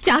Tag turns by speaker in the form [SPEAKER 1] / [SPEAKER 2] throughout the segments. [SPEAKER 1] 家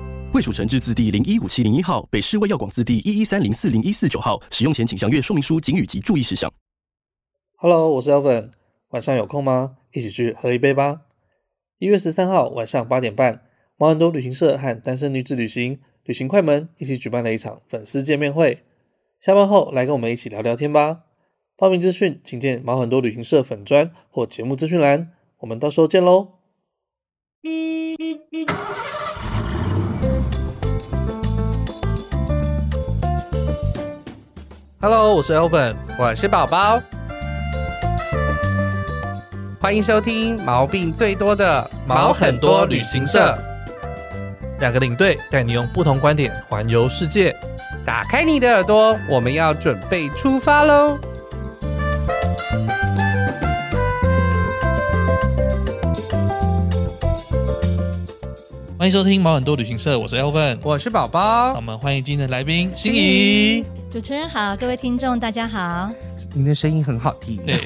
[SPEAKER 2] 卫蜀成字字第零一五七零一号，北市卫药广字第一一三零四零一四九号。使用前请详阅说明书、警语及注意事项。
[SPEAKER 3] Hello，我是 Elvin，晚上有空吗？一起去喝一杯吧。一月十三号晚上八点半，毛很多旅行社和单身女子旅行旅行快门一起举办了一场粉丝见面会。下班后来跟我们一起聊聊天吧。报名资讯请见毛很多旅行社粉砖或节目资讯栏。我们到时候见喽。Hello，我是 Elvin，
[SPEAKER 4] 我是宝宝，欢迎收听毛病最多的
[SPEAKER 3] 毛很多旅行社，两个领队带你用不同观点环游世界。
[SPEAKER 4] 打开你的耳朵，我们要准备出发喽！
[SPEAKER 3] 欢迎收听毛很多旅行社，我是 Elvin。
[SPEAKER 4] 我是宝
[SPEAKER 3] 那我
[SPEAKER 4] 宝，
[SPEAKER 3] 们欢迎今天的来宾心仪。
[SPEAKER 5] 主持人好，各位听众大 家好，
[SPEAKER 4] 您的声音很好听。
[SPEAKER 3] 对，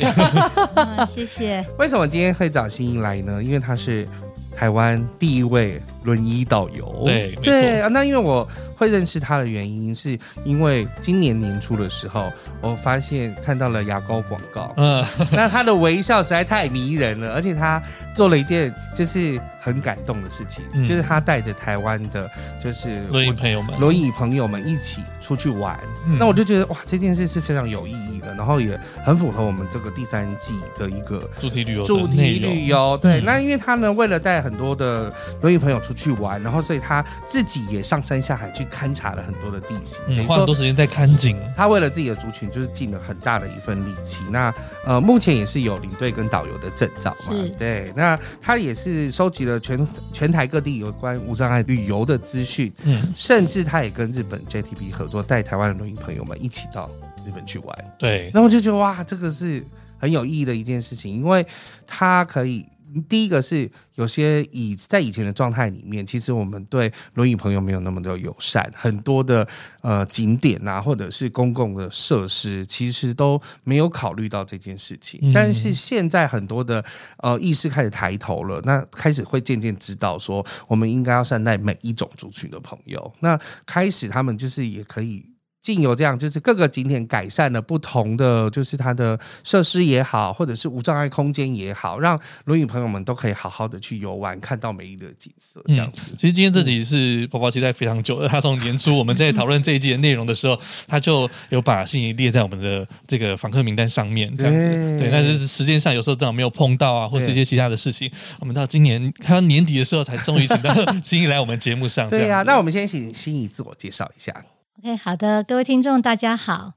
[SPEAKER 5] 嗯、谢谢。
[SPEAKER 4] 为什么今天会找心怡来呢？因为她是台湾第一位轮椅导游。
[SPEAKER 3] 对没错
[SPEAKER 4] 对啊，那因为我会认识她的原因，是因为今年年初的时候，我发现看到了牙膏广告。
[SPEAKER 3] 嗯，
[SPEAKER 4] 那她的微笑实在太迷人了，而且她做了一件就是很感动的事情，
[SPEAKER 3] 嗯
[SPEAKER 4] 就是她带着台湾的，就是
[SPEAKER 3] 轮椅朋友们，
[SPEAKER 4] 轮椅朋友们一起出去玩。
[SPEAKER 3] 嗯
[SPEAKER 4] 那我就觉得哇，这件事是非常有意义的，然后也很符合我们这个第三季的一个
[SPEAKER 3] 主题旅游的
[SPEAKER 4] 主题
[SPEAKER 3] 内容
[SPEAKER 4] 旅游，对，
[SPEAKER 3] 嗯
[SPEAKER 4] 那因为他呢，为了带很多的轮椅朋友出去玩，然后所以他自己也上山下海去勘察了很多的地形，
[SPEAKER 3] 嗯，
[SPEAKER 4] 等于
[SPEAKER 3] 花很
[SPEAKER 4] 说
[SPEAKER 3] 多时间在看景。
[SPEAKER 4] 他为了自己的族群，就是尽了很大的一份力气。那呃，目前也是有领队跟导游的证照嘛
[SPEAKER 5] 是，
[SPEAKER 4] 对。那他也是收集了全全台各地有关无障碍旅游的资讯，
[SPEAKER 3] 嗯，
[SPEAKER 4] 甚至他也跟日本 JTB 合作，带台湾的轮椅朋友们一起到日本去玩。
[SPEAKER 3] 对，
[SPEAKER 4] 那我就觉得哇，这个是很有意义的一件事情，因为它可以。第一个是有些以在以前的状态里面，其实我们对轮椅朋友没有那么的友善，很多的呃景点啊，或者是公共的设施，其实都没有考虑到这件事情。
[SPEAKER 3] 嗯
[SPEAKER 4] 但是现在很多的呃意识开始抬头了，那开始会渐渐知道说，我们应该要善待每一种族群的朋友。那开始他们就是也可以进有这样，就是各个景点改善了不同的，就是它的设施也好，或者是无障碍空间也好，让轮椅朋友们都可以好好的去游玩，看到美丽的景色，这样
[SPEAKER 6] 嗯
[SPEAKER 4] 子。
[SPEAKER 3] 其实今天这集是宝宝期待非常久的，他从年初我们在讨论这一季的内容的时候，他就有把信息列在我们的这个访客名单上面，这样子。
[SPEAKER 4] 对
[SPEAKER 3] 对，但是时间上有时候正好没有碰到啊，或是一些其他的事情，我们到今年快要年底的时候才终于请到 心怡来我们节目上。
[SPEAKER 4] 对呀、
[SPEAKER 3] 呀、
[SPEAKER 4] 那我们先请心怡自我介绍一下。
[SPEAKER 5] OK，好的，各位听众大家好。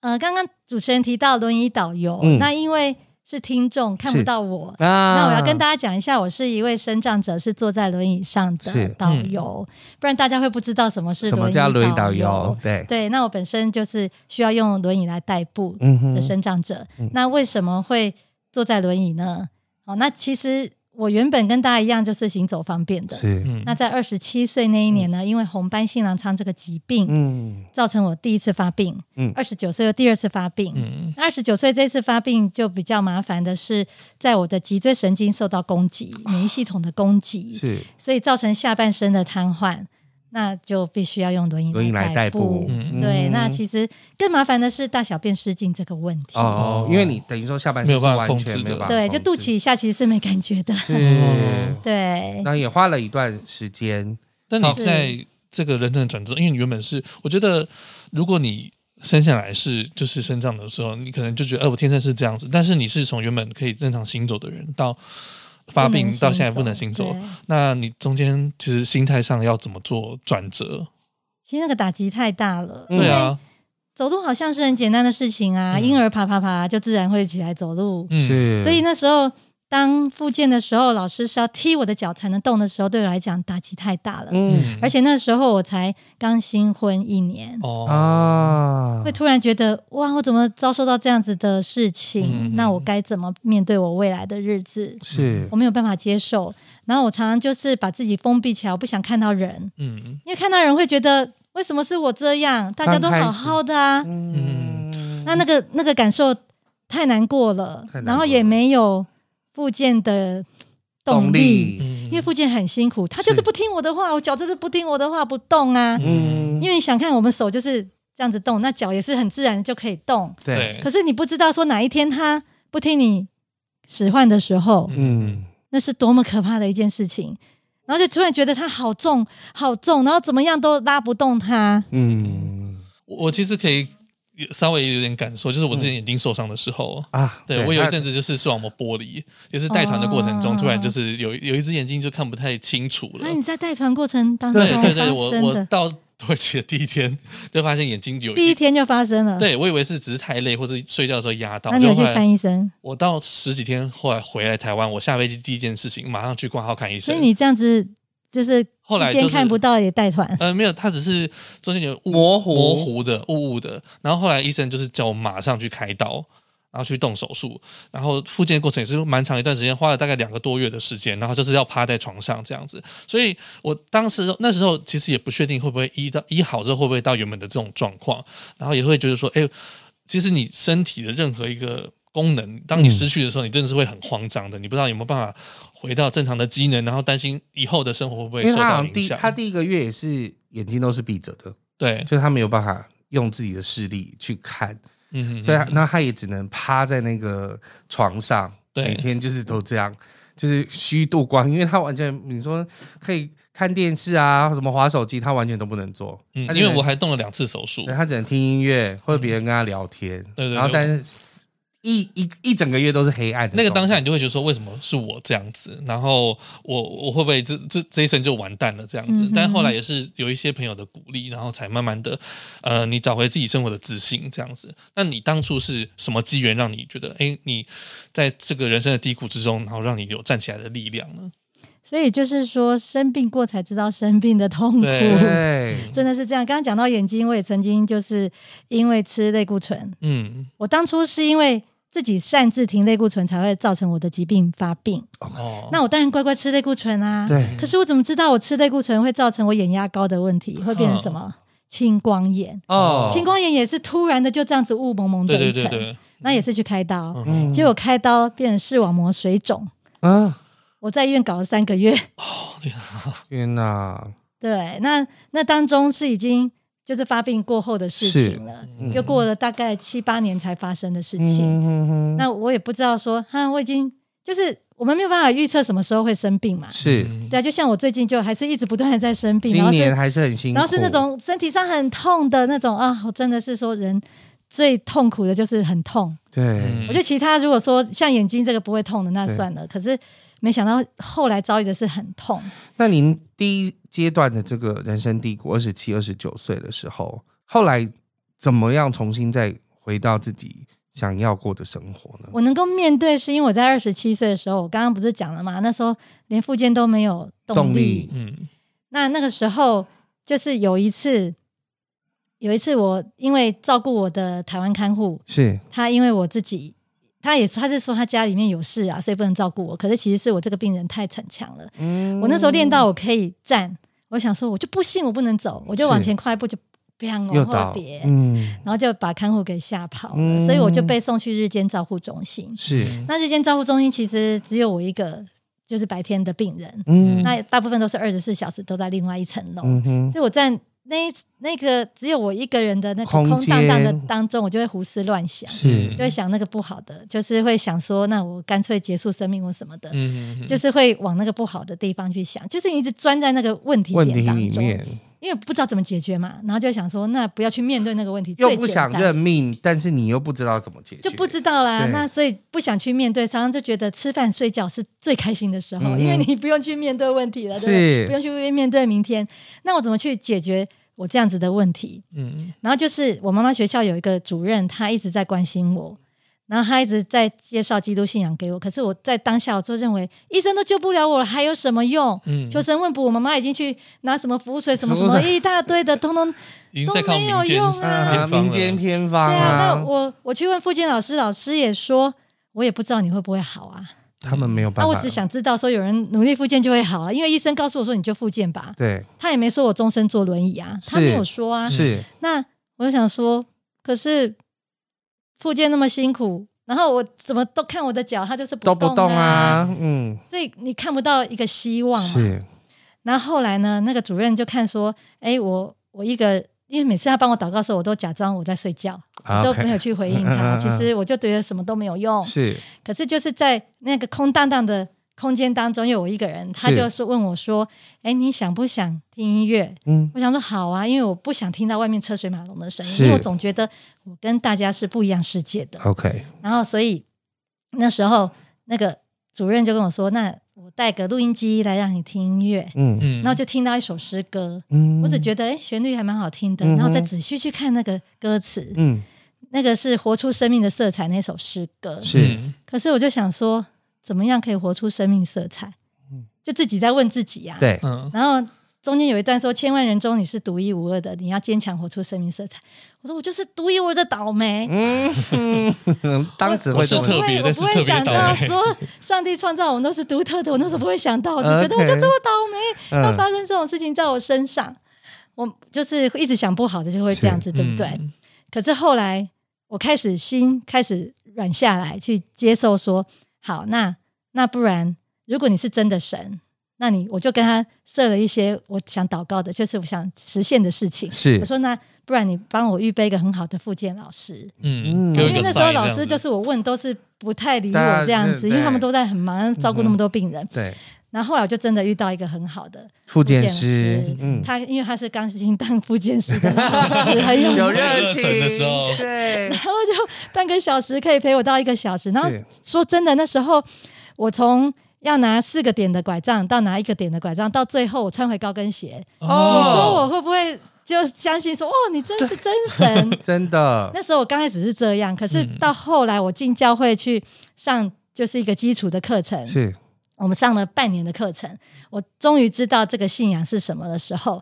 [SPEAKER 5] 呃，刚刚主持人提到轮椅导游，
[SPEAKER 4] 嗯
[SPEAKER 5] 那因为是听众看不
[SPEAKER 4] 是
[SPEAKER 5] 到我，
[SPEAKER 4] 啊
[SPEAKER 5] 那我要跟大家讲一下，我是一位身障者，是坐在轮椅上
[SPEAKER 4] 是嗯
[SPEAKER 5] 的导游，不然大家会不知道什么是
[SPEAKER 4] 什么叫轮
[SPEAKER 5] 轮
[SPEAKER 4] 椅嗯
[SPEAKER 5] 导
[SPEAKER 4] 导游？对，
[SPEAKER 5] 哦对，那我本身就是需要用轮椅来代步
[SPEAKER 4] 嗯
[SPEAKER 5] 的
[SPEAKER 4] 哼，
[SPEAKER 5] 生长者。那为什么会坐在轮椅呢？哦，那其实我原本跟大家一样，就是行走方便的。
[SPEAKER 4] 是，
[SPEAKER 3] 嗯
[SPEAKER 5] 那在二十七岁那一年呢，因为红斑性狼疮这个疾病，
[SPEAKER 4] 嗯
[SPEAKER 5] 造成我第一次发病。
[SPEAKER 4] 嗯
[SPEAKER 5] 二十九岁又第二次发病。
[SPEAKER 3] 嗯
[SPEAKER 5] 二十九岁这次发病就比较麻烦的是，在我的脊椎神经受到攻击，免疫系统的攻击，
[SPEAKER 4] 哦是，
[SPEAKER 5] 所以造成下半身的瘫痪，那就必须要用轮椅
[SPEAKER 4] 轮椅来代步。
[SPEAKER 3] 嗯
[SPEAKER 5] 对，那
[SPEAKER 4] 实
[SPEAKER 5] 其实更麻烦的是大小便失禁这个问题。
[SPEAKER 3] 啊
[SPEAKER 4] 哦，因为你等于说下半身
[SPEAKER 3] 没有
[SPEAKER 4] 是
[SPEAKER 3] 办法
[SPEAKER 4] 完
[SPEAKER 3] 控制
[SPEAKER 4] 全没有
[SPEAKER 3] 的
[SPEAKER 4] 办法
[SPEAKER 5] 对，
[SPEAKER 4] 控
[SPEAKER 5] 就肚
[SPEAKER 4] 制
[SPEAKER 5] 脐以下其实是没感觉的。
[SPEAKER 4] 是。
[SPEAKER 5] 对，
[SPEAKER 4] 那也花了一段时间，
[SPEAKER 3] 但你
[SPEAKER 5] 是
[SPEAKER 3] 在这个人生的转折，因为你原本是，我觉得如果你生下来是就是生长的时候，你可能就觉得，哎、我天生是这样子。但是你是从原本可以正常行走的人，到发
[SPEAKER 5] 不
[SPEAKER 3] 病
[SPEAKER 5] 能
[SPEAKER 3] 到现在
[SPEAKER 5] 嗯走
[SPEAKER 3] 不能行走
[SPEAKER 5] 对，
[SPEAKER 3] 那你中间其实心态上要怎么做转折？
[SPEAKER 5] 其实那个打击太大了。
[SPEAKER 4] 嗯
[SPEAKER 3] 对啊，
[SPEAKER 5] 走路好像是很简单的事情啊，
[SPEAKER 3] 嗯
[SPEAKER 5] 婴儿爬爬爬就自然会起来走路。
[SPEAKER 3] 嗯，
[SPEAKER 4] 是
[SPEAKER 5] 所以那时候当复健的时候，老师是要踢我的脚才能动的时候，对我来讲打击太大了。
[SPEAKER 4] 嗯
[SPEAKER 5] 而且那时候我才刚新婚一年，
[SPEAKER 6] 哦
[SPEAKER 4] 啊
[SPEAKER 5] 会突然觉得哇，我怎么遭受到这样子的事
[SPEAKER 6] 嗯
[SPEAKER 5] 情？
[SPEAKER 6] 嗯
[SPEAKER 5] 那我该怎么面对我未来的日子？
[SPEAKER 4] 是
[SPEAKER 5] 我没有办法接受。然后我常常就是把自己封闭起来，我不想看到人，
[SPEAKER 6] 嗯，
[SPEAKER 5] 因为看到人会觉得为什么是我这样？大家都好好的啊，
[SPEAKER 4] 嗯
[SPEAKER 5] 那那个那个感受太难过了，
[SPEAKER 4] 太难过了
[SPEAKER 5] 然后也没有复健的
[SPEAKER 4] 动
[SPEAKER 5] 动力。
[SPEAKER 4] 力
[SPEAKER 6] 嗯
[SPEAKER 5] 因为复健很辛苦，他就是
[SPEAKER 4] 是
[SPEAKER 5] 不听我的话，我脚就是不听我的话不动啊。
[SPEAKER 4] 嗯
[SPEAKER 5] 因为你想看，我们手就是这样子动，那脚也是很自然就可以动。
[SPEAKER 6] 哎
[SPEAKER 4] 对
[SPEAKER 5] 可是你不知道说哪一天他不听你使唤的时候，
[SPEAKER 4] 嗯
[SPEAKER 5] 那是多么可怕的一件事情。然后就突然觉得他好重，好重，然后怎么样都拉不动他。
[SPEAKER 4] 嗯
[SPEAKER 6] 我我其实可以有稍微有点感受，就是我之前眼睛受伤的时候。
[SPEAKER 4] 啊，
[SPEAKER 6] 对，我有一
[SPEAKER 4] 那
[SPEAKER 6] 阵子就是视网膜剥离，也是带团的过程中，
[SPEAKER 5] 哦
[SPEAKER 6] 突然就是有有一只眼睛就看不太清楚了
[SPEAKER 5] 那、。啊你在带团过程当中
[SPEAKER 6] 对
[SPEAKER 5] 发
[SPEAKER 6] 对对，我
[SPEAKER 5] 生
[SPEAKER 6] 我
[SPEAKER 5] 的，
[SPEAKER 6] 到 土耳其的第一天就发现眼睛有
[SPEAKER 5] 第一，天就发生了。，
[SPEAKER 6] 对我以为是只是太累或是睡觉的时候压到，
[SPEAKER 5] 那你有
[SPEAKER 6] 就
[SPEAKER 5] 去
[SPEAKER 6] 后来
[SPEAKER 5] 看医生？
[SPEAKER 6] 我到十几天后来回来台湾，我下飞机第一件事情马上去挂号看医
[SPEAKER 5] 所
[SPEAKER 6] 生。
[SPEAKER 5] 以你这样子就是
[SPEAKER 6] 后来
[SPEAKER 5] 一
[SPEAKER 6] 就是
[SPEAKER 5] 边看不到也带团。
[SPEAKER 6] 呃没有，他只是中间有雾
[SPEAKER 4] 模糊
[SPEAKER 6] 模糊的雾雾的，然后后来医生就是叫我马上去开刀。然后去动手术，然后复健的过程也是蛮长一段时间，花了大概两个多月的时间，然后就是要趴在床上这样子。所以我当时那时候其实也不确定会不会医到医好之后会不会到原本的这种状况，然后也会觉得说，哎，其实你身体的任何一个功能，当你
[SPEAKER 4] 嗯
[SPEAKER 6] 失去的时候，你真的是会很慌张的，你不知道有没有办法回到正常的机能，然后担心以后的生活会不会
[SPEAKER 4] 因为
[SPEAKER 6] 受
[SPEAKER 4] 他好
[SPEAKER 6] 到
[SPEAKER 4] 像
[SPEAKER 6] 影
[SPEAKER 4] 第
[SPEAKER 6] 响。
[SPEAKER 4] 他第一个月也是眼睛都是闭着的，
[SPEAKER 6] 对，
[SPEAKER 4] 就是他没有办法用自己的视力去看，
[SPEAKER 6] 嗯，
[SPEAKER 4] 所以他那他也只能趴在那个床上，
[SPEAKER 6] 对
[SPEAKER 4] 每天就是都这样，就是虚度光，因为他完全你说可以看电视啊，什么划手机，他完全都不能做，
[SPEAKER 6] 嗯
[SPEAKER 4] 他只
[SPEAKER 6] 因
[SPEAKER 4] 能
[SPEAKER 6] 为我还动了两次手术
[SPEAKER 4] 对，他只能听音乐或者别人跟他聊天，
[SPEAKER 6] 嗯对对
[SPEAKER 4] 然后
[SPEAKER 6] 对
[SPEAKER 4] 但是一一一整个月都是黑暗的，
[SPEAKER 6] 那个当下你。就会觉得说，为什么是我这样子？然后我我会不会这这这一生就完蛋了这样
[SPEAKER 5] 嗯
[SPEAKER 6] 子
[SPEAKER 5] 哼？
[SPEAKER 6] 但后来也是有一些朋友的鼓励，然后才慢慢的，呃，你找回自己生活的自信这样子。那你当初是什么机缘让你觉得，哎，你在这个人生的低谷之中，然后让你有站起来的力量呢？
[SPEAKER 5] 所以就是说，生病过才知道生病的痛苦。
[SPEAKER 6] 对嗯
[SPEAKER 4] 对，
[SPEAKER 5] 真的是这样。刚刚讲到眼睛，我也曾经就是因为吃类固醇，
[SPEAKER 6] 嗯，
[SPEAKER 5] 我当初是因为自己擅自停类固醇，才会造成我的疾病发病。
[SPEAKER 6] 哦，
[SPEAKER 5] 那我当然乖乖吃类固醇啊。
[SPEAKER 4] 对，
[SPEAKER 5] 可是我怎么知道我吃类固醇会造成我眼压高的问题，会变成什
[SPEAKER 6] 哦
[SPEAKER 5] 么？青光眼，
[SPEAKER 4] 哦，
[SPEAKER 5] 青光眼也是突然的就这样子雾蒙蒙的
[SPEAKER 6] 对
[SPEAKER 5] 一
[SPEAKER 6] 对
[SPEAKER 5] 层，
[SPEAKER 6] 对对，
[SPEAKER 5] 那也是去开刀，
[SPEAKER 4] 嗯
[SPEAKER 5] 结果开刀变成视网膜水肿，
[SPEAKER 4] 啊，
[SPEAKER 5] 我在医院搞了三个月。
[SPEAKER 4] 天哪，
[SPEAKER 5] 对，那那当中是已经就是发病过后的事情了，
[SPEAKER 4] 嗯
[SPEAKER 5] 又过了大概七八年才发生的事情。
[SPEAKER 4] 嗯，
[SPEAKER 5] 那我也不知道说，哈，我已经就是我们没有办法预测什么时候会生病嘛。
[SPEAKER 4] 是
[SPEAKER 6] 嗯
[SPEAKER 5] 对啊，就像我最近就还是一直不断的在生病，然
[SPEAKER 4] 今
[SPEAKER 5] 后
[SPEAKER 4] 年
[SPEAKER 5] 是
[SPEAKER 4] 还是很辛苦，
[SPEAKER 5] 然后是那种身体上很痛的那种啊，我真的是说人。最痛苦的就是很痛，
[SPEAKER 4] 对
[SPEAKER 6] 嗯
[SPEAKER 5] 我觉得其他如果说像眼睛这个不会痛的那
[SPEAKER 4] 对嗯
[SPEAKER 5] 算了，可是没想到后来遭遇的是很痛。
[SPEAKER 4] 那您第一阶段的这个人生帝国，二十七、二十九岁的时候，后来怎么样重新再回到自己想要过的生活呢？
[SPEAKER 5] 我能够面对，是因为我在二十七岁的时候，我刚刚不是讲了嘛，那时候连复健都没有动力。
[SPEAKER 4] 动力
[SPEAKER 6] 嗯
[SPEAKER 5] 那那个时候就是有一次，有一次我因为照顾我的台湾看护，
[SPEAKER 4] 是
[SPEAKER 5] 他因为我自己，他也他是说他家里面有事啊，所以不能照顾我。可是其实是我这个病人太逞强了，我
[SPEAKER 4] 嗯
[SPEAKER 5] 那时候练到我可以站，我想说我就不信我不能走，我就是往前跨一步就砰
[SPEAKER 4] 又
[SPEAKER 5] 往后
[SPEAKER 4] 倒
[SPEAKER 5] 跌，，
[SPEAKER 4] 嗯，
[SPEAKER 5] 然后就把看护给吓跑了，
[SPEAKER 4] 嗯
[SPEAKER 5] 所以我就被送去日间照护中心。
[SPEAKER 4] 是，
[SPEAKER 5] 那这间照护中心其实只有我一个，就是白天的病人，
[SPEAKER 4] 嗯
[SPEAKER 5] 那大部分都是二十四小时都在另外一层楼，
[SPEAKER 4] 嗯哼，
[SPEAKER 5] 所以我在那一那个只有我一个人的那个
[SPEAKER 4] 空
[SPEAKER 5] 空荡荡的
[SPEAKER 4] 间
[SPEAKER 5] 当中，我就会胡思乱想，
[SPEAKER 4] 是
[SPEAKER 5] 就会想那个不好的，就是会想说，那我干脆结束生命或什么的，
[SPEAKER 6] 嗯，嗯
[SPEAKER 5] 就是会往那个不好的地方去想，就是你一直钻在那个问题
[SPEAKER 4] 问
[SPEAKER 5] 点
[SPEAKER 4] 题
[SPEAKER 5] 当
[SPEAKER 4] 里
[SPEAKER 5] 中，
[SPEAKER 4] 面
[SPEAKER 5] 因为不知道怎么解决嘛，然后就想说，那不要去面对那个问题，
[SPEAKER 4] 又
[SPEAKER 5] 最
[SPEAKER 4] 不
[SPEAKER 5] 简
[SPEAKER 4] 想
[SPEAKER 5] 单
[SPEAKER 4] 认命，但是你又不知道怎么解决，
[SPEAKER 5] 就不知道啦。
[SPEAKER 4] 对
[SPEAKER 5] 那所以不想去面对，常常就觉得吃饭睡觉是最开心的时候，
[SPEAKER 4] 嗯哼
[SPEAKER 5] 因为你不用去面对问题了，对不
[SPEAKER 4] 是
[SPEAKER 5] 对不用去面对明天。那我怎么去解决我这样子的问题？
[SPEAKER 6] 嗯
[SPEAKER 5] 然后就是我妈妈学校有一个主任，她一直在关心我。然后他一直在介绍基督信仰给我，可是我在当下我就认为医生都救不了我了，还有什么用？
[SPEAKER 6] 嗯
[SPEAKER 5] 求神问卜，我妈妈已经去拿什么服务水什么什
[SPEAKER 4] 什
[SPEAKER 5] 么
[SPEAKER 4] 么
[SPEAKER 5] 一大堆的，通通
[SPEAKER 6] 已经在靠民
[SPEAKER 5] 都没有
[SPEAKER 6] 间
[SPEAKER 5] 用啊
[SPEAKER 4] 啊，
[SPEAKER 6] 偏方了
[SPEAKER 4] 民间偏方
[SPEAKER 5] 对啊。那
[SPEAKER 4] 啊，
[SPEAKER 5] 我我去问复健老师，老师也说我也不知道你会不会好啊。
[SPEAKER 4] 他们没有
[SPEAKER 5] 那、
[SPEAKER 4] 办法。
[SPEAKER 5] 我只想知道说有人努力复健就会好啊，因为医生告诉我说你就复健吧，
[SPEAKER 4] 对，
[SPEAKER 5] 他也没说我终身坐轮椅啊，他
[SPEAKER 4] 是
[SPEAKER 5] 没有说啊。
[SPEAKER 4] 是
[SPEAKER 5] 那我就想说，可是复健那么辛苦，然后我怎么都看我的脚，它就是不
[SPEAKER 4] 都不动
[SPEAKER 5] 啊，
[SPEAKER 4] 啊，嗯，
[SPEAKER 5] 所以你看不到一个希望嘛。
[SPEAKER 4] 是
[SPEAKER 5] 然后后来呢，那个主任就看说，哎，我我一个，因为每次他帮我祷告的时候，我都假装我在睡觉，
[SPEAKER 4] 啊
[SPEAKER 5] 都
[SPEAKER 4] ，OK
[SPEAKER 5] 没有去回应
[SPEAKER 4] 嗯嗯嗯
[SPEAKER 5] 他。
[SPEAKER 4] 嗯
[SPEAKER 5] 其实我就觉得什么都没有用，
[SPEAKER 4] 是
[SPEAKER 5] 可是就是在那个空荡荡的空间当中，有我一个人，他
[SPEAKER 4] 是
[SPEAKER 5] 就说问我说，哎，你想不想听音乐？
[SPEAKER 4] 嗯，
[SPEAKER 5] 我想说好啊，因为我不想听到外面车水马龙的声音，
[SPEAKER 4] 是
[SPEAKER 5] 因为我总觉得我跟大家是不一样世界的。
[SPEAKER 4] OK，
[SPEAKER 5] 然后所以那时候那个主任就跟我说，那我带个录音机来让你听音乐，
[SPEAKER 4] 嗯
[SPEAKER 6] 嗯，
[SPEAKER 5] 然后就听到一首诗歌，
[SPEAKER 4] 嗯，
[SPEAKER 5] 我只觉得哎旋律还蛮好听的，
[SPEAKER 4] 嗯哼
[SPEAKER 5] 然后再仔细去看那个歌词，
[SPEAKER 4] 嗯
[SPEAKER 5] 那个是活出生命的色彩那首诗歌，
[SPEAKER 4] 是
[SPEAKER 6] 嗯
[SPEAKER 5] 可是我就想说，怎么样可以活出生命色彩？就自己在问自己呀、
[SPEAKER 4] 嗯对，
[SPEAKER 6] 嗯，
[SPEAKER 5] 然后中间有一段说，千万人中你是独一无二的，你要坚强活出生命色彩。我说我就是独一无二的倒霉。
[SPEAKER 4] 嗯，当时
[SPEAKER 6] 我
[SPEAKER 4] 会
[SPEAKER 6] 是
[SPEAKER 4] 这么
[SPEAKER 6] 特别
[SPEAKER 5] 我
[SPEAKER 6] 但
[SPEAKER 5] 不
[SPEAKER 6] 是
[SPEAKER 5] 会
[SPEAKER 6] 特别
[SPEAKER 5] 想
[SPEAKER 6] 倒
[SPEAKER 5] 到
[SPEAKER 6] 霉
[SPEAKER 5] 说上帝创造我们都是独特的，我那时候不会想到，我只觉得
[SPEAKER 4] OK
[SPEAKER 5] 我就这么倒霉，
[SPEAKER 4] 嗯
[SPEAKER 5] 要发生这种事情在我身上，我就是一直想不好的就会这样子，对不对？
[SPEAKER 6] 嗯
[SPEAKER 5] 可是后来我开始心开始软下来，去接受说，好，那那不然，如果你是真的神，那你我就跟他设了一些我想祷告的，就是我想实现的事情。
[SPEAKER 4] 是
[SPEAKER 5] 我说那不然你帮我预备一个很好的复健老师，
[SPEAKER 6] 嗯，给我
[SPEAKER 5] 因
[SPEAKER 6] 一
[SPEAKER 5] 为
[SPEAKER 6] 个
[SPEAKER 5] 那时候
[SPEAKER 6] sign
[SPEAKER 5] 老
[SPEAKER 6] 这
[SPEAKER 5] 师
[SPEAKER 6] 样
[SPEAKER 5] 就是
[SPEAKER 6] 子
[SPEAKER 5] 我问都是不太理
[SPEAKER 4] 大家
[SPEAKER 5] 我这样子，
[SPEAKER 4] 对嗯
[SPEAKER 5] 因为他们都在很忙，照顾那么多病人。
[SPEAKER 4] 对，
[SPEAKER 5] 然后后来我就真的遇到一个很好的
[SPEAKER 4] 复健
[SPEAKER 5] 老
[SPEAKER 4] 师，嗯，
[SPEAKER 5] 他因为他是钢琴当复健师的老师，很有
[SPEAKER 4] 有
[SPEAKER 5] 名
[SPEAKER 4] 热
[SPEAKER 6] 热
[SPEAKER 4] 情
[SPEAKER 6] 忱的时 候
[SPEAKER 4] 对，
[SPEAKER 5] 然后就半个小时可以陪我到一个小时。然后
[SPEAKER 4] 是
[SPEAKER 5] 说真的，那时候我从要拿四个点的拐杖到拿一个点的拐杖，到最后我穿回高跟鞋，
[SPEAKER 4] 哦？
[SPEAKER 5] 你说我会不会就相信说，哦，你真是真 神
[SPEAKER 4] 真的
[SPEAKER 5] 那时候我刚开始是这样，可是
[SPEAKER 6] 嗯
[SPEAKER 5] 到后来我进教会去上就是一个基础的课程，
[SPEAKER 4] 是
[SPEAKER 5] 我们上了半年的课程，我终于知道这个信仰是什么的时候，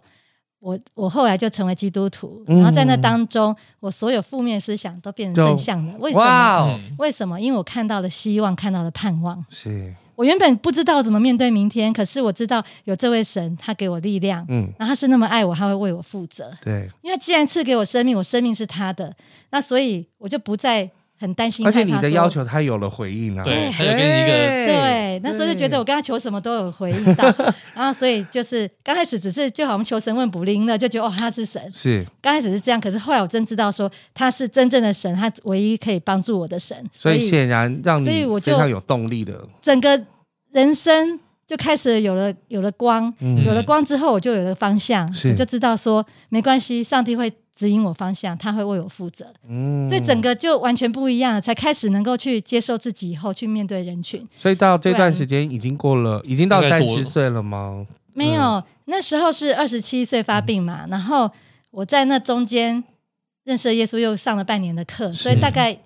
[SPEAKER 5] 我我后来就成为基督徒，
[SPEAKER 4] 嗯
[SPEAKER 5] 然后在那当中，我所有负面思想都变成正向的。为什
[SPEAKER 4] 哇
[SPEAKER 5] 么？
[SPEAKER 4] 哦，
[SPEAKER 6] 嗯
[SPEAKER 5] 为什么？因为我看到了希望，看到了盼望。
[SPEAKER 4] 是
[SPEAKER 5] 我原本不知道怎么面对明天，可是我知道有这位神，他给我力量，
[SPEAKER 4] 嗯
[SPEAKER 5] 然后他是那么爱我，他会为我负责。
[SPEAKER 4] 对，
[SPEAKER 5] 因为他既然赐给我生命，我生命是他的，那所以我就不再很担心。
[SPEAKER 4] 而且你
[SPEAKER 5] 害怕
[SPEAKER 4] 的
[SPEAKER 5] 说
[SPEAKER 4] 要求他有了回应啊，
[SPEAKER 5] 哎
[SPEAKER 6] 对他就给你一个
[SPEAKER 5] 对，那时候就觉得我跟他求什么都有回应到，然后所以就是刚开始只是就好像求神问卜灵了，就觉得哦他是神，
[SPEAKER 4] 是，
[SPEAKER 5] 刚开始是这样，可是后来我真知道说他是真正的神，他唯一可以帮助我的神，
[SPEAKER 4] 所以显然让你
[SPEAKER 5] 所以我
[SPEAKER 4] 非
[SPEAKER 5] 就
[SPEAKER 4] 常有动力的，
[SPEAKER 5] 整个人生就开始有了有了光，
[SPEAKER 4] 嗯
[SPEAKER 5] 有了光之后我就有了方向，
[SPEAKER 4] 是
[SPEAKER 5] 我就知道说没关系，上帝会指引我方向，他会为我负责，
[SPEAKER 4] 嗯
[SPEAKER 5] 所以整个就完全不一样了，才开始能够去接受自己以后去面对人群。
[SPEAKER 4] 所以到这
[SPEAKER 5] 对啊
[SPEAKER 4] 段时间已经过了，已经到
[SPEAKER 6] 大概
[SPEAKER 4] 三
[SPEAKER 6] 过
[SPEAKER 4] 十
[SPEAKER 6] 了
[SPEAKER 4] 岁了吗？
[SPEAKER 5] 没有，
[SPEAKER 4] 嗯
[SPEAKER 5] 那时候是二十七岁发病嘛，然后我在那中间认识了耶稣，又上了半年的课，所以大概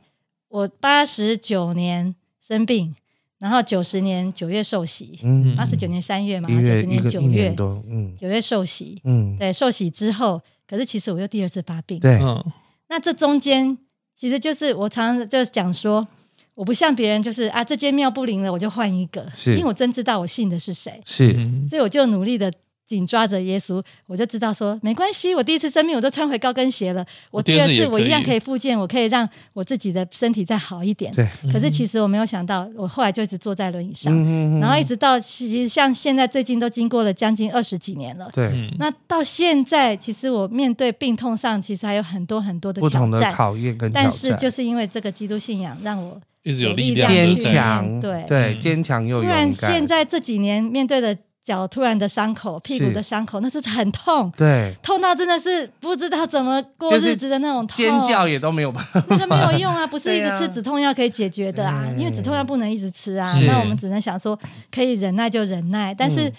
[SPEAKER 5] 我八十九年生病，然后九十年九月受洗，
[SPEAKER 4] 嗯
[SPEAKER 5] 八十九年三月嘛，
[SPEAKER 4] 一
[SPEAKER 5] 九
[SPEAKER 4] 月
[SPEAKER 5] 十
[SPEAKER 4] 一
[SPEAKER 5] 年
[SPEAKER 4] 个
[SPEAKER 5] 九
[SPEAKER 4] 一年
[SPEAKER 5] 月，
[SPEAKER 4] 多，嗯
[SPEAKER 5] 九月受洗，
[SPEAKER 4] 嗯，
[SPEAKER 5] 对，受洗之后，可是其实我又第二次发病，
[SPEAKER 4] 对，
[SPEAKER 6] 嗯
[SPEAKER 5] 那这中间其实就是我常常就讲说。我不像别人，就是啊，这间庙不灵了，我就换一个，
[SPEAKER 4] 是
[SPEAKER 5] 因为我真知道我信的是谁。
[SPEAKER 4] 是
[SPEAKER 6] 嗯
[SPEAKER 5] 所以我就努力的紧抓着耶稣，我就知道说没关系，我第一次生病我都穿回高跟鞋了，我第二
[SPEAKER 6] 我第二次
[SPEAKER 5] 次
[SPEAKER 6] 也可以
[SPEAKER 5] 我一样可以复健，我可以让我自己的身体再好一点。
[SPEAKER 4] 对，
[SPEAKER 5] 可是其实我没有想到，我后来就一直坐在轮椅上，
[SPEAKER 4] 嗯
[SPEAKER 5] 然后一直到其实像现在最近都经过了将近二十几年了。
[SPEAKER 4] 对
[SPEAKER 6] 嗯，
[SPEAKER 5] 那到现在，其实我面对病痛上，其实还有很多很多的
[SPEAKER 4] 不同
[SPEAKER 5] 挑
[SPEAKER 4] 的
[SPEAKER 5] 战，
[SPEAKER 4] 考验跟挑
[SPEAKER 5] 但是
[SPEAKER 4] 战，
[SPEAKER 5] 就是因为这个基督信仰，让我
[SPEAKER 6] 一直有
[SPEAKER 5] 有力
[SPEAKER 6] 力量
[SPEAKER 5] 量
[SPEAKER 6] 的
[SPEAKER 4] 坚
[SPEAKER 5] 去
[SPEAKER 6] 在
[SPEAKER 4] 强，
[SPEAKER 5] 对
[SPEAKER 4] 对
[SPEAKER 6] 嗯
[SPEAKER 4] 坚强又
[SPEAKER 5] 突
[SPEAKER 4] 勇
[SPEAKER 5] 然
[SPEAKER 4] 敢，
[SPEAKER 5] 现在这几年面对的脚突然的伤口、屁股的伤口，那真是很痛，
[SPEAKER 4] 对
[SPEAKER 5] 痛到真的是不知道怎么过日子的那种痛，
[SPEAKER 4] 尖叫也都没有办法，
[SPEAKER 5] 那个没有用啊，不是一
[SPEAKER 4] 对
[SPEAKER 5] 直
[SPEAKER 4] 啊
[SPEAKER 5] 吃止痛药可以解决的啊，
[SPEAKER 4] 嗯
[SPEAKER 5] 因为止痛药不能一直吃啊
[SPEAKER 4] 是，嗯
[SPEAKER 5] 那我们只能想说可以忍耐就忍耐，但是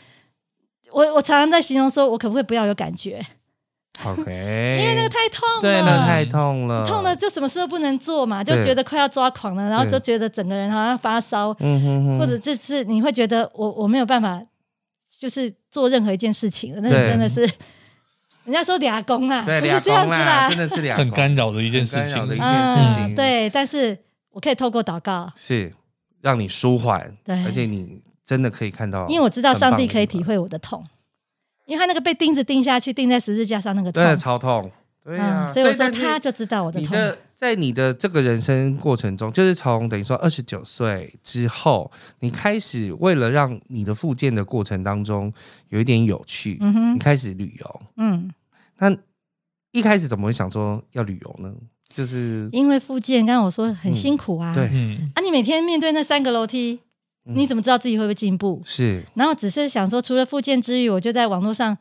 [SPEAKER 5] 我我常常在形容说，我可不可以不要有感觉？
[SPEAKER 4] OK，
[SPEAKER 5] 因为那个太痛了，
[SPEAKER 4] 对，那太痛了，
[SPEAKER 5] 痛了，就什么事都不能做嘛，就
[SPEAKER 4] 对
[SPEAKER 5] 觉得快要抓狂了，然后
[SPEAKER 4] 对
[SPEAKER 5] 就觉得整个人好像发烧，
[SPEAKER 4] 嗯哼哼，
[SPEAKER 5] 或者就是你会觉得我我没有办法，就是做任何一件事情了，那个
[SPEAKER 4] 对
[SPEAKER 5] 真的是，人家说俩工啦，
[SPEAKER 4] 对
[SPEAKER 5] 不
[SPEAKER 4] 俩
[SPEAKER 5] 是这样
[SPEAKER 4] 公啊
[SPEAKER 5] 子
[SPEAKER 4] 啦，
[SPEAKER 5] 啦
[SPEAKER 4] 真，的是俩
[SPEAKER 6] 很
[SPEAKER 4] 公
[SPEAKER 6] 干扰的一件事
[SPEAKER 4] 很干扰的一
[SPEAKER 6] 情。
[SPEAKER 4] 件事情，
[SPEAKER 5] 嗯，，对，但是我可以透过祷告，
[SPEAKER 4] 是让你舒缓，
[SPEAKER 5] 对
[SPEAKER 4] 而且你真的可以看到，
[SPEAKER 5] 因为我知道上帝可以体
[SPEAKER 4] 会。
[SPEAKER 5] 会我的痛，因为他那个被钉子钉下去，钉在十字架上那个痛嗯
[SPEAKER 4] 真，的超痛。对呀、
[SPEAKER 5] 嗯，所以我说
[SPEAKER 4] 但是
[SPEAKER 5] 他就知道我的
[SPEAKER 4] 你
[SPEAKER 5] 痛，
[SPEAKER 4] 的在你的这个人生过程中，就是从等于说二十九岁之后，你开始为了让你的复健的过程当中有一点有趣，
[SPEAKER 5] 嗯
[SPEAKER 4] 你
[SPEAKER 5] 哼，
[SPEAKER 4] 开始旅游。
[SPEAKER 5] 嗯，
[SPEAKER 4] 那一开始怎么会想说要旅游呢？就是
[SPEAKER 5] 因为复健，刚刚我说很辛苦啊，
[SPEAKER 4] 嗯对
[SPEAKER 6] 嗯，
[SPEAKER 5] 啊，你每天面对那三个楼梯，
[SPEAKER 4] 嗯
[SPEAKER 5] 你怎么知道自己会不会进步？
[SPEAKER 4] 是
[SPEAKER 5] 然后只是想说，除了复健之余，我就在网络上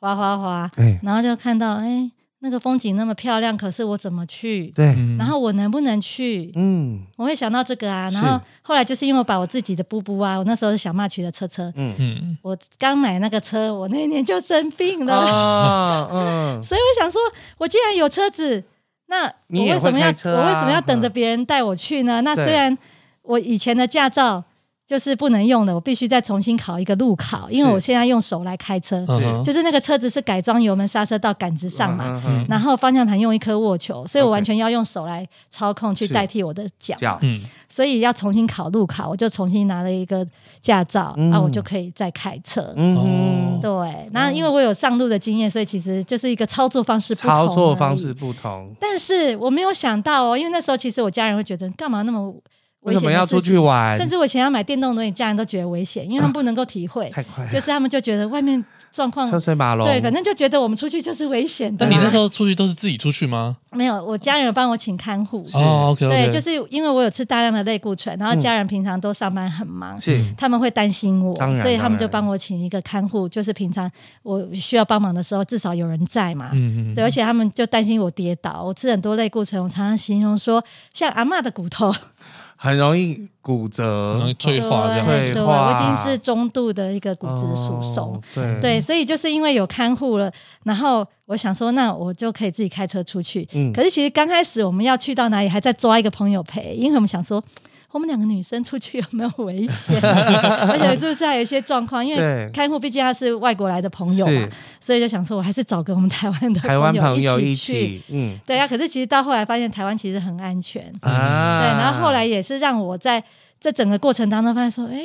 [SPEAKER 5] 滑滑滑，
[SPEAKER 4] 哎、
[SPEAKER 5] 然后就看到哎、那个风景那么漂亮，可是我怎么去？
[SPEAKER 4] 对，
[SPEAKER 6] 嗯
[SPEAKER 5] 然后我能不能去？
[SPEAKER 4] 嗯
[SPEAKER 5] 我会想到这个啊。
[SPEAKER 4] 是
[SPEAKER 5] 然后后来就是因为我把我自己的布布啊，我那时候是小骂曲的车车，
[SPEAKER 4] 嗯
[SPEAKER 6] 嗯，
[SPEAKER 5] 我刚买那个车，我那一年就生 病了，
[SPEAKER 4] 啊嗯，
[SPEAKER 5] 所以我想说，我既然有车子，那
[SPEAKER 4] 你
[SPEAKER 5] 我
[SPEAKER 4] 也
[SPEAKER 5] 为什么
[SPEAKER 4] 会
[SPEAKER 5] 要、
[SPEAKER 4] 开车啊嗯
[SPEAKER 5] 我为什么要等着别人带我去呢？那
[SPEAKER 4] 对
[SPEAKER 5] 虽然我以前的驾照就是不能用的，我必须再重新考一个路考，因为
[SPEAKER 4] 是哦
[SPEAKER 5] 我现在用手来开车，
[SPEAKER 6] 嗯
[SPEAKER 4] 是
[SPEAKER 6] 哼
[SPEAKER 5] 就是那个车子是改装油门、刹车到杆子上嘛。
[SPEAKER 4] 嗯嗯嗯
[SPEAKER 5] 然后方向盘用一颗握球，所以我
[SPEAKER 4] OK
[SPEAKER 5] 完全要用手来操控去
[SPEAKER 4] 是
[SPEAKER 5] 代替我的脚，
[SPEAKER 4] 这样
[SPEAKER 6] 嗯
[SPEAKER 5] 所以要重新考路考，我就重新拿了一个驾照，
[SPEAKER 4] 嗯
[SPEAKER 5] 啊，我就可以再开车。
[SPEAKER 4] 嗯
[SPEAKER 6] 哦
[SPEAKER 4] 哼
[SPEAKER 5] 对，那因为我有上路的经验，所以其实就是一个操作方式不同而已
[SPEAKER 4] 操作方式。不同，
[SPEAKER 5] 但是我没有想到哦，因为那时候其实我家人会觉得干嘛那么
[SPEAKER 4] 为
[SPEAKER 5] 危险，
[SPEAKER 4] 什么要出去？玩？
[SPEAKER 5] 甚至我以前要买电动轮椅，家人都觉得危险，因为他们不能够体会，
[SPEAKER 4] 太快了，
[SPEAKER 5] 就是他们就觉得外面状况
[SPEAKER 4] 车水马龙，
[SPEAKER 5] 对，反正就觉得我们出去就是危险的
[SPEAKER 6] 但
[SPEAKER 5] 嘛。
[SPEAKER 6] 你那时候出去都是自己出去吗？
[SPEAKER 5] 没有，我家人有帮我请看护，
[SPEAKER 6] 哦，OK，
[SPEAKER 5] 对，就是因为我有吃大量的类固醇，
[SPEAKER 4] 嗯
[SPEAKER 5] 然后家人平常都上班很忙，
[SPEAKER 6] 嗯
[SPEAKER 4] 是
[SPEAKER 5] 他们会担心我
[SPEAKER 4] 当，然
[SPEAKER 5] 所以他们就
[SPEAKER 4] 当然
[SPEAKER 5] 帮我请一个看护，就是平常我需要帮忙的时候，至少有人在嘛。
[SPEAKER 6] 嗯嗯，
[SPEAKER 5] 对，而且他们就担心我跌倒，我吃很多类固醇，我常常形容说像阿嬷的骨头，
[SPEAKER 4] 很容易骨
[SPEAKER 6] 容
[SPEAKER 4] 折
[SPEAKER 6] 易、退化这样
[SPEAKER 4] 对
[SPEAKER 6] 子。
[SPEAKER 5] 对
[SPEAKER 4] 退
[SPEAKER 5] 对，
[SPEAKER 4] 化
[SPEAKER 5] 我已经是中度的一个骨质疏松。
[SPEAKER 4] 哦对
[SPEAKER 5] 对，，所以就是因为有看护了，然后我想说，那我就可以自己开车出去。
[SPEAKER 4] 嗯
[SPEAKER 5] 可是其实刚开始我们要去到哪里，还在抓一个朋友陪，因为我们想说，我们两个女生出去有没有危险？ 而且就是还有一些状况，因
[SPEAKER 4] 对
[SPEAKER 5] 为看护毕竟他是外国来的朋友啊嘛
[SPEAKER 4] 是，
[SPEAKER 5] 所以就想说我还是找个我们台湾的
[SPEAKER 4] 台湾朋友
[SPEAKER 5] 一
[SPEAKER 4] 一
[SPEAKER 5] 去。
[SPEAKER 4] 起，嗯
[SPEAKER 5] 对啊，可是其实到后来发现台湾其实很安全，
[SPEAKER 4] 啊，
[SPEAKER 5] 对，然后后来也是让我在这整个过程当中发现说，哎，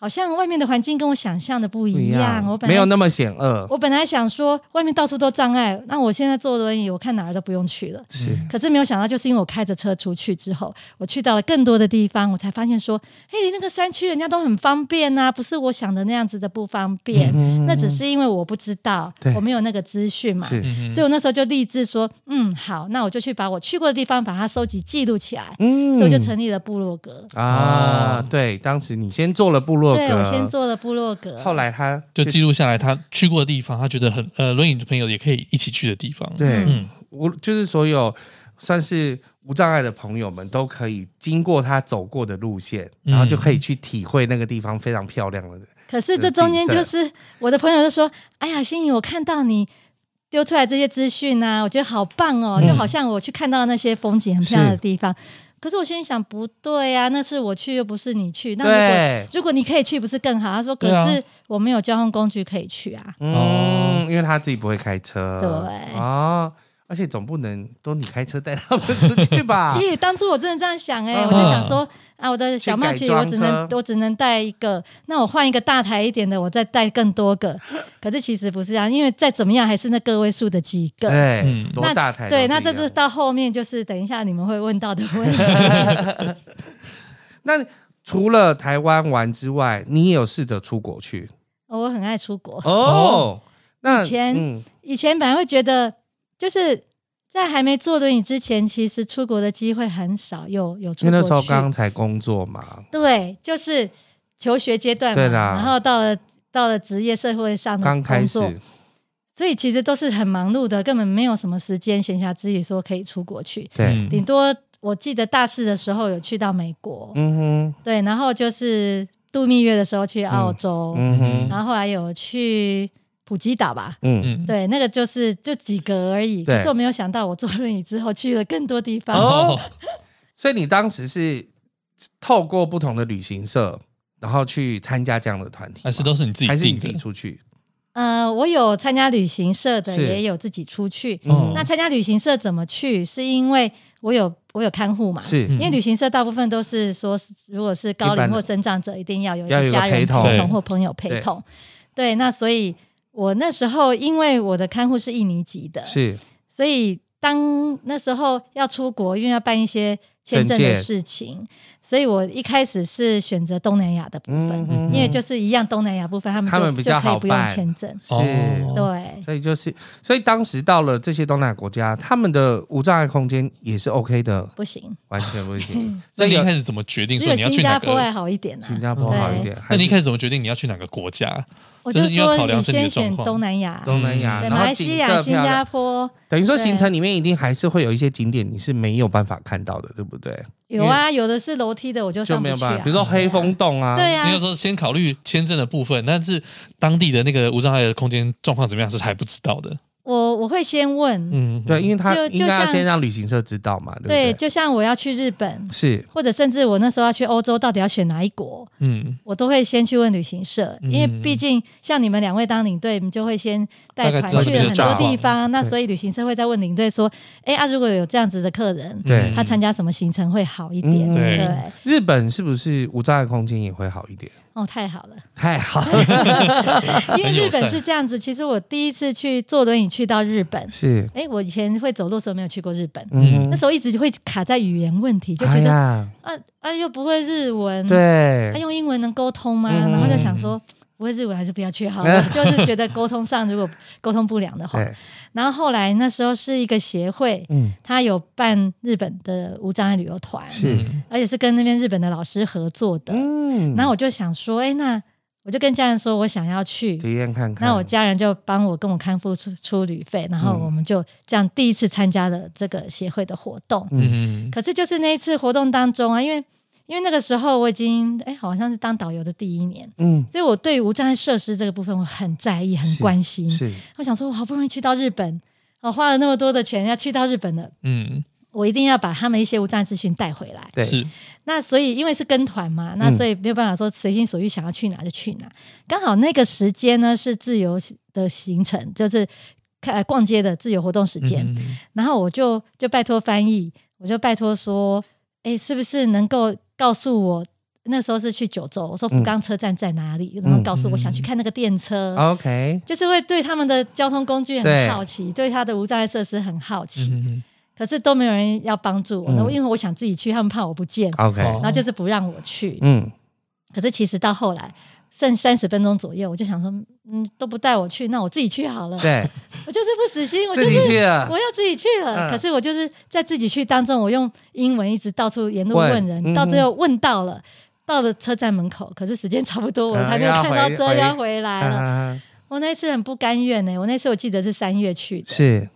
[SPEAKER 5] 好像外面的环境跟我想象的不
[SPEAKER 4] 不
[SPEAKER 5] 一
[SPEAKER 4] 一
[SPEAKER 5] 样。嗯
[SPEAKER 4] 样，
[SPEAKER 5] 我本来
[SPEAKER 4] 没有那么险恶，
[SPEAKER 5] 我本来想说外面到处都障碍，那我现在坐轮椅，我看哪儿都不用去了。
[SPEAKER 4] 是
[SPEAKER 5] 可是没有想到，就是因为我开着车出去之后，我去到了更多的地方，我才发现说，哎，那个山区人家都很方便呐、不是我想的那样子的不方
[SPEAKER 4] 嗯
[SPEAKER 5] 便。那只是因为我不知道
[SPEAKER 4] 对，
[SPEAKER 5] 我没有那个资讯嘛。
[SPEAKER 4] 是，
[SPEAKER 6] 嗯
[SPEAKER 5] 所以我那时候就立志说，嗯，好，那我就去把我去过的地方把它收集记录起来，
[SPEAKER 4] 嗯
[SPEAKER 5] 所以我就成立了部落格。
[SPEAKER 4] 啊
[SPEAKER 6] 哦，
[SPEAKER 4] 对，当时你先做了部落格，
[SPEAKER 5] 对，我先，做了部落格，
[SPEAKER 4] 后来他
[SPEAKER 6] 就记录下来他去过的地方，他觉得很呃，轮椅的朋友也可以一起去的地方。
[SPEAKER 4] 对
[SPEAKER 6] 嗯，
[SPEAKER 4] 我就是所有算是无障碍的朋友们都可以经过他走过的路线，
[SPEAKER 6] 嗯
[SPEAKER 4] 然后就可以去体会那个地方非常漂亮的，
[SPEAKER 5] 可是这中间就是我的朋友就说：“哎呀，心怡，我看到你丢出来这些资讯啊，我觉得好棒哦，
[SPEAKER 4] 嗯
[SPEAKER 5] 就好像我去看到那些风景很漂亮的地方。可是我心里想，不对啊，那是我去又不是你去。那如果
[SPEAKER 4] 对，
[SPEAKER 5] 如果你可以去，不是更好？他说：“可
[SPEAKER 6] 对啊
[SPEAKER 5] 是我没有交通工具可以去啊。
[SPEAKER 4] 嗯
[SPEAKER 6] 哦，
[SPEAKER 4] 因为他自己不会开车，
[SPEAKER 5] 对
[SPEAKER 4] 啊，而且总不能都你开车带他们出去吧
[SPEAKER 5] 因？为当初我真的这样想哎、
[SPEAKER 4] 啊嗯
[SPEAKER 5] 我就想说啊，我的小帽
[SPEAKER 4] 去改
[SPEAKER 5] 曲
[SPEAKER 4] 装
[SPEAKER 5] 我只能
[SPEAKER 4] 车
[SPEAKER 5] 我只能带一个，那我换一个大台一点的，我再带更多个。可是其实不是啊，因为再怎么样还是那个位数的几个。
[SPEAKER 4] 对，
[SPEAKER 6] 嗯
[SPEAKER 4] 多大台都一样？
[SPEAKER 5] 对，那这是到后面就是等一下你们会问到的问题。
[SPEAKER 4] 那除了台湾玩之外，你也有试着出国去
[SPEAKER 5] 哦我很爱出国，
[SPEAKER 4] 哦。那
[SPEAKER 5] 以前
[SPEAKER 4] 嗯
[SPEAKER 5] 以前本来会觉得就是在还没坐轮椅之前，其实出国的机会很少，有有出
[SPEAKER 4] 因为
[SPEAKER 5] 国
[SPEAKER 4] 那时候
[SPEAKER 5] 去
[SPEAKER 4] 刚才工作嘛，
[SPEAKER 5] 对，就是求学阶段嘛，
[SPEAKER 4] 对啦
[SPEAKER 5] 然后到了到了职业社会上的
[SPEAKER 4] 刚开
[SPEAKER 5] 嗯工
[SPEAKER 4] 始
[SPEAKER 5] 作，所以其实都是很忙碌的，根本没有什么时间闲暇之余说可以出国去，
[SPEAKER 4] 对，
[SPEAKER 6] 嗯
[SPEAKER 5] 顶多我记得大四的时候有去到美国，
[SPEAKER 4] 嗯哼，
[SPEAKER 5] 对，然后就是度蜜月的时候去澳洲，
[SPEAKER 4] 嗯哼，
[SPEAKER 5] 然后后来有去普吉岛吧。
[SPEAKER 4] 嗯，
[SPEAKER 6] 嗯，
[SPEAKER 5] 对，那个就是就几个而已。
[SPEAKER 4] 对
[SPEAKER 5] 可是我没有想到，我坐轮椅之后去了更多地方。
[SPEAKER 4] 哦，所以你当时是透过不同的旅行社，然后去参加这样的团体吗，
[SPEAKER 6] 还是都是你自己
[SPEAKER 4] 还是你
[SPEAKER 6] 定
[SPEAKER 4] 自己
[SPEAKER 6] 的？
[SPEAKER 4] 出去？
[SPEAKER 5] 呃，我有参加旅行社的，
[SPEAKER 4] 是
[SPEAKER 5] 也有自己出去。
[SPEAKER 6] 哦
[SPEAKER 4] 嗯
[SPEAKER 5] 那参加旅行社怎么去？是因为我有我有看护嘛？
[SPEAKER 4] 是
[SPEAKER 5] 因为旅行社大部分都是说，如果是高
[SPEAKER 4] 一般
[SPEAKER 5] 龄
[SPEAKER 4] 的
[SPEAKER 5] 或生长者，一定要有一
[SPEAKER 4] 要有
[SPEAKER 5] 个
[SPEAKER 4] 个
[SPEAKER 5] 家人
[SPEAKER 4] 陪同
[SPEAKER 6] 对
[SPEAKER 5] 或朋友陪同。对，那所以我那时候因为我的看护是印尼籍的，
[SPEAKER 4] 是
[SPEAKER 5] 所以当那时候要出国，因为要办一些签证
[SPEAKER 4] 证
[SPEAKER 5] 的
[SPEAKER 4] 件
[SPEAKER 5] 事情，所以我一开始是选择东南亚的部分，
[SPEAKER 4] 嗯
[SPEAKER 5] 因为就是一样东南亚部分他们就
[SPEAKER 4] 他们比较
[SPEAKER 5] 就可
[SPEAKER 4] 好
[SPEAKER 5] 以不用
[SPEAKER 4] 办
[SPEAKER 5] 签证。
[SPEAKER 4] 是。
[SPEAKER 6] 哦
[SPEAKER 5] 对，
[SPEAKER 4] 所以就是，所以当时到了这些东南亚国家，他们的无障碍空间也是 OK 的，
[SPEAKER 5] 不行，
[SPEAKER 4] 完全不行。
[SPEAKER 6] 那
[SPEAKER 4] 所以
[SPEAKER 6] 你一
[SPEAKER 4] 有
[SPEAKER 6] 开始怎么决定
[SPEAKER 5] 只
[SPEAKER 6] 说
[SPEAKER 5] 有
[SPEAKER 6] 你要
[SPEAKER 5] 新
[SPEAKER 6] 去
[SPEAKER 5] 加
[SPEAKER 6] 哪
[SPEAKER 5] 坡还
[SPEAKER 6] 个？
[SPEAKER 5] 好一点
[SPEAKER 4] 新
[SPEAKER 5] 啊。
[SPEAKER 4] 加坡好一点，
[SPEAKER 6] 那
[SPEAKER 4] 还
[SPEAKER 6] 你
[SPEAKER 4] 是
[SPEAKER 6] 一开始怎么决定你要去哪个国家？
[SPEAKER 5] 我
[SPEAKER 6] 就是因为
[SPEAKER 5] 说
[SPEAKER 6] 考量
[SPEAKER 5] 你
[SPEAKER 6] 是你的
[SPEAKER 5] 先
[SPEAKER 6] 状
[SPEAKER 5] 选
[SPEAKER 6] 况
[SPEAKER 5] 东南亚，
[SPEAKER 4] 东南亚，
[SPEAKER 5] 对，
[SPEAKER 4] 啊然
[SPEAKER 5] 马
[SPEAKER 4] 后
[SPEAKER 5] 来
[SPEAKER 4] 景
[SPEAKER 5] 西亚、
[SPEAKER 4] 色
[SPEAKER 5] 新
[SPEAKER 4] 漂
[SPEAKER 5] 加
[SPEAKER 4] 亮，
[SPEAKER 5] 坡
[SPEAKER 4] 等于说
[SPEAKER 5] 对
[SPEAKER 4] 行程里面一定还是会有一些景点你是没有办法看到的，对不对？
[SPEAKER 5] 有啊，有的是楼梯的，我就
[SPEAKER 4] 就
[SPEAKER 5] 上
[SPEAKER 4] 没
[SPEAKER 5] 不
[SPEAKER 4] 有
[SPEAKER 5] 去
[SPEAKER 4] 办
[SPEAKER 5] 啊
[SPEAKER 4] 法，比。如说黑风洞啊，
[SPEAKER 5] 对
[SPEAKER 6] 你有
[SPEAKER 5] 啊，
[SPEAKER 6] 时候先考虑签证的部分，但是当地的那个无障碍的空间状况怎么样是还不知道的。
[SPEAKER 5] 我我会先问，
[SPEAKER 6] 嗯，
[SPEAKER 4] 对，因为他
[SPEAKER 5] 就
[SPEAKER 4] 应该要
[SPEAKER 5] 就像
[SPEAKER 4] 先让旅行社知道嘛，对不对？
[SPEAKER 5] 对，就像我要去日本，
[SPEAKER 4] 是，
[SPEAKER 5] 或者甚至我那时候要去欧洲，到底要选哪一国？
[SPEAKER 6] 嗯，
[SPEAKER 5] 我都会先去问旅行社，
[SPEAKER 6] 嗯
[SPEAKER 5] 因为毕竟像你们两位当领队，你们就会先带
[SPEAKER 6] 大概知道
[SPEAKER 5] 团去了
[SPEAKER 4] 这个
[SPEAKER 5] 很多
[SPEAKER 4] 状
[SPEAKER 5] 地
[SPEAKER 4] 况
[SPEAKER 5] 方，那
[SPEAKER 4] 对
[SPEAKER 5] 所以旅行社会再问领队说：“哎啊，如果有这样子的客人，
[SPEAKER 4] 对
[SPEAKER 5] 他参加什么行程会好一
[SPEAKER 4] 嗯
[SPEAKER 5] 点？”
[SPEAKER 6] 对
[SPEAKER 5] 对，
[SPEAKER 4] 日本是不是无障碍空间也会好一点？
[SPEAKER 5] 哦，太好了，
[SPEAKER 4] 太好了，
[SPEAKER 5] 因为
[SPEAKER 6] 很友
[SPEAKER 5] 日本
[SPEAKER 6] 善
[SPEAKER 5] 是这样子。其实我第一次去坐轮椅去到日本，
[SPEAKER 4] 是，
[SPEAKER 5] 哎，我以前会走路的时候没有去过日本，
[SPEAKER 4] 嗯
[SPEAKER 5] 那，时候一直会卡在语言问题，就
[SPEAKER 4] 哎
[SPEAKER 5] 觉得嗯
[SPEAKER 4] 呀，
[SPEAKER 5] 啊啊又不会日文，
[SPEAKER 4] 对
[SPEAKER 5] 他、，用英文能沟通吗？
[SPEAKER 4] 嗯
[SPEAKER 5] 然后就想说，不会日文还是不要去好了。 就是觉得沟通上如果沟通不良的话，
[SPEAKER 4] 对，
[SPEAKER 5] 然后后来那时候是一个协会，
[SPEAKER 4] 嗯，
[SPEAKER 5] 他有办日本的无障碍旅游团，
[SPEAKER 6] 嗯
[SPEAKER 4] 是，
[SPEAKER 5] 而且是跟那边日本的老师合作的。
[SPEAKER 4] 嗯，
[SPEAKER 5] 然后我就想说，哎，那我就跟家人说我想要去。
[SPEAKER 4] 体验看看。
[SPEAKER 5] 那我家人就帮我跟我看护出出旅费，然后
[SPEAKER 4] 嗯
[SPEAKER 5] 我们就这样第一次参加了这个协会的活动。
[SPEAKER 6] 嗯，
[SPEAKER 5] 可是就是那一次活动当中啊，因为因为那个时候我已经哎、好像是当导游的第一年，
[SPEAKER 4] 嗯
[SPEAKER 5] 所以我对于无障碍设施这个部分我很在意、很
[SPEAKER 4] 是
[SPEAKER 5] 关心。
[SPEAKER 4] 是
[SPEAKER 5] 我想说，我好不容易去到日本，我花了那么多的钱要去到日本了，
[SPEAKER 6] 嗯，
[SPEAKER 5] 我一定要把他们一些无障碍资讯带回来。
[SPEAKER 4] 对嗯
[SPEAKER 6] 是，
[SPEAKER 5] 那所以因为是跟团嘛，那所以没有办法说随心所欲想要去哪就去哪。刚好那个时间呢是自由的行程，就是看呃逛街的自由活动时间。
[SPEAKER 6] 嗯
[SPEAKER 5] 然后我就就拜托翻译，我就拜托说，哎，是不是能够告诉我？那时候是去九州，我说福冈车站在哪里？然后告诉我想去看那个电车，
[SPEAKER 4] ，OK，
[SPEAKER 5] 就是会对他们的交通工具
[SPEAKER 4] 对
[SPEAKER 5] 很好奇，对它的无障碍设施很好奇，
[SPEAKER 6] 嗯
[SPEAKER 5] 可是都没有人要帮助我，
[SPEAKER 4] 嗯
[SPEAKER 5] 那我因为我想自己去，他们怕我不见，
[SPEAKER 4] OK，
[SPEAKER 6] 哦
[SPEAKER 5] 然后就是不让我去。
[SPEAKER 4] 嗯，
[SPEAKER 5] 可是其实到后来剩三十分钟左右，我就想说，嗯，都不带我去，那我自己去好了。
[SPEAKER 4] 对，
[SPEAKER 5] 我就是不死 心，我就
[SPEAKER 4] 自
[SPEAKER 5] 是
[SPEAKER 4] 己去了
[SPEAKER 5] 我要自己去了。
[SPEAKER 4] 嗯
[SPEAKER 5] 可是我就是在自己去当中，我用英文一直到处沿路
[SPEAKER 4] 问
[SPEAKER 5] 问人，
[SPEAKER 4] 嗯
[SPEAKER 5] 到最后问到了，到了车站门口，可是时间差不多，我
[SPEAKER 4] 啊
[SPEAKER 5] 还没有
[SPEAKER 4] 要
[SPEAKER 5] 看到
[SPEAKER 4] 回
[SPEAKER 5] 车
[SPEAKER 4] 回
[SPEAKER 5] 要回来了。
[SPEAKER 4] 啊
[SPEAKER 5] 我那次很不甘愿呢、我那次我记得是三月去的，
[SPEAKER 4] 是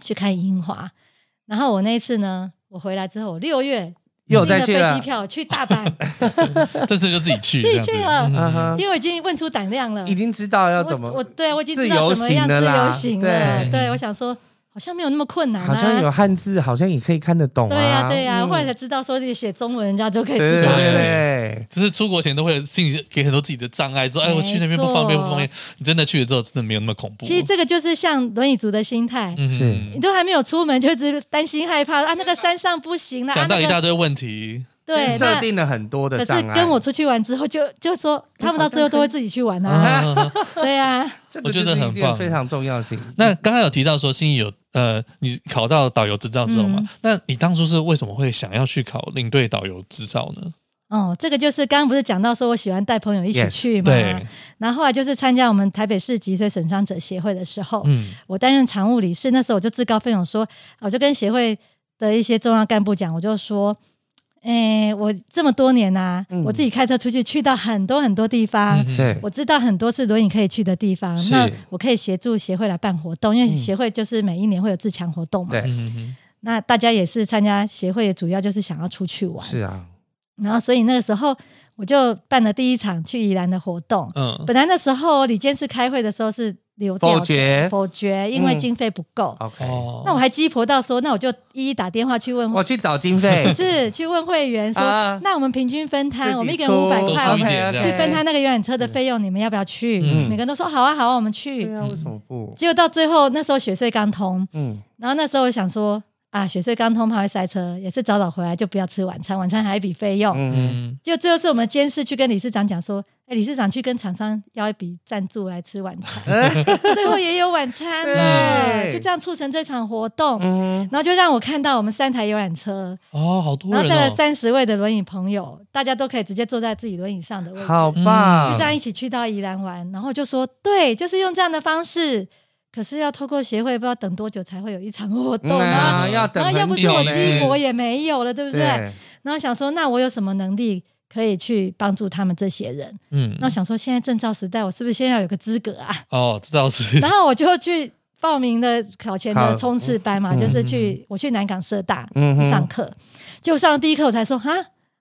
[SPEAKER 5] 去看樱花。然后我那次呢，我回来之后，我六月
[SPEAKER 4] 又
[SPEAKER 5] 订
[SPEAKER 4] 再
[SPEAKER 5] 了
[SPEAKER 4] 去
[SPEAKER 5] 飞
[SPEAKER 4] 了
[SPEAKER 5] 机，票去 大阪，
[SPEAKER 6] 嗯这次就自己 去，
[SPEAKER 5] 自己
[SPEAKER 6] 这样子
[SPEAKER 5] 去了
[SPEAKER 4] 嗯
[SPEAKER 6] 嗯
[SPEAKER 4] 哼，
[SPEAKER 5] 因为我已经问出胆量了，
[SPEAKER 4] 已经知道要怎么
[SPEAKER 5] 我我，对我已经
[SPEAKER 4] 自
[SPEAKER 5] 知道
[SPEAKER 4] 由
[SPEAKER 5] 怎么样
[SPEAKER 4] 行了
[SPEAKER 5] 自
[SPEAKER 4] 啦
[SPEAKER 5] 由行了。
[SPEAKER 4] 对
[SPEAKER 5] 对我想说，好像没有那么困难啊。
[SPEAKER 4] 好像有汉字，好像也可以看得懂
[SPEAKER 5] 对呀、
[SPEAKER 4] 啊，
[SPEAKER 5] 对呀、
[SPEAKER 4] 嗯
[SPEAKER 5] 后来才知道说你写中文，人家就可以
[SPEAKER 4] 对
[SPEAKER 5] 知
[SPEAKER 4] 对
[SPEAKER 5] 道。
[SPEAKER 4] 对对，
[SPEAKER 6] 只是出国前都会有心里给很多自己的障碍，说哎，我去那边不方
[SPEAKER 5] 没
[SPEAKER 6] 便，
[SPEAKER 5] 错
[SPEAKER 6] 不方便。你真的去了之后，真的没有那么恐怖。
[SPEAKER 5] 其实这个就是像轮椅族的心态，
[SPEAKER 6] 嗯
[SPEAKER 4] 是
[SPEAKER 5] 你都还没有出门，就是担心害怕啊，那个山上不行了，啊
[SPEAKER 6] 想，到
[SPEAKER 5] 那
[SPEAKER 6] 一大
[SPEAKER 5] 个
[SPEAKER 6] 堆问题，
[SPEAKER 5] 对
[SPEAKER 4] 设
[SPEAKER 5] 那。
[SPEAKER 4] 定了很多的
[SPEAKER 5] 可是
[SPEAKER 4] 障碍。
[SPEAKER 5] 跟我出去玩之后就，就说他们到最后都会自己去玩啊，
[SPEAKER 6] 啊
[SPEAKER 5] 对啊，
[SPEAKER 4] 这个
[SPEAKER 6] 我觉
[SPEAKER 4] 就
[SPEAKER 6] 得
[SPEAKER 4] 是一
[SPEAKER 6] 很
[SPEAKER 4] 件
[SPEAKER 6] 棒
[SPEAKER 4] 非常重要性。
[SPEAKER 6] 那刚刚有提到说，心仪有呃，你考到导游执照之后嘛，
[SPEAKER 5] 嗯
[SPEAKER 6] 那你当初是为什么会想要去考领队导游执照呢？
[SPEAKER 5] 哦，这个就是刚刚不是讲到说我喜欢带朋友一起
[SPEAKER 4] Yes，
[SPEAKER 5] 去嘛
[SPEAKER 6] 对，
[SPEAKER 5] 然后后来就是参加我们台北市脊髓损伤者协会的时候，
[SPEAKER 6] 嗯，
[SPEAKER 5] 我担任常务理事，那时候我就自告奋勇说，我就跟协会的一些重要干部讲，我就说，诶、我这么多年呐、
[SPEAKER 4] 嗯
[SPEAKER 5] 我自己开车出去，去到很多很多地方，
[SPEAKER 6] 嗯
[SPEAKER 4] 对，
[SPEAKER 5] 我知道很多次轮椅可以去的地方，
[SPEAKER 4] 是嗯
[SPEAKER 5] 那我可以协助协会来办活动，因为协会就是每一年会有自强活动嘛，
[SPEAKER 4] 对
[SPEAKER 6] 嗯
[SPEAKER 5] 那大家也是参加协会，主要就是想要出去玩，
[SPEAKER 4] 是啊，
[SPEAKER 5] 然后所以那个时候我就办了第一场去宜兰的活动，
[SPEAKER 4] 哦
[SPEAKER 6] 嗯
[SPEAKER 5] 本来那时候李监事开会的时候是流掉的
[SPEAKER 4] 否决
[SPEAKER 5] 否决，因为
[SPEAKER 4] 嗯
[SPEAKER 5] 经费不够。
[SPEAKER 4] OK，
[SPEAKER 6] 哦，
[SPEAKER 5] 那我还鸡婆到说，那我就一一打电话去问，
[SPEAKER 4] 我去找经费
[SPEAKER 5] 嗯 是去问会员说，
[SPEAKER 4] 啊
[SPEAKER 5] 那我们平均分摊，我们一个人
[SPEAKER 4] 自己
[SPEAKER 5] 五百
[SPEAKER 4] 出
[SPEAKER 5] 块，
[SPEAKER 6] 都
[SPEAKER 5] 我
[SPEAKER 6] 是一
[SPEAKER 5] 们
[SPEAKER 6] 点
[SPEAKER 5] 去
[SPEAKER 4] OK，OK
[SPEAKER 5] 分摊那个游览车的费用，你们要不要去？
[SPEAKER 4] 嗯
[SPEAKER 5] 每个人都说好啊，好啊，我们
[SPEAKER 4] 对
[SPEAKER 5] 去。
[SPEAKER 4] 啊，为什么不？
[SPEAKER 5] 结果到最后，那时候雪隧刚通，
[SPEAKER 4] 嗯，
[SPEAKER 5] 然后那时候我想说啊，雪隧刚通怕会塞车，也是早早回来就不要吃晚餐，晚餐还有一笔费用。
[SPEAKER 4] 嗯，
[SPEAKER 6] 嗯，
[SPEAKER 5] 就最后是我们监事去跟理事长讲说，哎，理事长去跟厂商要一笔赞助来吃晚 餐，最后也有晚餐了，
[SPEAKER 4] 哎对
[SPEAKER 5] 就这样促成这场活动。
[SPEAKER 4] 嗯
[SPEAKER 5] 然后就让我看到我们三台游览车，
[SPEAKER 6] 哦，好多
[SPEAKER 5] 然后
[SPEAKER 6] 人
[SPEAKER 5] 带了
[SPEAKER 6] 哦，
[SPEAKER 5] 三十位的轮椅朋友，大家都可以直接坐在自己轮椅上的位置，
[SPEAKER 4] 好嗯
[SPEAKER 5] 就
[SPEAKER 4] 棒，
[SPEAKER 5] 这样一起去到宜兰玩。然后就说，对，就是用这样的方式。可是要透过协会，不知道等多久才会有一场活动
[SPEAKER 4] 嗯啊，
[SPEAKER 5] 啊。
[SPEAKER 4] 要等
[SPEAKER 5] 然后
[SPEAKER 4] 很久
[SPEAKER 5] 要不是我
[SPEAKER 4] 呢
[SPEAKER 5] 鸡婆也没有了，对不对？
[SPEAKER 4] 对，
[SPEAKER 5] 然后想说，那我有什么能力可以去帮助他们这些人？
[SPEAKER 6] 嗯，
[SPEAKER 5] 那想说，现在证照时代，我是不是先要有个资格啊？
[SPEAKER 6] 哦，知道是，
[SPEAKER 5] 然后我就去报名了考前
[SPEAKER 4] 考
[SPEAKER 5] 的冲刺班嘛，
[SPEAKER 4] 嗯
[SPEAKER 5] 就是去我去南港社大
[SPEAKER 4] 嗯哼
[SPEAKER 5] 上课，就上第一课我才说哈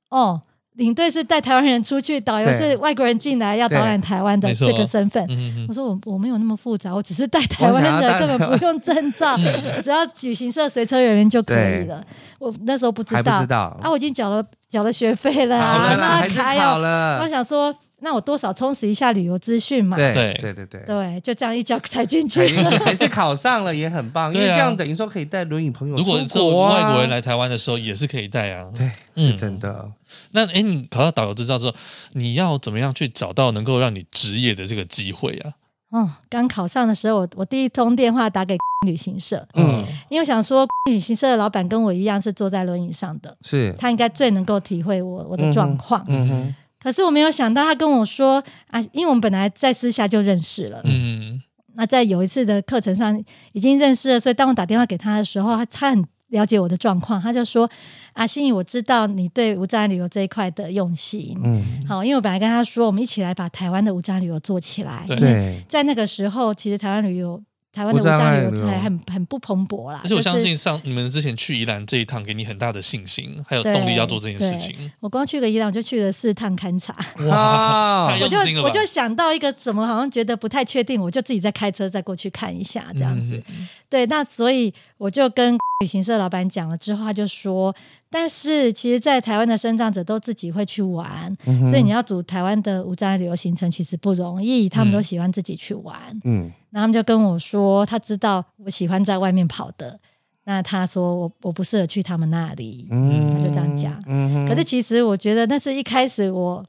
[SPEAKER 5] 哦，领队是带台湾人出去，导游
[SPEAKER 4] 对
[SPEAKER 5] 是外国人进来要导览台湾的
[SPEAKER 6] 没错
[SPEAKER 5] 这个身份。
[SPEAKER 6] 嗯
[SPEAKER 5] 我
[SPEAKER 6] 嗯
[SPEAKER 5] 说我我没有那么复杂，我只是带台湾
[SPEAKER 4] 我想要带嗯
[SPEAKER 5] 人，根本不用证照，我只要旅行社随车人员就可以了。我那时候不知
[SPEAKER 4] 还不
[SPEAKER 5] 道，
[SPEAKER 4] 知道
[SPEAKER 5] 啊，我已经缴了缴了学费了
[SPEAKER 4] 好
[SPEAKER 5] 啊，
[SPEAKER 4] 了啦，
[SPEAKER 5] 那
[SPEAKER 4] 还是
[SPEAKER 5] 还
[SPEAKER 4] 考
[SPEAKER 5] 有，
[SPEAKER 4] 了
[SPEAKER 5] 我，想说，那我多少充实一下旅游资讯嘛，
[SPEAKER 4] 对
[SPEAKER 6] 对
[SPEAKER 4] 对对对。
[SPEAKER 5] 对，就这样一脚踩进去
[SPEAKER 4] 还。还是考上了，也很棒，因为
[SPEAKER 6] 对啊
[SPEAKER 4] 这样等于说可以带轮椅朋友
[SPEAKER 6] 如果是
[SPEAKER 4] 出国啊
[SPEAKER 6] 外国人来台湾的时候，也是可以带啊。
[SPEAKER 4] 对，是真的。
[SPEAKER 6] 那哎，你考到导游执照之后，你要怎么样去找到能够让你职业的这个机会啊？
[SPEAKER 5] 哦，刚考上的时候，我我第一通电话打给旅行社，
[SPEAKER 4] 嗯，
[SPEAKER 5] 因为我想说旅行社的老板跟我一样是坐在轮椅上的，
[SPEAKER 4] 是，
[SPEAKER 5] 他应该最能够体会我我
[SPEAKER 4] 嗯
[SPEAKER 5] 的
[SPEAKER 4] 哼
[SPEAKER 5] 状况。
[SPEAKER 4] 嗯哼，
[SPEAKER 5] 可是我没有想到，他跟我说啊，因为我们本来在私下就认识了，
[SPEAKER 6] 嗯，
[SPEAKER 5] 那在有一次的课程上已经认识了，所以当我打电话给他的时候，他他很了解我的状况，他就说啊，心怡，我知道你对无障碍旅游这一块的用心。
[SPEAKER 4] 嗯，
[SPEAKER 5] 好，因为我本来跟他说，我们一起来把台湾的无障碍旅游做起来。
[SPEAKER 6] 对
[SPEAKER 4] 对，
[SPEAKER 5] 在那个时候，其实台湾旅游，台湾的
[SPEAKER 4] 无
[SPEAKER 5] 无
[SPEAKER 4] 障
[SPEAKER 5] 障
[SPEAKER 4] 碍
[SPEAKER 5] 碍旅
[SPEAKER 4] 旅
[SPEAKER 5] 游
[SPEAKER 4] 游
[SPEAKER 5] 才很很不蓬勃啦。
[SPEAKER 6] 而且我相
[SPEAKER 5] 就是
[SPEAKER 6] 信上你们之前去宜兰这一趟，给你很大的信心，还有动力要做这件事情。
[SPEAKER 5] 我光去个伊朗就去了四趟勘察，
[SPEAKER 4] 哇
[SPEAKER 6] 太
[SPEAKER 5] 我
[SPEAKER 6] 用
[SPEAKER 5] 就
[SPEAKER 6] 心了吧？
[SPEAKER 5] 我就想到一个怎么好像觉得不太确定，我就自己再开车再过去看一下这
[SPEAKER 6] 嗯
[SPEAKER 5] 样子。对，那所以我就跟 旅行社老板讲了之后，他就说，但是其实，在台湾的生长者都自己会去玩，
[SPEAKER 4] 嗯
[SPEAKER 5] 所以你要组台湾的无障碍旅游行程其实不容易，他们都
[SPEAKER 6] 嗯
[SPEAKER 5] 喜欢自己去玩。
[SPEAKER 4] 嗯，
[SPEAKER 5] 然后他们就跟我说，他知道我喜欢在外面跑的，那他说我我不适合去他们那里。
[SPEAKER 4] 嗯，
[SPEAKER 5] 他就这样讲
[SPEAKER 4] 嗯哼，
[SPEAKER 5] 可是其实我觉得那是一开始我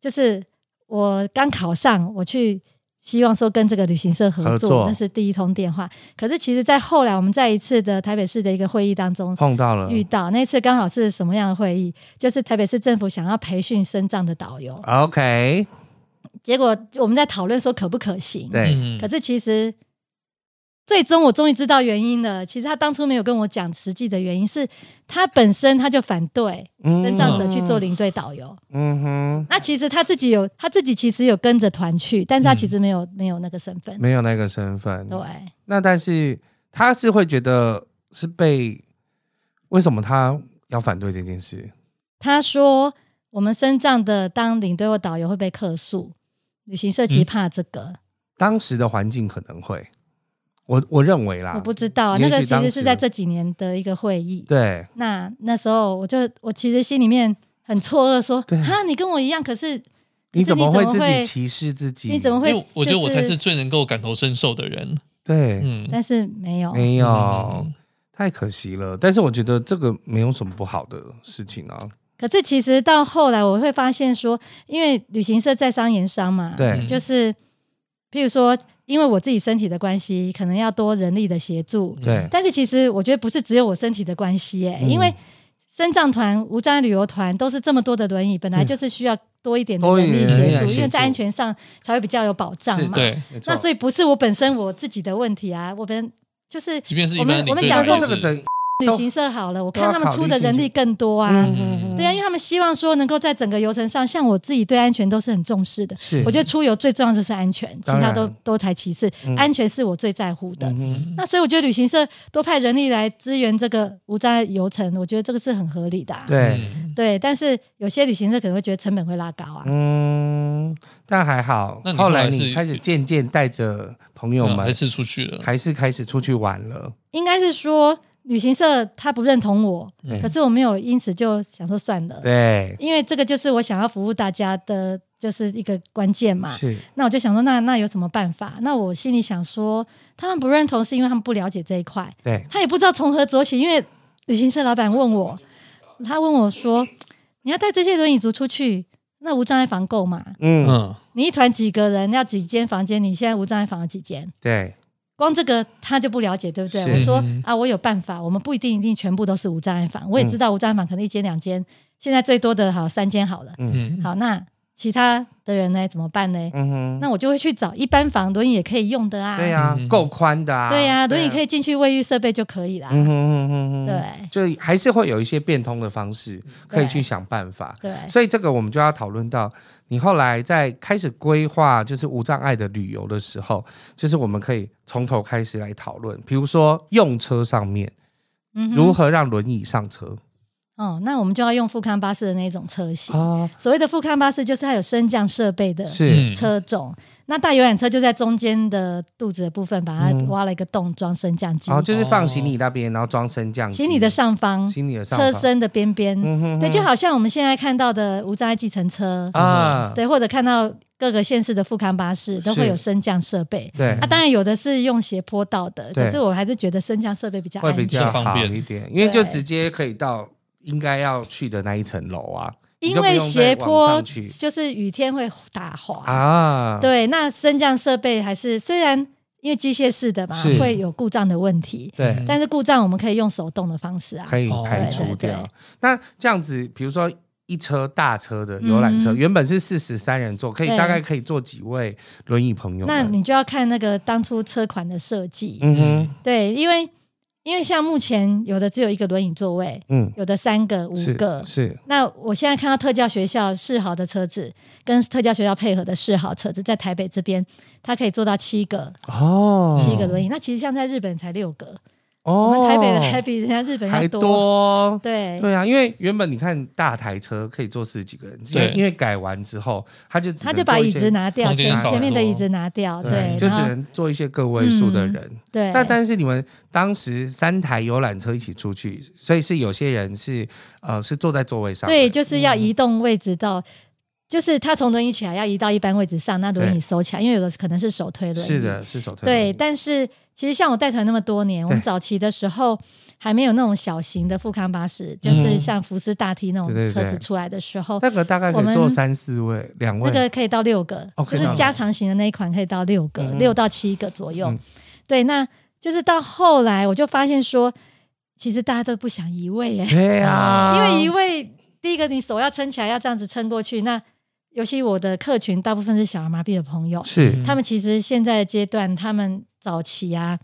[SPEAKER 5] 就是我刚考上，我去希望说跟这个旅行社合作，
[SPEAKER 4] 合作
[SPEAKER 5] 那是第一通电话。可是其实，在后来我们在一次的台北市的一个会议当中。
[SPEAKER 4] 碰到了，
[SPEAKER 5] 遇到那次刚好是什么样的会议？就是台北市政府想要培训身障的导
[SPEAKER 4] 啊
[SPEAKER 5] 游，
[SPEAKER 4] OK，
[SPEAKER 5] 结果我们在讨论说可不可行。
[SPEAKER 4] 对，
[SPEAKER 6] 嗯
[SPEAKER 5] 可是其实最终我终于知道原因了。其实他当初没有跟我讲实际的原因，是他本身他就反对
[SPEAKER 4] 嗯
[SPEAKER 5] 跟障者去做，领队导游。
[SPEAKER 4] 嗯哼，
[SPEAKER 5] 那其实他自己有他自己其实有跟着团去，但是他其实没有、没有那个身份。
[SPEAKER 4] 没嗯有那个身份，
[SPEAKER 5] 对，
[SPEAKER 4] 那但是他是会觉得是被，为什么他要反对这件事？
[SPEAKER 5] 他说我们身障的当领队或导游会被客诉，旅行社其实
[SPEAKER 6] 嗯
[SPEAKER 5] 怕这个，
[SPEAKER 4] 当时的环境可能会，我我认为啦，
[SPEAKER 5] 我不知道啊
[SPEAKER 4] 嗯也许
[SPEAKER 5] 那个其
[SPEAKER 4] 当
[SPEAKER 5] 实
[SPEAKER 4] 时
[SPEAKER 5] 是在这几年的一个会议。
[SPEAKER 4] 对，
[SPEAKER 5] 那那时候我就我其实心里面很错愕说，
[SPEAKER 4] 对
[SPEAKER 5] 啊，你跟我一样，可是
[SPEAKER 4] 你怎么会
[SPEAKER 5] 可是
[SPEAKER 4] 自
[SPEAKER 5] 你怎么
[SPEAKER 4] 己
[SPEAKER 5] 会
[SPEAKER 4] 歧视自己？
[SPEAKER 5] 你怎么
[SPEAKER 6] 因
[SPEAKER 5] 会？
[SPEAKER 6] 为我觉得我才，
[SPEAKER 5] 就是
[SPEAKER 6] 最能够感同身受的人。
[SPEAKER 4] 对？
[SPEAKER 6] 嗯，
[SPEAKER 5] 但是没有。
[SPEAKER 4] 没有，
[SPEAKER 6] 嗯
[SPEAKER 4] 太可惜了。但是我觉得这个没有什么不好的事情啊。
[SPEAKER 5] 可是其实到后来，我会发现说，因为旅行社在商言商嘛，
[SPEAKER 4] 对，
[SPEAKER 5] 就是譬如说，因为我自己身体的关系，可能要多人力的协助。
[SPEAKER 4] 对，
[SPEAKER 5] 嗯但是其实我觉得不是只有我身体的关系、耶，
[SPEAKER 4] 嗯
[SPEAKER 5] 因为身障团、无障碍旅游团都是这么多的轮椅，本来就是需要多一点的
[SPEAKER 4] 嗯多一
[SPEAKER 5] 人力
[SPEAKER 4] 点人力
[SPEAKER 5] 协
[SPEAKER 4] 来
[SPEAKER 5] 助，
[SPEAKER 4] 协
[SPEAKER 5] 因为在
[SPEAKER 4] 助
[SPEAKER 5] 安全上才会比较有保障
[SPEAKER 4] 是
[SPEAKER 5] 嘛。
[SPEAKER 6] 对，
[SPEAKER 4] 没错
[SPEAKER 5] 那所以不是我本身我自己的问题啊，我本就是
[SPEAKER 6] 即便是一
[SPEAKER 5] 我们
[SPEAKER 6] 般领
[SPEAKER 5] 我们
[SPEAKER 6] 队
[SPEAKER 5] 讲
[SPEAKER 6] 来
[SPEAKER 5] 说
[SPEAKER 4] 说
[SPEAKER 6] 也
[SPEAKER 4] 这
[SPEAKER 6] 是，
[SPEAKER 4] 个整
[SPEAKER 5] 旅行社好了，我
[SPEAKER 4] 都
[SPEAKER 5] 看
[SPEAKER 4] 要
[SPEAKER 5] 他们出的
[SPEAKER 4] 考虑进
[SPEAKER 5] 人
[SPEAKER 4] 去
[SPEAKER 5] 力更多啊。
[SPEAKER 4] 嗯
[SPEAKER 5] 对啊，因为他们希望说能够在整个游程上，像我自己对安全都是很重视的。
[SPEAKER 4] 是，
[SPEAKER 5] 啊我觉得出游最重要的就是安全，其
[SPEAKER 4] 当然
[SPEAKER 5] 他都都才其次，
[SPEAKER 4] 嗯
[SPEAKER 5] 安全是我最在乎的。
[SPEAKER 4] 嗯哼
[SPEAKER 5] 那所以我觉得旅行社多派人力来支援这个无障碍游程，我觉得这个是很合理的、啊。
[SPEAKER 4] 对，
[SPEAKER 6] 嗯
[SPEAKER 5] 对但是有些旅行社可能会觉得成本会拉高啊。
[SPEAKER 4] 嗯嗯，但还好
[SPEAKER 6] 那。你
[SPEAKER 4] 后
[SPEAKER 6] 后来
[SPEAKER 4] 来你
[SPEAKER 6] 是嗯
[SPEAKER 4] 开始渐渐带着朋友们，
[SPEAKER 6] 还是出去了。
[SPEAKER 4] 还是开始出去玩了。
[SPEAKER 5] 应该是说旅行社他不认同我，
[SPEAKER 4] 对
[SPEAKER 5] 可是我没有因此就想说算
[SPEAKER 6] 嗯
[SPEAKER 5] 了，
[SPEAKER 4] 对，
[SPEAKER 5] 因为这个就是我想要服务大家的，就是一个关键嘛。
[SPEAKER 4] 是
[SPEAKER 5] 那我就想说，那那有什么办法？那我心里想说，他们不认同是因为他们不了解这一块，
[SPEAKER 4] 对，
[SPEAKER 5] 他也不知道从何做起。因为旅行社老板问我，他问我说：“你要带这些轮椅族出去，那无障碍房够吗？
[SPEAKER 4] 嗯，
[SPEAKER 6] 嗯，
[SPEAKER 5] 你一团几个人，要几间房间？你现在无障碍房有几间？”
[SPEAKER 4] 对，
[SPEAKER 5] 光这个他就不了解，对不对？
[SPEAKER 4] 是
[SPEAKER 5] 我说
[SPEAKER 6] 嗯
[SPEAKER 5] 啊，我有办法，我们不一定一定全部都是无障碍
[SPEAKER 4] 嗯
[SPEAKER 5] 房，我也知道无障碍房可能一间两间，现在最多的好三间好了。
[SPEAKER 6] 嗯，
[SPEAKER 5] 好，那其他的人呢？怎么办呢？
[SPEAKER 4] 嗯哼，
[SPEAKER 5] 那我就会去找一般房轮椅也可以用的啊。
[SPEAKER 4] 对呀
[SPEAKER 6] 嗯，
[SPEAKER 4] 够宽的啊，
[SPEAKER 5] 对呀、轮椅可
[SPEAKER 4] 以，
[SPEAKER 5] 以进去卫浴设备就可以啦。
[SPEAKER 4] 嗯哼嗯哼嗯哼，
[SPEAKER 5] 对
[SPEAKER 4] 就还是会有一些变通的方式可以
[SPEAKER 5] 对
[SPEAKER 4] 去想办法。
[SPEAKER 5] 对，
[SPEAKER 4] 所以这个我们就要讨论到，你后来在开始规划就是无障碍的旅游的时候，就是我们可以从头开始来讨论，比如说用车上面
[SPEAKER 5] 嗯哼
[SPEAKER 4] 如？何让轮椅上车
[SPEAKER 5] 哦，那我们就要用富康巴士的那种车型。
[SPEAKER 4] 哦，
[SPEAKER 5] 所谓的富康巴士，就是它有升降设备的
[SPEAKER 4] 是
[SPEAKER 6] 嗯
[SPEAKER 5] 车种。那大游览车就在中间的肚子的部分，把它
[SPEAKER 4] 嗯
[SPEAKER 5] 挖了一个洞装升降机。
[SPEAKER 4] 哦，就是放行李那边，然后装升降机，
[SPEAKER 5] 行李的上方，
[SPEAKER 4] 行李的上
[SPEAKER 5] 车
[SPEAKER 4] 方
[SPEAKER 5] 身的边边，
[SPEAKER 4] 嗯哼
[SPEAKER 5] 对，
[SPEAKER 4] 哼
[SPEAKER 5] 就好像我们现在看到的无障碍计程车，
[SPEAKER 4] 啊，
[SPEAKER 5] 对，或者看到各个县市的富康巴士都会
[SPEAKER 4] 是
[SPEAKER 5] 有升降设备。
[SPEAKER 4] 对
[SPEAKER 5] 啊，当然有的是用斜坡道的，
[SPEAKER 4] 对
[SPEAKER 5] 可是我还是觉得升降设备比较
[SPEAKER 4] 会
[SPEAKER 5] 安
[SPEAKER 4] 比
[SPEAKER 5] 全
[SPEAKER 4] 较
[SPEAKER 6] 安全
[SPEAKER 4] 好一点，因为就
[SPEAKER 5] 对
[SPEAKER 4] 直接可以到应该要去的那一层楼啊，你
[SPEAKER 5] 因
[SPEAKER 4] 就不
[SPEAKER 5] 为
[SPEAKER 4] 用再
[SPEAKER 5] 斜
[SPEAKER 4] 往
[SPEAKER 5] 坡
[SPEAKER 4] 上去
[SPEAKER 5] 就是雨天会打滑。
[SPEAKER 4] 啊，
[SPEAKER 5] 对，那升降设备还是虽然因为机械式的嘛
[SPEAKER 4] 是，
[SPEAKER 5] 会有故障的问题，
[SPEAKER 4] 对，
[SPEAKER 5] 但是故障我们可以用手动的方式啊。
[SPEAKER 4] 可以
[SPEAKER 6] 哦
[SPEAKER 4] 排除
[SPEAKER 5] 对对对
[SPEAKER 4] 掉。那这样子，比如说一车大车的游览车，
[SPEAKER 5] 嗯
[SPEAKER 4] 原本是四十三人座，可以
[SPEAKER 5] 对
[SPEAKER 4] 大概可以坐几位轮椅朋友们？
[SPEAKER 5] 那你就要看那个当初车款的设计，
[SPEAKER 4] 嗯哼，
[SPEAKER 5] 对，因为因为像目前有的只有一个轮椅座位，
[SPEAKER 4] 嗯，
[SPEAKER 5] 有的三个、五
[SPEAKER 4] 是
[SPEAKER 5] 个。
[SPEAKER 4] 是，
[SPEAKER 5] 那我现在看到特教学校适好的车子，跟特教学校配合的适好车子，在台北这边，它可以做到七个、
[SPEAKER 4] 哦，
[SPEAKER 5] 七个轮椅。那其实像在日本才六个，
[SPEAKER 4] 哦，
[SPEAKER 5] 我们台北的还比人家日本要
[SPEAKER 4] 还多。
[SPEAKER 5] 对
[SPEAKER 4] 对啊，因为原本你看大台车可以坐四十几个人，因为
[SPEAKER 6] 对
[SPEAKER 4] 因为改完之后，他就只
[SPEAKER 5] 他
[SPEAKER 4] 能
[SPEAKER 5] 就把
[SPEAKER 4] 坐一
[SPEAKER 5] 椅
[SPEAKER 4] 些
[SPEAKER 5] 子拿掉，
[SPEAKER 6] 空间
[SPEAKER 5] 前
[SPEAKER 6] 少很
[SPEAKER 5] 前面的
[SPEAKER 6] 多
[SPEAKER 5] 椅子拿掉，对，
[SPEAKER 4] 就
[SPEAKER 5] 然
[SPEAKER 4] 只
[SPEAKER 5] 后
[SPEAKER 4] 能坐一些个位数的
[SPEAKER 5] 嗯
[SPEAKER 4] 人。
[SPEAKER 5] 对，
[SPEAKER 4] 那但是你们当时三台游览车一起出去，所以是有些人是呃是坐在座位上的，
[SPEAKER 5] 对，就是
[SPEAKER 4] 嗯
[SPEAKER 5] 要移动位置到，就是他从轮椅起来要移到一般位置上，那轮
[SPEAKER 4] 对
[SPEAKER 5] 椅收起来，因为有的可能是手推轮椅。
[SPEAKER 4] 是，的，是手推轮椅
[SPEAKER 5] 对。但是其实像我带团那么多年，我们
[SPEAKER 4] 对
[SPEAKER 5] 早期的时候还没有那种小型的富康巴士，就是像福斯大 T 那种
[SPEAKER 4] 嗯对对对
[SPEAKER 5] 车子出来的时候，
[SPEAKER 4] 那个大概可以
[SPEAKER 5] 我
[SPEAKER 4] 坐
[SPEAKER 5] 们
[SPEAKER 4] 三四位，两位。
[SPEAKER 5] 那个可以到六个，
[SPEAKER 4] 哦可
[SPEAKER 5] 就
[SPEAKER 4] 以到
[SPEAKER 5] 是
[SPEAKER 4] 六
[SPEAKER 5] 加长型的那一款可以到六个，
[SPEAKER 4] 嗯
[SPEAKER 5] 六到七个左右。
[SPEAKER 4] 嗯
[SPEAKER 5] 对，那就是到后来我就发现说，其实大家都不想移位耶、
[SPEAKER 4] 对 啊，
[SPEAKER 5] 嗯因为一位第一个你手要撑起来，要这样子撑过去。那尤其我的客群大部分是小儿麻痹的朋友，
[SPEAKER 4] 是
[SPEAKER 5] 他们其实现在的阶段，他们早期啊，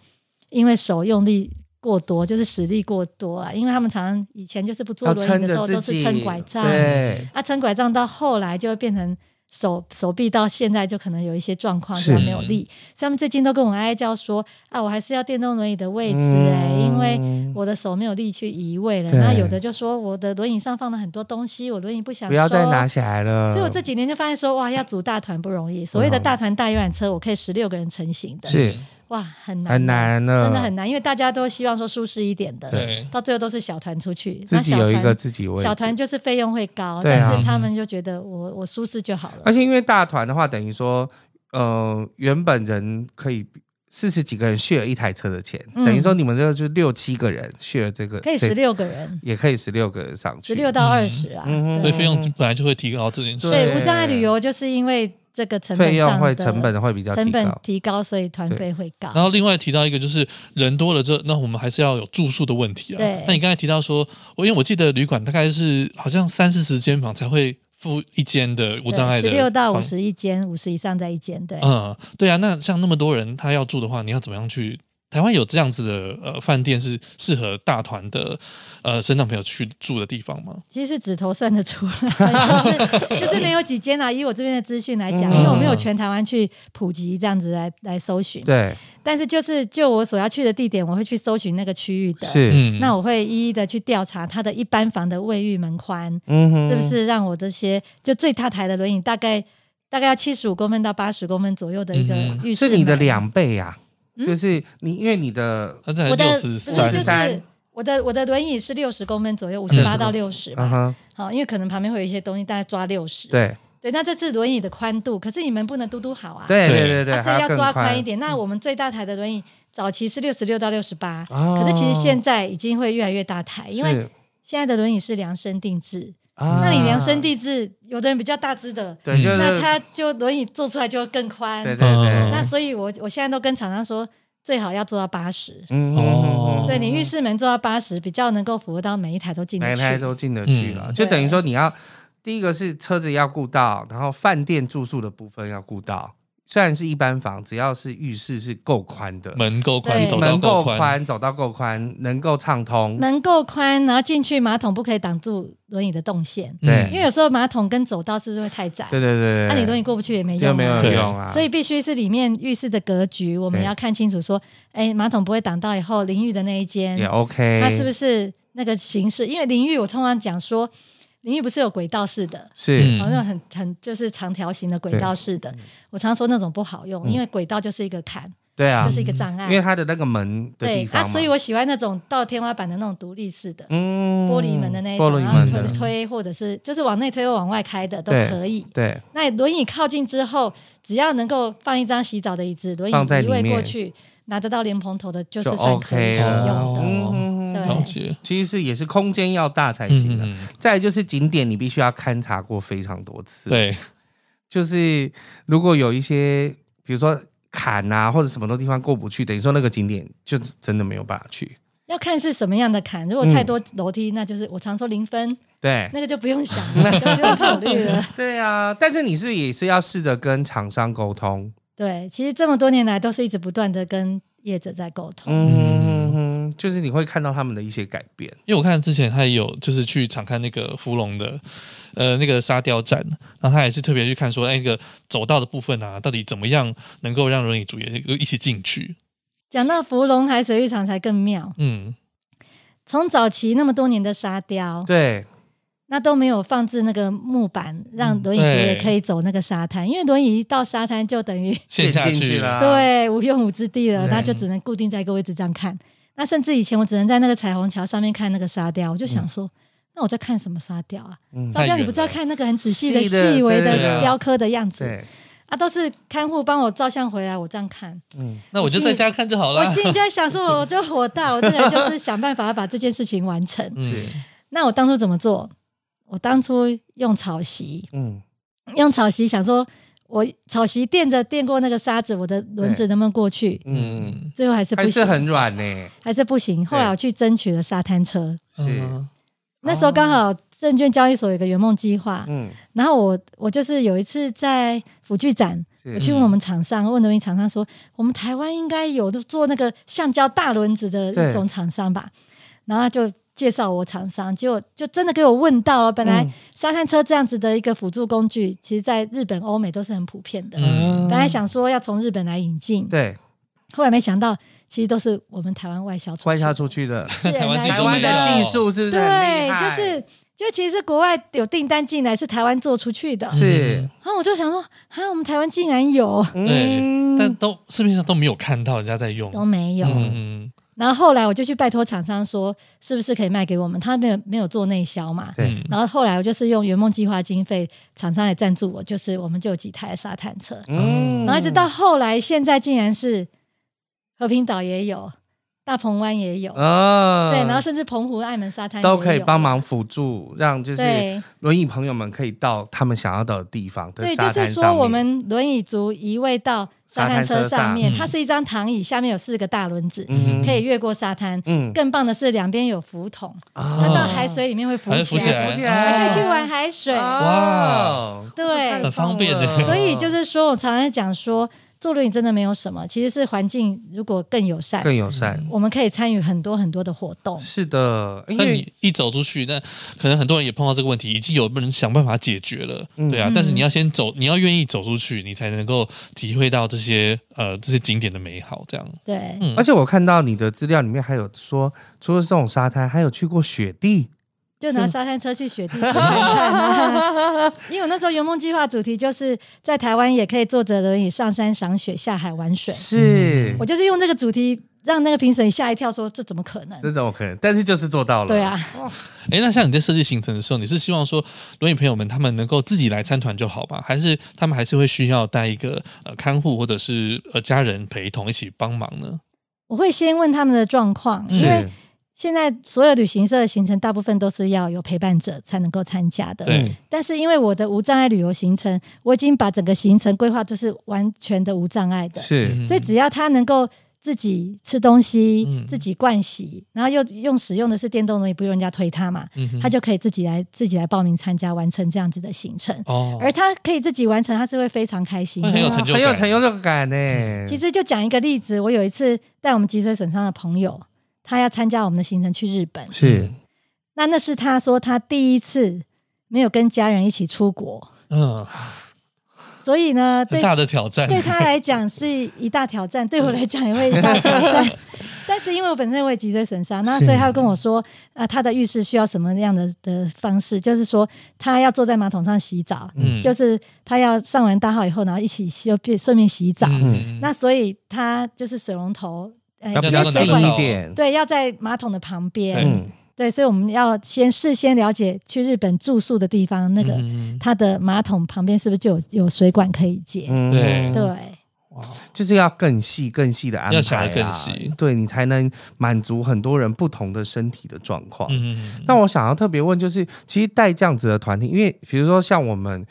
[SPEAKER 5] 因为手用力过多，就是使力过多啊，因为他们常常以前就是不坐
[SPEAKER 4] 要
[SPEAKER 5] 轮
[SPEAKER 4] 撑
[SPEAKER 5] 椅的时
[SPEAKER 4] 着
[SPEAKER 5] 候
[SPEAKER 4] 自
[SPEAKER 5] 都是
[SPEAKER 4] 己，
[SPEAKER 5] 撑拐杖，
[SPEAKER 4] 对，
[SPEAKER 5] 啊，撑拐杖到后来就会变成。手手臂到现在就可能有一些状况，
[SPEAKER 4] 是
[SPEAKER 5] 就没有力，所以他们最近都跟我哀叫说啊，我还是要电动轮椅的位置哎、
[SPEAKER 4] 嗯
[SPEAKER 5] 因为我的手没有力去移位了。
[SPEAKER 4] 对
[SPEAKER 5] 那有的就说我的轮椅上放了很多东西，我轮椅不想
[SPEAKER 4] 不要再拿
[SPEAKER 5] 收。
[SPEAKER 4] 起来了。
[SPEAKER 5] 所以我这几年就发现说，哇，要组大团不容易。所谓的大团大游览车，我可以十六个人成型的，
[SPEAKER 4] 是
[SPEAKER 5] 哇，很难啊
[SPEAKER 4] 很，难了，
[SPEAKER 5] 真的很难，因为大家都希望说舒适一点的，
[SPEAKER 6] 对，
[SPEAKER 5] 到最后都是小团出去。
[SPEAKER 4] 自己
[SPEAKER 5] 那小
[SPEAKER 4] 有一
[SPEAKER 5] 团
[SPEAKER 4] 个自己位置
[SPEAKER 5] 小团就是费用会高，
[SPEAKER 4] 对啊
[SPEAKER 5] 但是
[SPEAKER 6] 嗯
[SPEAKER 5] 他们就觉得我我舒适就好了
[SPEAKER 4] 而。且因为大团的话，等于说，呃，原本人可以四十几个人 share 一台车的钱，
[SPEAKER 5] 嗯
[SPEAKER 4] 等于说你们这就六七个人 share 这个，
[SPEAKER 5] 可以
[SPEAKER 4] 这
[SPEAKER 5] 十，六个人，
[SPEAKER 4] 也可以十六个人上去，
[SPEAKER 5] 十六到二十啊，
[SPEAKER 4] 嗯哼
[SPEAKER 6] 所以
[SPEAKER 5] 对
[SPEAKER 6] 费用本来就会提高这件事。
[SPEAKER 5] 所以
[SPEAKER 4] 对
[SPEAKER 5] 无障碍旅游就是因为这个成本
[SPEAKER 4] 费用
[SPEAKER 5] 上
[SPEAKER 4] 会
[SPEAKER 5] 的
[SPEAKER 4] 成本会比较
[SPEAKER 5] 成
[SPEAKER 4] 提
[SPEAKER 5] 本
[SPEAKER 4] 高，
[SPEAKER 5] 提高，所以团费会高。
[SPEAKER 6] 然后另外提到一个就是人多了之后，那我们还是要有住宿的问题啊。
[SPEAKER 5] 对
[SPEAKER 6] 那你刚才提到说，我因为我记得旅馆大概是好像三四十间房才会付一间的无障碍
[SPEAKER 5] 十
[SPEAKER 6] 的，
[SPEAKER 5] 六到五。十一间，五十以上在一间，对，
[SPEAKER 6] 嗯，对啊，那像那么多人，他要住的话，你要怎么样去？台湾有这样子的呃饭店是适合大团的呃身障朋友去住的地方吗？
[SPEAKER 5] 其实指头算得出来，就是就是没有几间啊。以我这边的资讯来讲，因为我没有全台湾去普及这样子来来搜寻，
[SPEAKER 4] 嗯对，
[SPEAKER 5] 但是就是就我所要去的地点，我会去搜寻那个区域的，
[SPEAKER 4] 是，
[SPEAKER 6] 嗯，
[SPEAKER 5] 那我会一一的去调查它的一般房的卫浴门宽，
[SPEAKER 4] 嗯哼，
[SPEAKER 5] 是不？是让我这些就最大台的轮椅大概大概要七十五公分到八十公分左右的一个
[SPEAKER 6] 嗯
[SPEAKER 5] 浴室
[SPEAKER 4] 是
[SPEAKER 5] 门，
[SPEAKER 4] 你的两倍啊，
[SPEAKER 5] 嗯
[SPEAKER 4] 就是你因为你的，
[SPEAKER 6] 他才
[SPEAKER 5] 我
[SPEAKER 6] 六
[SPEAKER 5] 的
[SPEAKER 6] 十
[SPEAKER 5] 我的
[SPEAKER 6] 三
[SPEAKER 4] 63
[SPEAKER 5] 就是我的我的轮椅是六十公分左右，五十八到六十吧。
[SPEAKER 4] 嗯哼，
[SPEAKER 5] 好，因为可能旁边会有一些东西，大概抓六十。
[SPEAKER 4] 对
[SPEAKER 5] 对，那这次轮椅的宽度，可是你们不能嘟嘟好啊，
[SPEAKER 4] 对
[SPEAKER 6] 对
[SPEAKER 4] 对对对，
[SPEAKER 5] 啊所以
[SPEAKER 4] 还
[SPEAKER 5] 要
[SPEAKER 4] 更嗯
[SPEAKER 5] 抓宽一。点。那我们最大台的轮椅早期是六十六到六十八，
[SPEAKER 4] 哦
[SPEAKER 5] 可是其实现在已经会越来越大台，因为
[SPEAKER 4] 是
[SPEAKER 5] 现在的轮椅是量身定制。
[SPEAKER 4] 啊
[SPEAKER 5] 那你量身定制，有的人比较大只的，
[SPEAKER 4] 对，就是
[SPEAKER 5] 那他就轮椅做出来就更宽。
[SPEAKER 4] 对对对，
[SPEAKER 5] 那所以我我现在都跟厂商说，最好要做到八十。
[SPEAKER 4] 嗯
[SPEAKER 6] 哦
[SPEAKER 5] 对你浴室门做到八十，比较能够符合到每一台都进
[SPEAKER 4] 每
[SPEAKER 5] 得
[SPEAKER 4] 一台
[SPEAKER 5] 去。
[SPEAKER 4] 都进得去了，
[SPEAKER 6] 嗯
[SPEAKER 4] 就等于说你要第一个是车子要顾到，然后饭店住宿的部分要顾到。虽然是一般房，只要是浴室是够宽的，
[SPEAKER 6] 门够宽，
[SPEAKER 5] 对
[SPEAKER 6] 走道
[SPEAKER 4] 门
[SPEAKER 6] 够
[SPEAKER 4] 够
[SPEAKER 6] 宽，
[SPEAKER 4] 宽，走道够宽，能够畅通。
[SPEAKER 5] 门够宽，然后进去马桶不可以挡住轮椅的动线，
[SPEAKER 6] 嗯
[SPEAKER 4] 对
[SPEAKER 5] 嗯因为有时候马桶跟走道是不是会太窄？
[SPEAKER 4] 对对对对，
[SPEAKER 5] 那、你东西过不去也没用、
[SPEAKER 4] 就
[SPEAKER 5] 啊，
[SPEAKER 4] 没有
[SPEAKER 6] 对
[SPEAKER 4] 用啊。
[SPEAKER 5] 所以必须是里面浴室的格局，我们
[SPEAKER 4] 对
[SPEAKER 5] 要看清楚，说，哎，马桶不会挡到以后淋浴的那一间
[SPEAKER 4] 也，OK，
[SPEAKER 5] 它是不是那个形式？因为淋浴我通常讲说，淋浴不是有轨道式的，
[SPEAKER 4] 是
[SPEAKER 6] 嗯
[SPEAKER 5] 哦，那种很很就是长条形的轨道式的，我常说那种不好用，因为轨道就是一个坎，
[SPEAKER 4] 对嗯啊
[SPEAKER 5] 就，是一个障碍。
[SPEAKER 4] 因为它的那个门的
[SPEAKER 5] 对
[SPEAKER 4] 地方
[SPEAKER 5] 啊，
[SPEAKER 4] 嘛，
[SPEAKER 5] 所以我喜欢那种到天花板的那种独立式的。
[SPEAKER 4] 嗯
[SPEAKER 5] 玻璃门的那一
[SPEAKER 4] 玻
[SPEAKER 5] 种，
[SPEAKER 4] 璃
[SPEAKER 5] 然后
[SPEAKER 4] 门
[SPEAKER 5] 推
[SPEAKER 4] 的，
[SPEAKER 5] 推或者是就是往内推或往外开的都
[SPEAKER 4] 对
[SPEAKER 5] 可以。
[SPEAKER 4] 对
[SPEAKER 5] 那轮椅靠近之后，只要能够放一张洗澡的椅子，轮
[SPEAKER 4] 放在
[SPEAKER 5] 椅
[SPEAKER 4] 里
[SPEAKER 5] 移位过
[SPEAKER 4] 面
[SPEAKER 5] 去，拿得到莲蓬头的，就是
[SPEAKER 4] 就
[SPEAKER 5] 算可以
[SPEAKER 4] OK
[SPEAKER 5] 使
[SPEAKER 4] 了。
[SPEAKER 5] 用的。
[SPEAKER 4] 嗯嗯嗯
[SPEAKER 5] 对
[SPEAKER 6] 了解，
[SPEAKER 4] 其实是也是空间要大才行啊
[SPEAKER 6] 嗯
[SPEAKER 4] 的。
[SPEAKER 6] 嗯，嗯
[SPEAKER 4] 再来就是景点，你必须要勘察过非常多次。，
[SPEAKER 6] 对，
[SPEAKER 4] 就是如果有一些，比如说坎啊，或者什么多地方过不去，等于说那个景点就真的没有办法去。
[SPEAKER 5] 要看是什么样的坎，
[SPEAKER 4] 嗯
[SPEAKER 5] 如果太多楼梯，那就是我常说 零分，
[SPEAKER 4] 对，
[SPEAKER 5] 那个就不用想了，就不用考虑 了。
[SPEAKER 4] 对啊，但是你是不是也是要试着跟厂商沟通，
[SPEAKER 5] 对，其实这么多年来都是一直不断的跟业者在沟通。
[SPEAKER 4] 嗯哼，就是你会看到他们的一些改变，
[SPEAKER 6] 因为我看之前他也有就是去常看那个芙蓉的，呃，那个沙雕展，然后他也是特别去看说，哎，那个走道的部分啊，到底怎么样能够让轮椅族也一起进去？
[SPEAKER 5] 讲到芙蓉海水浴场才更妙，
[SPEAKER 6] 嗯，
[SPEAKER 5] 从早期那么多年的沙
[SPEAKER 6] 哦
[SPEAKER 5] 雕，
[SPEAKER 4] 对，
[SPEAKER 5] 那都没有放置那个木板，
[SPEAKER 4] 嗯
[SPEAKER 5] 让轮椅族也可以走那个沙滩，因为轮椅一到沙滩就等于、
[SPEAKER 6] 陷下
[SPEAKER 4] 陷进
[SPEAKER 6] 去
[SPEAKER 4] 了、，
[SPEAKER 5] 对无用武之地了，
[SPEAKER 4] 啊对
[SPEAKER 5] 那就只能固定在一个位置这样看。那甚至以前我只能在那个彩虹桥上面看那个沙雕，我就想说，那我在看什么沙雕啊？
[SPEAKER 4] 嗯
[SPEAKER 5] 沙
[SPEAKER 6] 太
[SPEAKER 5] 雕
[SPEAKER 6] 远
[SPEAKER 5] 你不是要看那个很仔细的、
[SPEAKER 4] 细的
[SPEAKER 5] 细微
[SPEAKER 4] 对对
[SPEAKER 5] 的
[SPEAKER 4] 对
[SPEAKER 5] 雕刻的样子
[SPEAKER 4] 对，
[SPEAKER 5] 啊？都是看护帮我照相回来，我这样看，
[SPEAKER 4] 嗯，
[SPEAKER 6] 那我就在家看就好了
[SPEAKER 5] 我。心里就在想说，我就火大，我这个人就是想办法要把这件事情完成。
[SPEAKER 4] 是
[SPEAKER 6] 嗯，
[SPEAKER 5] 那我当初怎么做？我当初用草席，
[SPEAKER 4] 嗯，
[SPEAKER 5] 用草席想说，我草席垫着垫过那个沙子，我的轮子能不能过去？
[SPEAKER 4] 嗯，
[SPEAKER 5] 最后还是不
[SPEAKER 4] 还
[SPEAKER 5] 行，
[SPEAKER 4] 是很软呢、
[SPEAKER 5] 还是不行。后来我去争取了沙滩车，
[SPEAKER 4] 是，
[SPEAKER 5] 嗯
[SPEAKER 6] 嗯
[SPEAKER 5] 那时候刚好证券交易所有一个圆梦计划，
[SPEAKER 4] 哦嗯，
[SPEAKER 5] 然后我我就是有一次在辅具展，
[SPEAKER 4] 是
[SPEAKER 5] 我去问我们厂商，问轮椅厂商说，我们台湾应该有的做那个橡胶大轮子的
[SPEAKER 4] 对
[SPEAKER 5] 一种厂商吧，然后他就介绍我厂商，结果就真的给我问到了。本来
[SPEAKER 4] 嗯
[SPEAKER 5] 沙滩车这样子的一个辅助工具，其实在日本、欧美都是很普遍的。
[SPEAKER 6] 嗯
[SPEAKER 5] 本来想说要从日本来引进，
[SPEAKER 4] 对，
[SPEAKER 5] 后来没想到其实都是我们台湾外销出去
[SPEAKER 4] 外销出去的，
[SPEAKER 5] 自然而然
[SPEAKER 6] 台
[SPEAKER 4] 台湾的技术是不是很厉
[SPEAKER 5] 对，
[SPEAKER 4] 害？
[SPEAKER 5] 就是就其实是国外有订单进来，是台湾做出去的。
[SPEAKER 4] 是，
[SPEAKER 5] 然后我就想说，啊，我们台湾竟然有
[SPEAKER 4] 嗯
[SPEAKER 6] 对，但都市面上都没有看到人家在用。
[SPEAKER 5] 都没有？
[SPEAKER 6] 嗯
[SPEAKER 5] 然后后来我就去拜托厂商说，是不是可以卖给我们？他没有没有做内销嘛。
[SPEAKER 4] 对
[SPEAKER 6] 嗯
[SPEAKER 5] 然后后来我就是用圆梦计划经费，厂商也赞助我，就是我们就有几台沙滩车。
[SPEAKER 4] 嗯
[SPEAKER 5] 然后一直到后来，现在竟然是和平岛也有，大鹏湾也有，
[SPEAKER 4] 啊，
[SPEAKER 5] 对，然后甚至澎湖、爱门沙滩
[SPEAKER 4] 都可以
[SPEAKER 5] 也有
[SPEAKER 4] 帮。忙辅助，让就是
[SPEAKER 5] 对
[SPEAKER 4] 轮椅朋友们可以到他们想要到的地方的
[SPEAKER 5] 对，
[SPEAKER 4] 沙
[SPEAKER 5] 就
[SPEAKER 4] 滩上
[SPEAKER 5] 是说
[SPEAKER 4] 面
[SPEAKER 5] 我们轮椅族移位到沙滩车上面，
[SPEAKER 6] 沙滩车上
[SPEAKER 5] 它是一张躺椅，下面有四个大轮子，
[SPEAKER 4] 嗯
[SPEAKER 5] 可以越过沙滩。
[SPEAKER 4] 嗯
[SPEAKER 5] 更棒的是，两边有浮筒，它
[SPEAKER 4] 啊
[SPEAKER 5] 嗯到海水里面会浮
[SPEAKER 6] 还会浮
[SPEAKER 5] 起
[SPEAKER 6] 起来哦
[SPEAKER 5] 来，
[SPEAKER 4] 浮起
[SPEAKER 5] 还
[SPEAKER 4] 来，
[SPEAKER 5] 可以去玩海水。
[SPEAKER 4] 哦哇，啊
[SPEAKER 5] 对
[SPEAKER 6] 很方便的
[SPEAKER 5] 所以就是说，我常常讲说，坐轮椅真的没有什么，其实是环境如果更友善，
[SPEAKER 4] 更友善，
[SPEAKER 5] 我们可以参与很多很多的活动。
[SPEAKER 4] 是的，因
[SPEAKER 6] 但
[SPEAKER 4] 为
[SPEAKER 6] 你一走出去，那可能很多人也碰到这个问题，已经有人想办法解决了，
[SPEAKER 4] 嗯
[SPEAKER 6] 对啊。
[SPEAKER 5] 嗯
[SPEAKER 6] 但是你要先走，你要愿意走出去，你才能够体会到这些呃这些景点的美好。这样，
[SPEAKER 5] 对，
[SPEAKER 6] 嗯
[SPEAKER 4] 而且我看到你的资料里面还有说，除了这种沙滩，还有去过雪地
[SPEAKER 5] 就拿沙滩车去雪地看一看啊。因为我那时候圆梦计划主题就是在台湾也可以坐着轮椅上山赏雪、下海玩水。
[SPEAKER 4] 是
[SPEAKER 5] 我就是用这个主题让那个评审吓一跳说这怎么可能？
[SPEAKER 4] 这种可能，但是就是做到了。
[SPEAKER 5] 对啊，，
[SPEAKER 6] 哎，那像你在设计行程的时候，你是希望说轮椅朋友们他们能够自己来参团就好吧？还是他们还是会需要带一个呃看护或者是呃家人陪同一起帮忙呢？
[SPEAKER 5] 我会先问他们的状况，因为
[SPEAKER 4] 是
[SPEAKER 5] 现在所有旅行社的行程大部分都是要有陪伴者才能够参加的。
[SPEAKER 6] 对，
[SPEAKER 5] 但是因为我的无障碍旅游行程，我已经把整个行程规划就是完全的无障碍的，
[SPEAKER 4] 是
[SPEAKER 6] 嗯
[SPEAKER 5] 所以只要他能够自己吃东西、
[SPEAKER 6] 嗯
[SPEAKER 5] 自己盥洗，然后又用使用的是电动轮椅，不用人家推他嘛，
[SPEAKER 6] 嗯哼
[SPEAKER 5] 他就可以自己来自己来报名参加，完成这样子的行程。
[SPEAKER 6] 哦，
[SPEAKER 5] 而他可以自己完成，他是会非常开心的。
[SPEAKER 6] 会很有成
[SPEAKER 4] 嗯
[SPEAKER 6] 就
[SPEAKER 4] 很
[SPEAKER 6] 感，
[SPEAKER 4] 有成就感呢。
[SPEAKER 5] 嗯其实就讲一个例子，我有一次带我们脊髓损伤的朋友，他要参加我们的行程去日本，
[SPEAKER 4] 是
[SPEAKER 5] 那那是他说他第一次没有跟家人一起出国，
[SPEAKER 6] 嗯，
[SPEAKER 5] 所以呢，
[SPEAKER 6] 很
[SPEAKER 5] 对
[SPEAKER 6] 大的挑战，
[SPEAKER 5] 对他来讲是一大挑战，对我来讲也会一大挑 战。但是因为我本身我也脊椎损伤，那
[SPEAKER 4] 是
[SPEAKER 5] 所以他会跟我说，啊，他的浴室需要什么样的的方式，就是说他要坐在马桶上洗澡，
[SPEAKER 6] 嗯
[SPEAKER 5] 就是他要上完大号以后，然后一起就便顺便洗澡。
[SPEAKER 6] 嗯
[SPEAKER 5] 那所以他就是水龙头，呃
[SPEAKER 4] 要比
[SPEAKER 6] 比
[SPEAKER 4] 较
[SPEAKER 6] 较
[SPEAKER 4] 近
[SPEAKER 5] 水
[SPEAKER 6] 近
[SPEAKER 5] 管
[SPEAKER 4] 一
[SPEAKER 6] 一
[SPEAKER 4] 点
[SPEAKER 6] 点。
[SPEAKER 5] 对，要在马桶的旁边。
[SPEAKER 6] 对
[SPEAKER 4] 嗯，
[SPEAKER 5] 对，所以我们要先事先了解去日本住宿的地方，那个
[SPEAKER 6] 嗯
[SPEAKER 5] 它的马桶旁边是不是就有有水管可以接？
[SPEAKER 4] 嗯
[SPEAKER 6] 对
[SPEAKER 5] 对，
[SPEAKER 6] 哇，
[SPEAKER 4] 就是要更细、更细的安排、啊，
[SPEAKER 6] 要想得更细
[SPEAKER 4] 对你才能满足很多人不同的身体的状况。
[SPEAKER 6] 嗯
[SPEAKER 4] 那我想要特别问，就是其实带这样子的团体，因为比如说像我们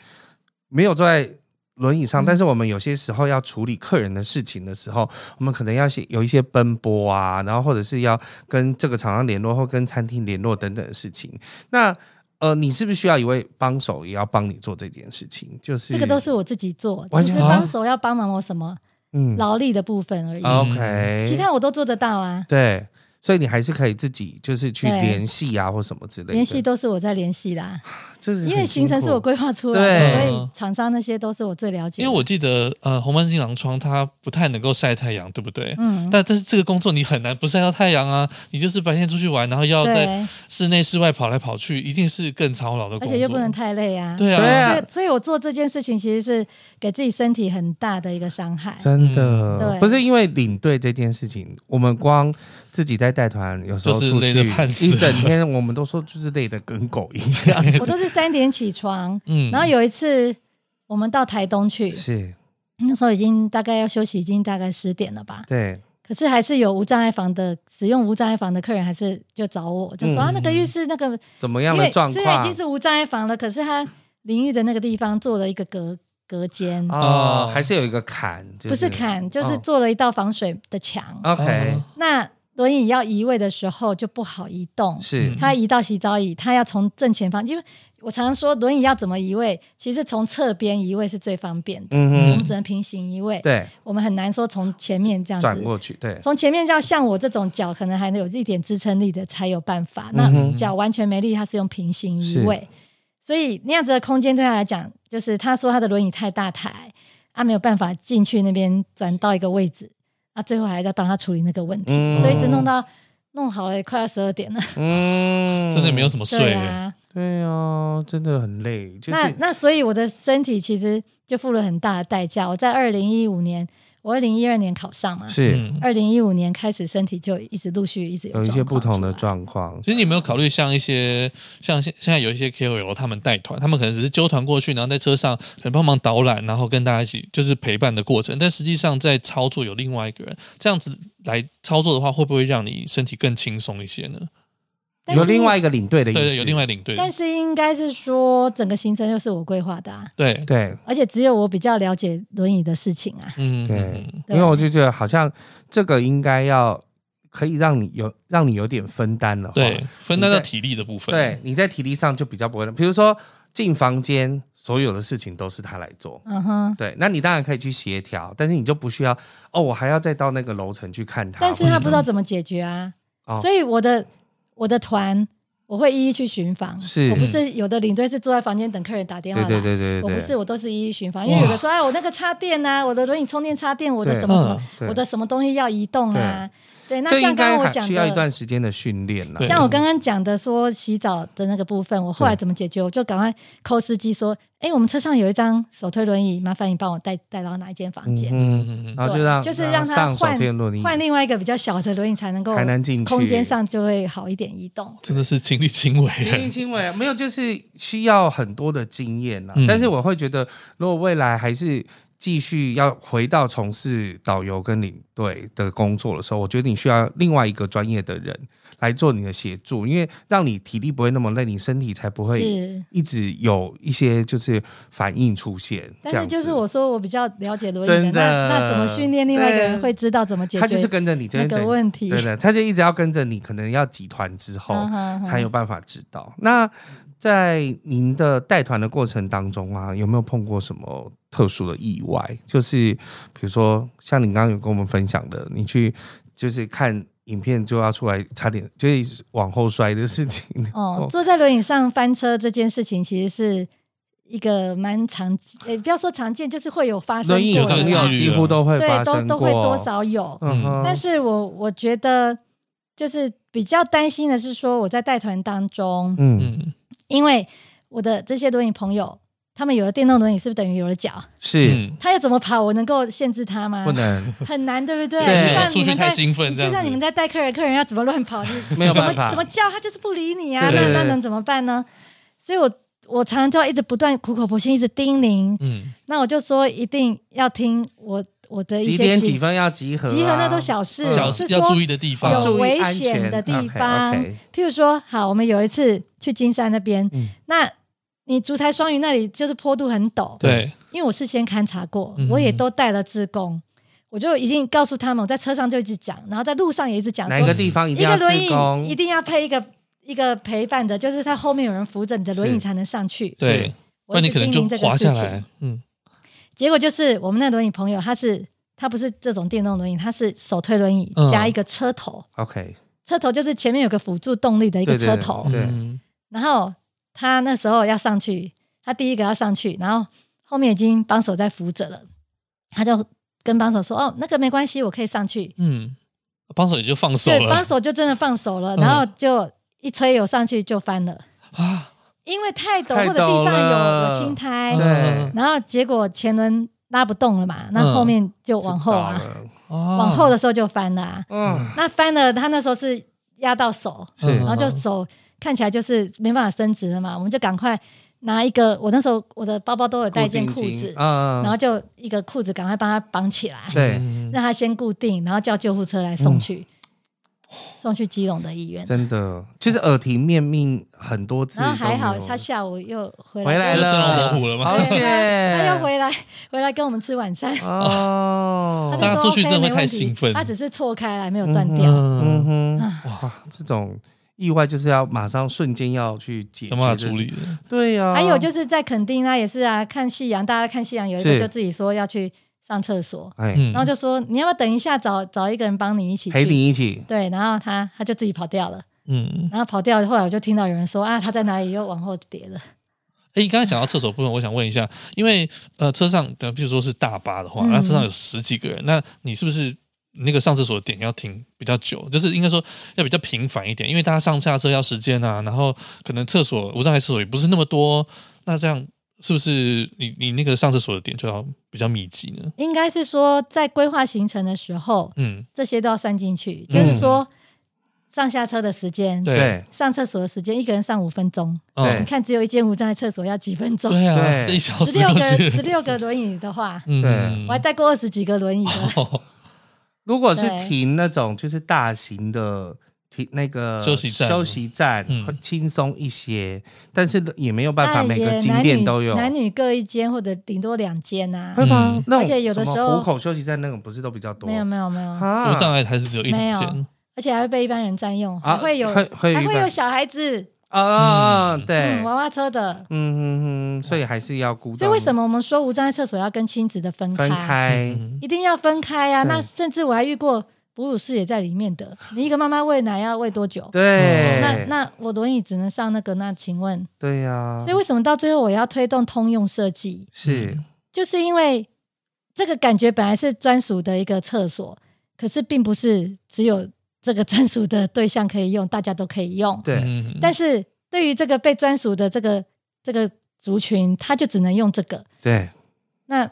[SPEAKER 4] 没有坐在轮椅上，
[SPEAKER 5] 嗯
[SPEAKER 4] 但是我们有些时候要处理客人的事情的时候，我们可能要些有一些奔波啊，然后或者是要跟这个厂商联络或跟餐厅联络等等的事情。那呃，你是不是需要一位帮手也要帮你做这件事情？就是
[SPEAKER 5] 这个都是我自己做，
[SPEAKER 4] 完
[SPEAKER 5] 只
[SPEAKER 4] 全
[SPEAKER 5] 是帮手要帮忙我什么
[SPEAKER 4] 嗯哦
[SPEAKER 5] 劳力的部分而已，
[SPEAKER 4] ，OK，
[SPEAKER 5] 嗯其他我都做得到啊。
[SPEAKER 4] 对，所以你还是可以自己就是去
[SPEAKER 5] 对
[SPEAKER 4] 联系啊，或什么之类的。
[SPEAKER 5] 联系都是我在联系啦，
[SPEAKER 4] 这是
[SPEAKER 5] 因为
[SPEAKER 4] 很
[SPEAKER 5] 行程
[SPEAKER 4] 辛
[SPEAKER 5] 是
[SPEAKER 4] 苦
[SPEAKER 5] 我规划出来的，
[SPEAKER 4] 对
[SPEAKER 5] 所以厂商那些都是我最了解的。
[SPEAKER 6] 因为我记得呃，红斑金狼疮它不太能够晒太阳，对不对？
[SPEAKER 5] 嗯，
[SPEAKER 6] 但但是这个工作你很难不晒到太阳啊！你就是白天出去玩，然后要在
[SPEAKER 5] 对，
[SPEAKER 6] 室内室外跑来跑去，一定是更操劳的
[SPEAKER 5] 而
[SPEAKER 6] 工作。
[SPEAKER 5] 且又不能太累啊。
[SPEAKER 6] 对
[SPEAKER 4] 对
[SPEAKER 6] 啊，
[SPEAKER 4] 啊
[SPEAKER 5] 对，所以我做这件事情其实是给自己身体很大的一个伤害。
[SPEAKER 4] 真
[SPEAKER 5] 嗯
[SPEAKER 4] 的
[SPEAKER 5] 对
[SPEAKER 4] 不是因为领队这件事情，我们光自己在带团，有时候
[SPEAKER 6] 就是
[SPEAKER 4] 出
[SPEAKER 6] 累
[SPEAKER 4] 去
[SPEAKER 6] 得半死
[SPEAKER 4] 一整天，我们都说就是累得跟狗一 样。
[SPEAKER 5] 我都是三点起床，
[SPEAKER 6] 嗯，
[SPEAKER 5] 然后有一次我们到台东去，
[SPEAKER 4] 是，
[SPEAKER 5] 那时候已经大概要休息，已经大概十点了吧。
[SPEAKER 4] 对，
[SPEAKER 5] 可是还是有无障碍房的使用无障碍房的客人，还是就找我，就说、
[SPEAKER 4] 嗯
[SPEAKER 5] 啊，那个浴室那个，
[SPEAKER 4] 怎么
[SPEAKER 5] 因
[SPEAKER 4] 样的
[SPEAKER 5] 为
[SPEAKER 4] 状
[SPEAKER 5] 虽然已
[SPEAKER 4] 况
[SPEAKER 5] 经是无障碍房了，可是他淋浴的那个地方做了一个隔隔间，
[SPEAKER 4] 哦
[SPEAKER 6] 哦，
[SPEAKER 4] 还是有一个坎，就
[SPEAKER 5] 不是坎，就是
[SPEAKER 4] 哦
[SPEAKER 5] 做了一道防水的墙。
[SPEAKER 6] 哦
[SPEAKER 4] OK，
[SPEAKER 5] 那轮椅要移位的时候就不好移动，
[SPEAKER 4] 是
[SPEAKER 6] 嗯
[SPEAKER 5] 他移到洗澡椅，他要从正前方，因为我常常说轮椅要怎么移位，其实从侧边移位是最方便的，我
[SPEAKER 4] 嗯
[SPEAKER 5] 们
[SPEAKER 4] 哼，
[SPEAKER 5] 只能平行移位，
[SPEAKER 4] 对，
[SPEAKER 5] 我们很难说从前面这样
[SPEAKER 4] 转
[SPEAKER 5] 子
[SPEAKER 4] 过去，对，
[SPEAKER 5] 从前面就要像我这种脚可能还能有一点支撑力的才有办法，那
[SPEAKER 4] 嗯哼
[SPEAKER 5] 脚完全没力，它是用平行移位，所以那样子的空间对他来讲，就是他说他的轮椅太大台，他、没有办法进去那边转到一个位置，啊，最后还在帮他处理那个问题，
[SPEAKER 4] 嗯
[SPEAKER 5] 所以一直弄到弄好了也快要十二点了，
[SPEAKER 4] 嗯，
[SPEAKER 6] 真的没有，什么
[SPEAKER 5] 对
[SPEAKER 6] 睡、
[SPEAKER 5] 啊，
[SPEAKER 4] 对哦，真的很累，就
[SPEAKER 5] 那
[SPEAKER 4] 是
[SPEAKER 5] 那所以我的身体其实就付了很大的代价，我在二零一五年，我二零一二年考上嘛。
[SPEAKER 4] 是
[SPEAKER 6] 嗯，
[SPEAKER 5] 二零一五年开始，身体就一直陆续一直有
[SPEAKER 4] 有一些
[SPEAKER 5] 状
[SPEAKER 4] 不
[SPEAKER 5] 况
[SPEAKER 4] 同
[SPEAKER 5] 出
[SPEAKER 4] 的
[SPEAKER 5] 来
[SPEAKER 4] 状况，
[SPEAKER 6] 其实你有没有考虑像一些像现现在有一些 KOL 他们带团，他们可能只是揪团过去，然后在车上可能帮忙导览，然后跟大家一起就是陪伴的过程，但实际上在操作有另外一个人，这样子来操作的话，会不会让你身体更轻松一些呢？
[SPEAKER 5] 但
[SPEAKER 4] 有
[SPEAKER 5] 是
[SPEAKER 4] 另外一个领队的
[SPEAKER 6] 对
[SPEAKER 4] 意思，
[SPEAKER 6] 对，有另外领队，
[SPEAKER 5] 但是应该是说整个行程又是我规划的啊，
[SPEAKER 6] 对，
[SPEAKER 4] 对。
[SPEAKER 5] 而且只有我比较了解轮椅的事情啊。
[SPEAKER 6] 嗯，
[SPEAKER 4] 对
[SPEAKER 6] 嗯
[SPEAKER 4] 因为我就觉得好像这个应该要可以让你有让你有点分担了，
[SPEAKER 6] 对，分担
[SPEAKER 4] 你
[SPEAKER 6] 到
[SPEAKER 4] 在
[SPEAKER 6] 体力的部分，
[SPEAKER 4] 对，你在体力上就比较不会，比如说进房间所有的事情都是他来做。
[SPEAKER 5] 嗯哼，
[SPEAKER 4] 对，那你当然可以去协调，但是你就不需要哦，我还要再到那个楼层去看他。
[SPEAKER 5] 但是他不知道
[SPEAKER 4] 或者
[SPEAKER 5] 怎么解决啊，
[SPEAKER 4] 嗯哦
[SPEAKER 5] 所以我的我的团我会一一去巡访，
[SPEAKER 4] 是
[SPEAKER 5] 我不是有的领队是坐在房间等客人打电话
[SPEAKER 4] 对
[SPEAKER 5] 来，
[SPEAKER 4] 对对对
[SPEAKER 5] 我
[SPEAKER 4] 对，
[SPEAKER 5] 不是我都是一一巡访，因为有的说哎我那个插电啊，我的轮椅充电插电，我的
[SPEAKER 4] 对
[SPEAKER 5] 什么什么，
[SPEAKER 4] 对
[SPEAKER 5] 我的什么东西要移动啊，对，那
[SPEAKER 4] 这
[SPEAKER 5] 像
[SPEAKER 4] 应
[SPEAKER 5] 刚
[SPEAKER 4] 该
[SPEAKER 5] 刚我
[SPEAKER 4] 还
[SPEAKER 5] 讲
[SPEAKER 4] 需要一
[SPEAKER 5] 的，
[SPEAKER 4] 段时间的训练了。
[SPEAKER 6] 对
[SPEAKER 5] 像我刚刚讲的说洗澡的那个部分，我后来怎么解决？我就赶快扣司机说：“哎，我们车上有一张手推轮椅，麻烦你帮我带带到哪一间房间？”
[SPEAKER 4] 嗯，
[SPEAKER 6] 嗯，
[SPEAKER 4] 然后就
[SPEAKER 5] 对
[SPEAKER 4] 让
[SPEAKER 5] 就是
[SPEAKER 4] 让
[SPEAKER 5] 让他
[SPEAKER 4] 上手
[SPEAKER 5] 换
[SPEAKER 4] 天轮椅
[SPEAKER 5] 换另外一个比较小的轮椅才能够
[SPEAKER 4] 才能进去
[SPEAKER 5] 空间上就会好一点移动。
[SPEAKER 6] 真的是亲力亲为。
[SPEAKER 4] 亲力亲为啊，没有就是需要很多的经验啦。
[SPEAKER 6] 嗯
[SPEAKER 4] 但是我会觉得，如果未来还是继续要回到从事导游跟领队的工作的时候，我觉得你需要另外一个专业的人来做你的协助，因为让你体力不会那么累，你身体才不会
[SPEAKER 5] 是，
[SPEAKER 4] 一直有一些就是反应出现。这
[SPEAKER 5] 但是
[SPEAKER 4] 样子
[SPEAKER 5] 就是我说我比较了解轮椅
[SPEAKER 4] 真的
[SPEAKER 5] 那那怎么训练另外一个人
[SPEAKER 4] 对
[SPEAKER 5] 会知道怎么解决？
[SPEAKER 4] 他就是跟着你这
[SPEAKER 5] 那个问题
[SPEAKER 4] 对的，他就一直要跟着你，可能要集团之后。
[SPEAKER 5] 嗯哼哼
[SPEAKER 4] 才有办法知道。那在您的带团的过程当中啊，有没有碰过什么特殊的意外？就是比如说，像你刚刚有跟我们分享的，你去就是看影片就要出来，差点就是往后摔的事情。
[SPEAKER 5] 哦，坐在轮椅上翻车这件事情，其实是一个蛮常，呃，不要说常见，就是会有发生
[SPEAKER 4] 轮椅
[SPEAKER 5] 过的
[SPEAKER 6] 这个
[SPEAKER 4] 朋
[SPEAKER 6] 机
[SPEAKER 4] 友
[SPEAKER 5] 啦，
[SPEAKER 6] 遇
[SPEAKER 4] 几乎都会发
[SPEAKER 5] 对，都
[SPEAKER 4] 生
[SPEAKER 5] 都
[SPEAKER 4] 过，
[SPEAKER 5] 会多少有。
[SPEAKER 4] 嗯哼，
[SPEAKER 5] 但是我我觉得，就是比较担心的是说，我在带团当中，
[SPEAKER 4] 嗯
[SPEAKER 6] 嗯，
[SPEAKER 5] 因为我的这些轮椅朋友，他们有了电动轮椅，是不是等于有了脚？
[SPEAKER 4] 是
[SPEAKER 6] 嗯
[SPEAKER 5] 他要怎么跑，我能够限制他吗？
[SPEAKER 4] 不能
[SPEAKER 5] 很难，对不对？
[SPEAKER 4] 对
[SPEAKER 5] 就像
[SPEAKER 6] 数
[SPEAKER 5] 你
[SPEAKER 6] 据
[SPEAKER 5] 们在
[SPEAKER 6] 太兴奋这
[SPEAKER 5] 就
[SPEAKER 6] 样子
[SPEAKER 5] 像你们在带客人，客人要怎么乱跑，你
[SPEAKER 4] 没有
[SPEAKER 5] 怎么
[SPEAKER 4] 办法
[SPEAKER 5] 怎么叫他就是不理你啊，
[SPEAKER 4] 对对
[SPEAKER 5] 那
[SPEAKER 4] 对
[SPEAKER 5] 那能怎么办呢？所以我我常常就要一直不断苦口婆心，一直叮咛。
[SPEAKER 6] 嗯，
[SPEAKER 5] 那我就说一定要听我我的一
[SPEAKER 4] 几
[SPEAKER 5] 些
[SPEAKER 4] 点
[SPEAKER 5] 集
[SPEAKER 4] 几分要集合、啊？
[SPEAKER 5] 集合那都小事
[SPEAKER 4] 嗯
[SPEAKER 6] 小
[SPEAKER 5] 是说
[SPEAKER 6] 要注意的地方
[SPEAKER 5] 有，
[SPEAKER 4] 注意
[SPEAKER 5] 危
[SPEAKER 4] 安
[SPEAKER 5] 险
[SPEAKER 4] 全
[SPEAKER 5] 的地
[SPEAKER 4] OK，OK
[SPEAKER 5] 方譬如说，好，我们有一次去金山那边，
[SPEAKER 4] 嗯
[SPEAKER 5] 那你竹台双鱼那里就是坡度很陡，
[SPEAKER 6] 对，
[SPEAKER 5] 因为我事先勘察过
[SPEAKER 6] 嗯，
[SPEAKER 5] 我也都带了自工，我就已经告诉他们，我在车上就一直讲，然后在路上也一直讲
[SPEAKER 4] 哪一个
[SPEAKER 5] 说，
[SPEAKER 4] 地方一定
[SPEAKER 5] 一
[SPEAKER 4] 要
[SPEAKER 5] 个
[SPEAKER 4] 自
[SPEAKER 5] 轮椅
[SPEAKER 4] 宫
[SPEAKER 5] 一定要配一个一个陪伴的，就是在后面有人扶着你的轮椅
[SPEAKER 4] 是
[SPEAKER 5] 才能上去。
[SPEAKER 6] 对，不
[SPEAKER 5] 我
[SPEAKER 6] 然
[SPEAKER 5] 一
[SPEAKER 6] 你
[SPEAKER 5] 直
[SPEAKER 6] 可能
[SPEAKER 5] 叮咛
[SPEAKER 6] 就
[SPEAKER 5] 这个
[SPEAKER 6] 滑
[SPEAKER 5] 事
[SPEAKER 6] 下
[SPEAKER 5] 情
[SPEAKER 6] 来。。嗯，
[SPEAKER 5] 结果就是我们那轮椅朋友，他是他不是这种电动轮椅，他是手推轮椅
[SPEAKER 6] 嗯
[SPEAKER 5] 加一个车头，
[SPEAKER 4] OK，
[SPEAKER 5] 车头就是前面有个辅助动力的一个
[SPEAKER 4] 对对
[SPEAKER 5] 车
[SPEAKER 4] 对
[SPEAKER 5] 头，
[SPEAKER 4] 对
[SPEAKER 6] 嗯
[SPEAKER 5] 然后他那时候要上去，他第一个要上去，然后后面已经帮手在扶着了，他就跟帮手说：“哦，那个没关系，我可以上去。
[SPEAKER 6] 嗯，帮手也就放”手
[SPEAKER 5] 对，帮
[SPEAKER 6] 了
[SPEAKER 5] 手就真的放手了，
[SPEAKER 6] 嗯
[SPEAKER 5] 然后就一推有上去就翻了，
[SPEAKER 6] 啊，
[SPEAKER 5] 因为太陡
[SPEAKER 4] 太陡
[SPEAKER 5] 或者地上有
[SPEAKER 4] 了
[SPEAKER 5] 有青苔，
[SPEAKER 4] 对
[SPEAKER 6] 嗯
[SPEAKER 5] 然后结果前轮拉不动了嘛，那后面就往后
[SPEAKER 4] 知
[SPEAKER 5] 啊，
[SPEAKER 4] 道嗯了
[SPEAKER 5] 往
[SPEAKER 6] 往
[SPEAKER 5] 后的时候就翻了、啊，
[SPEAKER 4] 嗯。
[SPEAKER 5] 那翻了，他那时候是压到手，
[SPEAKER 4] 是
[SPEAKER 5] 然后就手看起来就是没办法伸直了嘛，我们就赶快拿一个，我那时候我的包包都有带一件裤子，
[SPEAKER 4] 啊，嗯
[SPEAKER 5] 然后就一个裤子赶快帮他绑起来，
[SPEAKER 4] 对，嗯
[SPEAKER 6] 嗯
[SPEAKER 5] 让他先固定，然后叫救护车来送去，送去基隆的医院。
[SPEAKER 4] 真的，其实耳提面命很多次都
[SPEAKER 5] 然
[SPEAKER 4] 没
[SPEAKER 5] 后
[SPEAKER 4] 有，
[SPEAKER 5] 还好他下午又回来
[SPEAKER 4] 回来了，
[SPEAKER 6] 生龙活虎了吗
[SPEAKER 4] 好
[SPEAKER 5] 对
[SPEAKER 4] 险，
[SPEAKER 5] 他又回来回来跟我们吃晚餐，
[SPEAKER 4] 哦
[SPEAKER 5] 他，
[SPEAKER 6] 大家
[SPEAKER 5] 就说
[SPEAKER 6] 出去
[SPEAKER 5] OK
[SPEAKER 6] 真的会
[SPEAKER 5] 没
[SPEAKER 6] 太
[SPEAKER 5] 问题
[SPEAKER 6] 兴奋
[SPEAKER 5] 他只是错开来没有断掉。
[SPEAKER 4] 嗯哼，
[SPEAKER 6] 嗯，
[SPEAKER 5] 啊
[SPEAKER 4] 哇，这种意外就是要马上瞬间要去解决，
[SPEAKER 6] 有办法处理的，
[SPEAKER 4] 这是，对呀，
[SPEAKER 5] 还有就是在垦丁啊，也是啊，看夕阳，大家看夕阳，有一个
[SPEAKER 4] 是
[SPEAKER 5] 就自己说要去上厕所，
[SPEAKER 4] 哎，
[SPEAKER 6] 嗯，
[SPEAKER 5] 然后就说你要不要等一下找找一个人帮你一起去
[SPEAKER 4] 陪你一起，
[SPEAKER 5] 对，然后他他就自己跑掉了，
[SPEAKER 6] 嗯，
[SPEAKER 5] 然后跑掉，后来我就听到有人说啊，他在哪里又往后跌了。
[SPEAKER 6] 哎，你刚才讲到厕所部分，我想问一下，因为呃，车上的比如说是大巴的话，
[SPEAKER 5] 嗯
[SPEAKER 6] 那车上有十几个人，那你是不是那个上厕所的点要停比较久？就是应该说要比较频繁一点，因为大家上下车要时间啊，然后可能厕所无障碍厕所也不是那么多，那这样是不是你你那个上厕所的点就要比较密集呢？
[SPEAKER 5] 应该是说在规划行程的时候，
[SPEAKER 6] 嗯，
[SPEAKER 5] 这些都要算进去，就是说上下车的时间，
[SPEAKER 6] 对
[SPEAKER 4] 对
[SPEAKER 5] 上厕所的时间，一个人上五分钟，你
[SPEAKER 6] 嗯，
[SPEAKER 5] 看只有一间无障碍厕所要几分钟，
[SPEAKER 6] 对啊，
[SPEAKER 4] 对
[SPEAKER 6] 这一小
[SPEAKER 5] 十
[SPEAKER 6] 时
[SPEAKER 5] 六
[SPEAKER 6] 过
[SPEAKER 5] 个
[SPEAKER 6] 去，
[SPEAKER 5] 十六个轮椅的话，
[SPEAKER 6] 嗯，
[SPEAKER 5] 我还带过二十几个轮椅的。
[SPEAKER 6] 哦
[SPEAKER 4] 如果是
[SPEAKER 5] 对
[SPEAKER 4] 停那种就是大型的停那个
[SPEAKER 6] 休息站
[SPEAKER 4] 休息站
[SPEAKER 6] 嗯
[SPEAKER 4] 会轻松一些，但是也没有办法
[SPEAKER 5] 但
[SPEAKER 4] 每个
[SPEAKER 5] 哎也
[SPEAKER 4] 景
[SPEAKER 5] 男
[SPEAKER 4] 点
[SPEAKER 5] 女
[SPEAKER 4] 都有，
[SPEAKER 5] 男女各一间或者顶多两间呐、
[SPEAKER 4] 会吗
[SPEAKER 6] 嗯？
[SPEAKER 4] 那种
[SPEAKER 5] 而且有的
[SPEAKER 4] 什么
[SPEAKER 5] 时候
[SPEAKER 4] 虎口休息站那种不是都比较多？
[SPEAKER 5] 没有没有没有，
[SPEAKER 4] 啊
[SPEAKER 6] 无障碍还是只有一
[SPEAKER 5] 没有
[SPEAKER 6] 两件，
[SPEAKER 5] 而且还会被一般人占用，
[SPEAKER 4] 啊
[SPEAKER 5] 还会有
[SPEAKER 4] 会会
[SPEAKER 5] 还
[SPEAKER 4] 一
[SPEAKER 5] 会
[SPEAKER 4] 般
[SPEAKER 5] 有小孩子，
[SPEAKER 4] 啊啊，啊对
[SPEAKER 5] 嗯，，娃娃车的。
[SPEAKER 4] 嗯嗯嗯，所以还是要估。
[SPEAKER 5] 所以为什么我们说无障碍厕所要跟亲子的分开？
[SPEAKER 4] 分开？
[SPEAKER 6] 嗯
[SPEAKER 5] 一定要分开啊！
[SPEAKER 4] 对啊
[SPEAKER 5] 那甚至我还遇过哺乳室也在里面的，你一个妈妈喂奶要喂多久？
[SPEAKER 6] 嗯
[SPEAKER 4] 对，
[SPEAKER 5] 那那我轮椅只能上那个，那请问，
[SPEAKER 4] 对呀
[SPEAKER 5] 所以，为什么到最后我要推动通用设计？
[SPEAKER 4] 是
[SPEAKER 6] 嗯
[SPEAKER 5] 就是因为这个感觉本来是专属的一个厕所，可是并不是只有这个专属的对象可以用，大家都可以用。
[SPEAKER 4] 对，
[SPEAKER 6] 嗯
[SPEAKER 5] 但是对于这个被专属的这个这个族群，他就只能用这个，
[SPEAKER 4] 对，
[SPEAKER 5] 那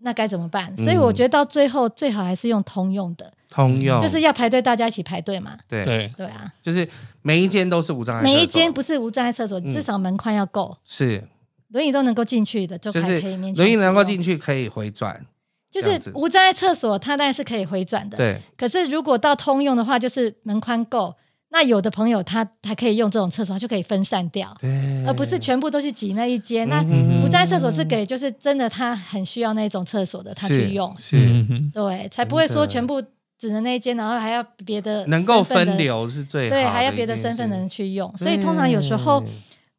[SPEAKER 5] 那该怎么办？
[SPEAKER 4] 嗯
[SPEAKER 5] 所以我觉得到最后最好还是用通用的，
[SPEAKER 4] 通用
[SPEAKER 5] 就是要排队，大家一起排队嘛。
[SPEAKER 4] 对，
[SPEAKER 6] 对，
[SPEAKER 5] 对啊，
[SPEAKER 4] 就是每一间都是无障碍厕所，
[SPEAKER 5] 每一间不是无障碍厕所，
[SPEAKER 4] 嗯
[SPEAKER 5] 至少门宽要够，
[SPEAKER 4] 是
[SPEAKER 5] 轮椅都能够进去的，就
[SPEAKER 4] 就
[SPEAKER 5] 还
[SPEAKER 4] 是
[SPEAKER 5] 可以勉强。
[SPEAKER 4] 轮椅能够进，去可以回转，
[SPEAKER 5] 哦就
[SPEAKER 4] 这样子
[SPEAKER 5] 是无障碍厕所，它当然是可以回转的。
[SPEAKER 4] 对
[SPEAKER 5] 可是如果到通用的话，就是门宽够，那有的朋友他还可以用这种厕所，他就可以分散掉，
[SPEAKER 4] 对，
[SPEAKER 5] 而不是全部都去挤那一间。那
[SPEAKER 4] 嗯
[SPEAKER 5] 无障碍厕所是给就是真的他很需要那种厕所的，他
[SPEAKER 4] 是
[SPEAKER 5] 去用，
[SPEAKER 4] 是
[SPEAKER 6] 嗯
[SPEAKER 5] 对，才不会
[SPEAKER 4] 真
[SPEAKER 5] 说
[SPEAKER 4] 的
[SPEAKER 5] 全部只能那一间，然后还要别的
[SPEAKER 4] 能够
[SPEAKER 5] 身份的
[SPEAKER 4] 分，流是最好
[SPEAKER 5] 对，还要
[SPEAKER 4] 一嗯
[SPEAKER 5] 别的
[SPEAKER 4] 件
[SPEAKER 5] 身份
[SPEAKER 4] 事
[SPEAKER 5] 的人去用。所以通常有时候
[SPEAKER 4] 对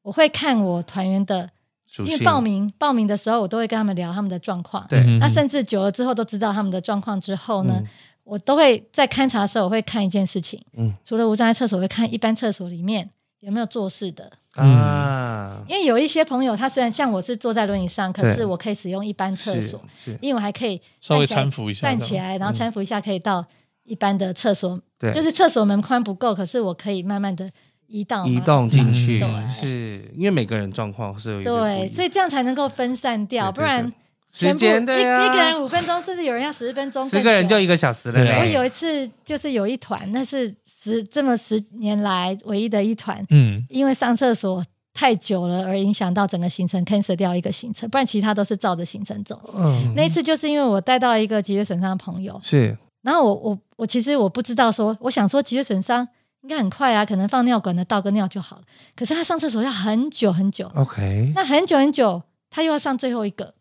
[SPEAKER 5] 我会看我团员的，
[SPEAKER 4] 属
[SPEAKER 5] 因为
[SPEAKER 4] 性
[SPEAKER 5] 报名报名的时候，我都会跟他们聊他们的状况。
[SPEAKER 6] 嗯
[SPEAKER 4] 对
[SPEAKER 5] 那甚至久了之后都知道他们的状况之后呢，
[SPEAKER 4] 嗯
[SPEAKER 5] 我都会在勘察的时候，我会看一件事情，
[SPEAKER 4] 嗯
[SPEAKER 5] 除了无障碍厕所，我会看一般厕所里面有没有做事的，
[SPEAKER 6] 嗯
[SPEAKER 4] 啊，
[SPEAKER 5] 因为有一些朋友他虽然像我是坐在轮椅上，可
[SPEAKER 4] 对
[SPEAKER 5] 是我可以使用一般厕
[SPEAKER 4] 是
[SPEAKER 5] 所，
[SPEAKER 4] 是，
[SPEAKER 5] 因为我还可以
[SPEAKER 6] 稍微
[SPEAKER 5] 站起来
[SPEAKER 6] 搀扶一下
[SPEAKER 5] 站起来，然后搀扶一下可以到一般的厕所，
[SPEAKER 4] 嗯对，
[SPEAKER 5] 就是厕所门宽不够，可是我可以慢慢的移到
[SPEAKER 4] 移动进
[SPEAKER 6] 嗯
[SPEAKER 4] 去，
[SPEAKER 5] 啊对
[SPEAKER 4] 是因为每个人状况是有一点不
[SPEAKER 5] 对，
[SPEAKER 4] 一
[SPEAKER 5] 所以这样才能够分散掉，
[SPEAKER 4] 对对
[SPEAKER 5] 不然
[SPEAKER 4] 对时
[SPEAKER 5] 全部
[SPEAKER 4] 间
[SPEAKER 5] 一
[SPEAKER 4] 对啊，
[SPEAKER 5] 一个人五分钟，甚至有人要十分钟，
[SPEAKER 4] 十个人就一个小时了
[SPEAKER 6] 对啊
[SPEAKER 5] 我
[SPEAKER 4] 嘞，
[SPEAKER 5] 有一次就是有一团，那是十这么十年来唯一的一团，
[SPEAKER 6] 嗯
[SPEAKER 5] 因为上厕所太久了而影响到整个行程，cancel 掉一个行程，不然其他都是照着行程走。
[SPEAKER 4] 嗯
[SPEAKER 5] 那一次就是因为我带到一个脊椎损伤的朋友，
[SPEAKER 4] 是
[SPEAKER 5] 然后我我我其实我不知道说，我想说脊椎损伤应该很快啊，可能放尿管的倒个尿就好了，可是他上厕所要很久很久，
[SPEAKER 4] 哦 OK，
[SPEAKER 5] 那很久很久他又要上最后一个，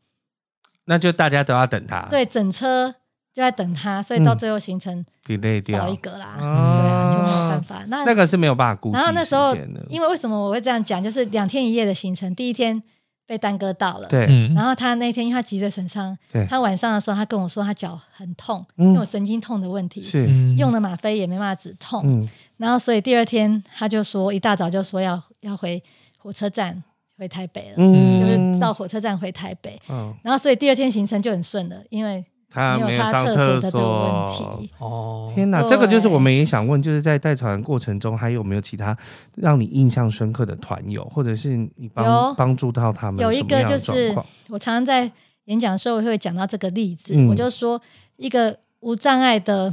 [SPEAKER 4] 那就大家都要等他，
[SPEAKER 5] 对，整车就在等他，所以到最后行程
[SPEAKER 4] ，delay
[SPEAKER 5] 少
[SPEAKER 4] 嗯掉
[SPEAKER 5] 一，个啦。对啊，就没有办
[SPEAKER 4] 哦，
[SPEAKER 5] 法。那
[SPEAKER 4] 那个是没有办法估计
[SPEAKER 5] 然后那时候
[SPEAKER 4] 时间的，
[SPEAKER 5] 因为为什么我会这样讲，就是两天一夜的行程，第一天被耽搁到了。
[SPEAKER 4] 对，
[SPEAKER 6] 嗯，
[SPEAKER 5] 然后他那天因为他脊椎损伤
[SPEAKER 4] 对，
[SPEAKER 5] 他晚上的时候他跟我说他脚很痛，
[SPEAKER 4] 嗯
[SPEAKER 5] 因为我神经痛的问题，
[SPEAKER 4] 是，
[SPEAKER 6] 嗯
[SPEAKER 5] 用了吗啡也没办法止痛。
[SPEAKER 4] 嗯，
[SPEAKER 5] 然后所以第二天他就说一大早就说要要回火车站回台北了，嗯就是到火车站回台北。
[SPEAKER 4] 嗯，
[SPEAKER 5] 然后所以第二天行程就很顺了，因为
[SPEAKER 4] 他
[SPEAKER 5] 没
[SPEAKER 4] 啊没有
[SPEAKER 5] 有
[SPEAKER 4] 上
[SPEAKER 5] 他
[SPEAKER 4] 厕
[SPEAKER 5] 厕所的这个问
[SPEAKER 4] 所
[SPEAKER 5] 题。。
[SPEAKER 6] 哦，
[SPEAKER 4] 天哪，
[SPEAKER 5] 对
[SPEAKER 4] 这个就是我们也想问，就是在带团过程中，还有没有其他让你印象深刻的团友，或者是你帮
[SPEAKER 5] 有
[SPEAKER 4] 帮助到他们
[SPEAKER 5] 有一
[SPEAKER 4] 什么
[SPEAKER 5] 个
[SPEAKER 4] 样
[SPEAKER 5] 就
[SPEAKER 4] 的状
[SPEAKER 5] 是
[SPEAKER 4] 况
[SPEAKER 5] 我常常在演讲的时候会讲到这个例子，
[SPEAKER 4] 嗯
[SPEAKER 5] 我就说一个无障碍的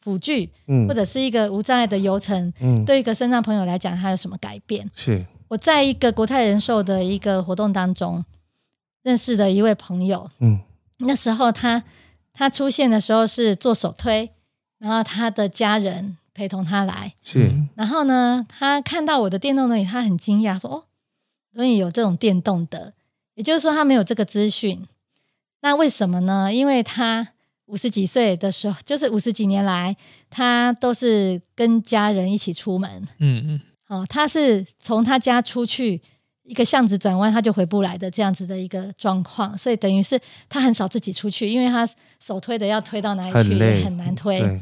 [SPEAKER 5] 辅具，
[SPEAKER 4] 嗯
[SPEAKER 5] 或者是一个无障碍的游程，
[SPEAKER 4] 嗯，
[SPEAKER 5] 对一个身障朋友来讲，它有什么改变？
[SPEAKER 4] 是
[SPEAKER 5] 我在一个国泰人寿的一个活动当中认识的一位朋友，
[SPEAKER 4] 嗯
[SPEAKER 5] 那时候他他出现的时候是做手推，然后他的家人陪同他来，
[SPEAKER 4] 是
[SPEAKER 6] 嗯
[SPEAKER 5] 然后呢，他看到我的电动轮椅，他很惊讶，说：“哦，轮椅有这种电动的，也就是说他没有这个资讯。那为什么呢？因为他五十几岁的时候，就是五十几年来，他都是跟家人一起出门。
[SPEAKER 6] 嗯
[SPEAKER 5] 哦，他是从他家出去一个巷子转弯，他就回不来的这样子的一个状况，所以等于是他很少自己出去，因为他手推的要推到哪里去
[SPEAKER 4] 很累
[SPEAKER 5] 也很难推。
[SPEAKER 4] 对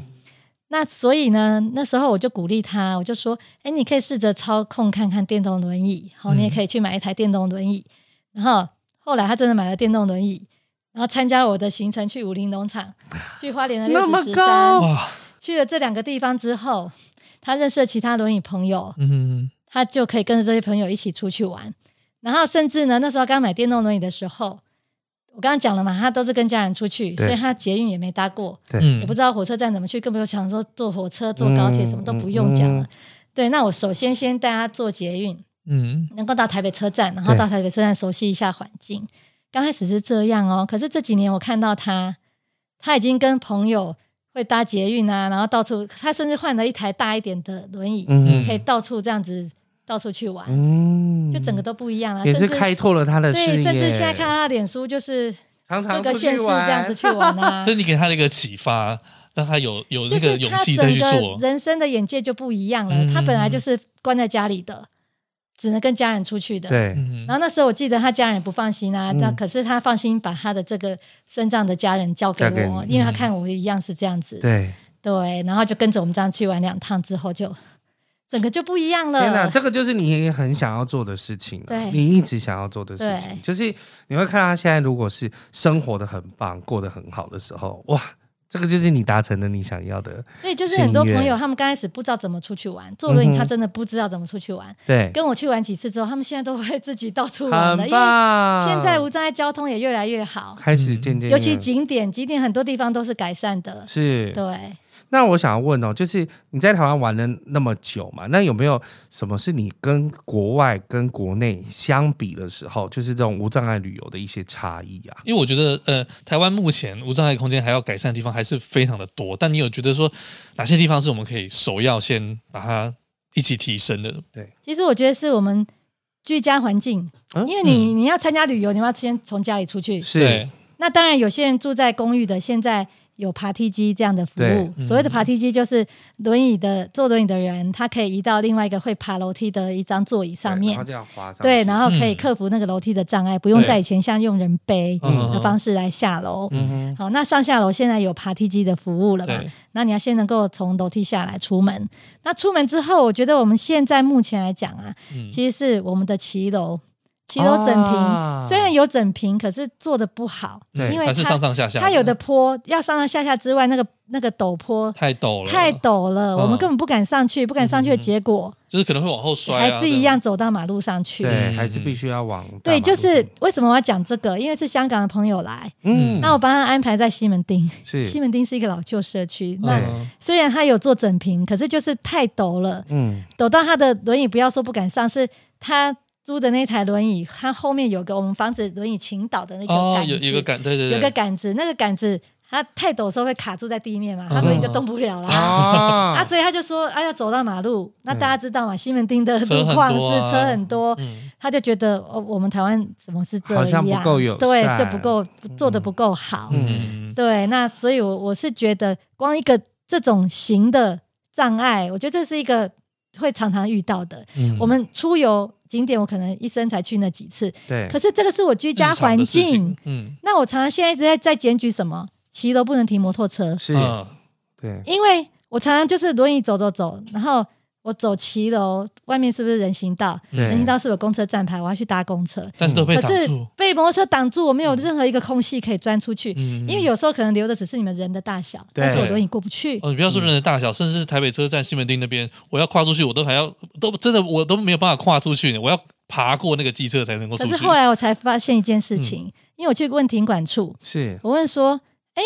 [SPEAKER 5] 那所以呢，那时候我就鼓励他，我就说：“哎，你可以试着操控看看电动轮椅，好、你也
[SPEAKER 4] 嗯
[SPEAKER 5] 可以去买一台电动轮椅。然后后来他真的买了电动轮椅，然后参加我的行程去武林农场，去花莲的
[SPEAKER 4] 那么
[SPEAKER 5] 六十
[SPEAKER 6] 嗯，
[SPEAKER 5] 山，
[SPEAKER 6] 哇，
[SPEAKER 5] 去了这两个地方之后，他认识了其他轮椅朋友，
[SPEAKER 6] 嗯
[SPEAKER 5] 他就可以跟着这些朋友一起出去玩。然后甚至呢，那时候刚买电动轮椅的时候，我刚刚讲了嘛，他都是跟家人出去，
[SPEAKER 4] 对
[SPEAKER 5] 所以他捷运也没搭过。
[SPEAKER 6] 嗯，
[SPEAKER 5] 也不知道火车站怎么去，更不用想说坐火车、坐高铁，
[SPEAKER 4] 嗯
[SPEAKER 5] 什么都不用讲了。
[SPEAKER 4] 嗯
[SPEAKER 5] 对，那我首先先带他坐捷运，
[SPEAKER 6] 嗯
[SPEAKER 5] 能够到台北车站，然后
[SPEAKER 4] 对
[SPEAKER 5] 到台北车站熟悉一下环境。刚开始是这样哦，可是这几年我看到他，他已经跟朋友会搭捷运啊，然后到处，他甚至换了一台大一点的轮椅，
[SPEAKER 4] 嗯
[SPEAKER 5] 可以到处这样子到处去玩，
[SPEAKER 4] 嗯
[SPEAKER 5] 就整个都不一样了。
[SPEAKER 4] 也是
[SPEAKER 5] 甚至
[SPEAKER 4] 开拓了他的视
[SPEAKER 5] 对，
[SPEAKER 4] 野，
[SPEAKER 5] 甚至现在看他的脸书，就是
[SPEAKER 4] 常
[SPEAKER 5] 各
[SPEAKER 4] 常
[SPEAKER 5] 个
[SPEAKER 4] 出
[SPEAKER 5] 县
[SPEAKER 4] 去
[SPEAKER 5] 市这样
[SPEAKER 4] 玩
[SPEAKER 5] 子，去玩 啊
[SPEAKER 6] 嗯，所。以你给他的一个启发，让他有有
[SPEAKER 5] 就
[SPEAKER 6] 那个
[SPEAKER 5] 是
[SPEAKER 6] 勇
[SPEAKER 5] 他
[SPEAKER 6] 气
[SPEAKER 5] 整
[SPEAKER 6] 再去
[SPEAKER 5] 个
[SPEAKER 6] 做，
[SPEAKER 5] 人生的眼界就不一样了。
[SPEAKER 6] 嗯
[SPEAKER 5] 他本来就是关在家里的，只能跟家人出去的。。
[SPEAKER 4] 对，
[SPEAKER 6] 嗯
[SPEAKER 5] 然后那时候我记得他家人也不放心啊，
[SPEAKER 4] 嗯
[SPEAKER 5] 那、可是他放心把他的这个身障的家人交给
[SPEAKER 4] 交给
[SPEAKER 5] 我，
[SPEAKER 4] 你
[SPEAKER 5] 因为他看我一样是这样子。
[SPEAKER 4] 对，
[SPEAKER 5] 对然后就跟着我们这样去玩两趟之后就，整个就不一样
[SPEAKER 4] 天哪，
[SPEAKER 5] 了。
[SPEAKER 4] 这个就是你也很想要做的事情、啊，
[SPEAKER 5] 嗯对
[SPEAKER 4] 你一直想要做的事情
[SPEAKER 5] 对，
[SPEAKER 4] 就是你会看他现在如果是生活的很棒，过得很好的时候，哇，这个就是你达成了你想要的，
[SPEAKER 5] 所以就是很多
[SPEAKER 4] 心愿
[SPEAKER 5] 朋友他们刚开始不知道怎么出去玩，坐轮
[SPEAKER 4] 嗯
[SPEAKER 5] 椅
[SPEAKER 4] 哼
[SPEAKER 5] 他真的不知道怎么出去玩。
[SPEAKER 4] 对，
[SPEAKER 5] 跟我去玩几次之后，他们现在都会自己到处玩了，
[SPEAKER 4] 很
[SPEAKER 5] 因为
[SPEAKER 4] 棒。
[SPEAKER 5] 现在无障碍交通也越来越好，
[SPEAKER 4] 开始渐渐，
[SPEAKER 5] 尤其景点，景点很多地方都是改善的。
[SPEAKER 4] 是
[SPEAKER 5] 对，
[SPEAKER 4] 那我想要问哦，就是你在台湾玩了那么久嘛，那有没有什么是你跟国外跟国内相比的时候，就是这种无障碍旅游的一些差异啊？
[SPEAKER 6] 因为我觉得，呃，台湾目前无障碍空间还要改善的地方还是非常的多。但你有觉得说哪些地方是我们可以首要先把它一起提升的？
[SPEAKER 5] 其实我觉得是我们居家环境，
[SPEAKER 4] 嗯
[SPEAKER 5] 因为你你要参加旅游，你们要先从家里出去。
[SPEAKER 4] 是，
[SPEAKER 5] 那当然，有些人住在公寓的，现在有爬梯机这样的服
[SPEAKER 4] 对嗯
[SPEAKER 5] 务。所谓的爬梯机，就是轮椅的坐轮椅的人，他可以移到另外一个会爬楼梯的一张座椅上
[SPEAKER 4] 对然后
[SPEAKER 5] 面。
[SPEAKER 4] 这样滑上去，
[SPEAKER 5] 对，然后可以
[SPEAKER 6] 嗯
[SPEAKER 5] 克服那个楼梯的障碍，不用
[SPEAKER 6] 对
[SPEAKER 5] 再以前像用人背
[SPEAKER 6] 嗯
[SPEAKER 5] 的方式来下楼。
[SPEAKER 4] 嗯
[SPEAKER 5] 好，那上下楼现在有爬梯机的服务了嘛
[SPEAKER 6] 对？
[SPEAKER 5] 那你要先能够从楼梯下来出门。那出门之后，我觉得我们现在目前来讲啊，
[SPEAKER 6] 嗯，
[SPEAKER 5] 其实是我们的骑楼，骑楼整平、
[SPEAKER 4] 啊
[SPEAKER 5] 虽然有整平，可是做的不好，
[SPEAKER 4] 对
[SPEAKER 5] 因
[SPEAKER 6] 还
[SPEAKER 5] 为
[SPEAKER 6] 是上
[SPEAKER 5] 它
[SPEAKER 6] 上下下，
[SPEAKER 5] 它有的坡要上上下下之外，那个那个陡坡
[SPEAKER 6] 太陡了，
[SPEAKER 5] 太，陡了，
[SPEAKER 6] 嗯
[SPEAKER 5] 我们根本不敢上去，不敢上去的结果、
[SPEAKER 6] 就是可能会往后摔、啊，
[SPEAKER 5] 还是一样走到马路上去。
[SPEAKER 4] 哼，对，
[SPEAKER 6] 嗯
[SPEAKER 4] 还是必须要往大马
[SPEAKER 5] 对，
[SPEAKER 4] 路
[SPEAKER 5] 就是为什么我要讲这个，因为是香港的朋友来，
[SPEAKER 4] 嗯，
[SPEAKER 5] 那我帮他安排在西门町。西
[SPEAKER 4] 是
[SPEAKER 5] 门町是一个老旧社区，
[SPEAKER 6] 对不
[SPEAKER 5] 那
[SPEAKER 6] 对。
[SPEAKER 4] 对
[SPEAKER 6] 嗯
[SPEAKER 5] 虽然它有做整平，可是就是太陡了，
[SPEAKER 4] 嗯
[SPEAKER 5] 陡到他的轮椅不要说不敢上，是他租的那台轮椅，他后面有个我们房子轮椅倾倒的那个
[SPEAKER 6] 哦
[SPEAKER 5] 杆，子，
[SPEAKER 6] 有有个杆，对对对，
[SPEAKER 5] 有个杆子，那个杆子它太陡的时候会卡住在地面嘛，他
[SPEAKER 6] 嗯
[SPEAKER 5] 轮椅就动不了啦。啊，
[SPEAKER 4] 啊，
[SPEAKER 5] 所以他就说，啊，要走到马路。那大家知道嘛，西门町的
[SPEAKER 6] 车
[SPEAKER 5] 路
[SPEAKER 6] 很
[SPEAKER 5] 况
[SPEAKER 6] 多啊
[SPEAKER 5] 是车很多，
[SPEAKER 6] 嗯，
[SPEAKER 5] 他就觉得哦，我们台湾怎么是这样？
[SPEAKER 4] 好像不够友善
[SPEAKER 5] 对，就不够做的不够好。
[SPEAKER 6] 嗯
[SPEAKER 5] 对，那所以我，我是觉得光一个这种型的障碍，我觉得这是一个会常常遇到的。
[SPEAKER 6] 嗯
[SPEAKER 5] 我们出游景点，我可能一生才去那几次，
[SPEAKER 4] 对
[SPEAKER 5] 可，是这个是我居家环，
[SPEAKER 6] 日常的事
[SPEAKER 5] 境
[SPEAKER 6] 情。嗯
[SPEAKER 5] 那我常常现在一直在在检举什么，骑楼不能停摩托车，
[SPEAKER 4] 是，
[SPEAKER 6] 嗯
[SPEAKER 4] 对，
[SPEAKER 5] 因为我常常就是轮椅走走走，然后我走骑楼，外面是不是人行道？
[SPEAKER 4] 对
[SPEAKER 5] 人行道是有公车站牌，我要去搭公车，
[SPEAKER 6] 但是都被
[SPEAKER 5] 可
[SPEAKER 6] 挡
[SPEAKER 5] 是
[SPEAKER 6] 住，
[SPEAKER 5] 被摩托车挡住，我没有任何一个空隙可以钻出去。
[SPEAKER 6] 嗯，
[SPEAKER 5] 因为有时候可能留的只是你们人的大小，
[SPEAKER 4] 对
[SPEAKER 5] 但是我轮椅过不去。
[SPEAKER 6] 哦，你不要说人的大小，甚至是台北车站西门町那边，我要跨出去，我都还要都真的我都没有办法跨出去呢，我要爬过那个机车才能够出
[SPEAKER 5] 可
[SPEAKER 6] 去。
[SPEAKER 5] 是后来我才发现一件事情，
[SPEAKER 4] 嗯
[SPEAKER 5] 因为我去问停管处，
[SPEAKER 4] 是，
[SPEAKER 5] 我问说：“哎，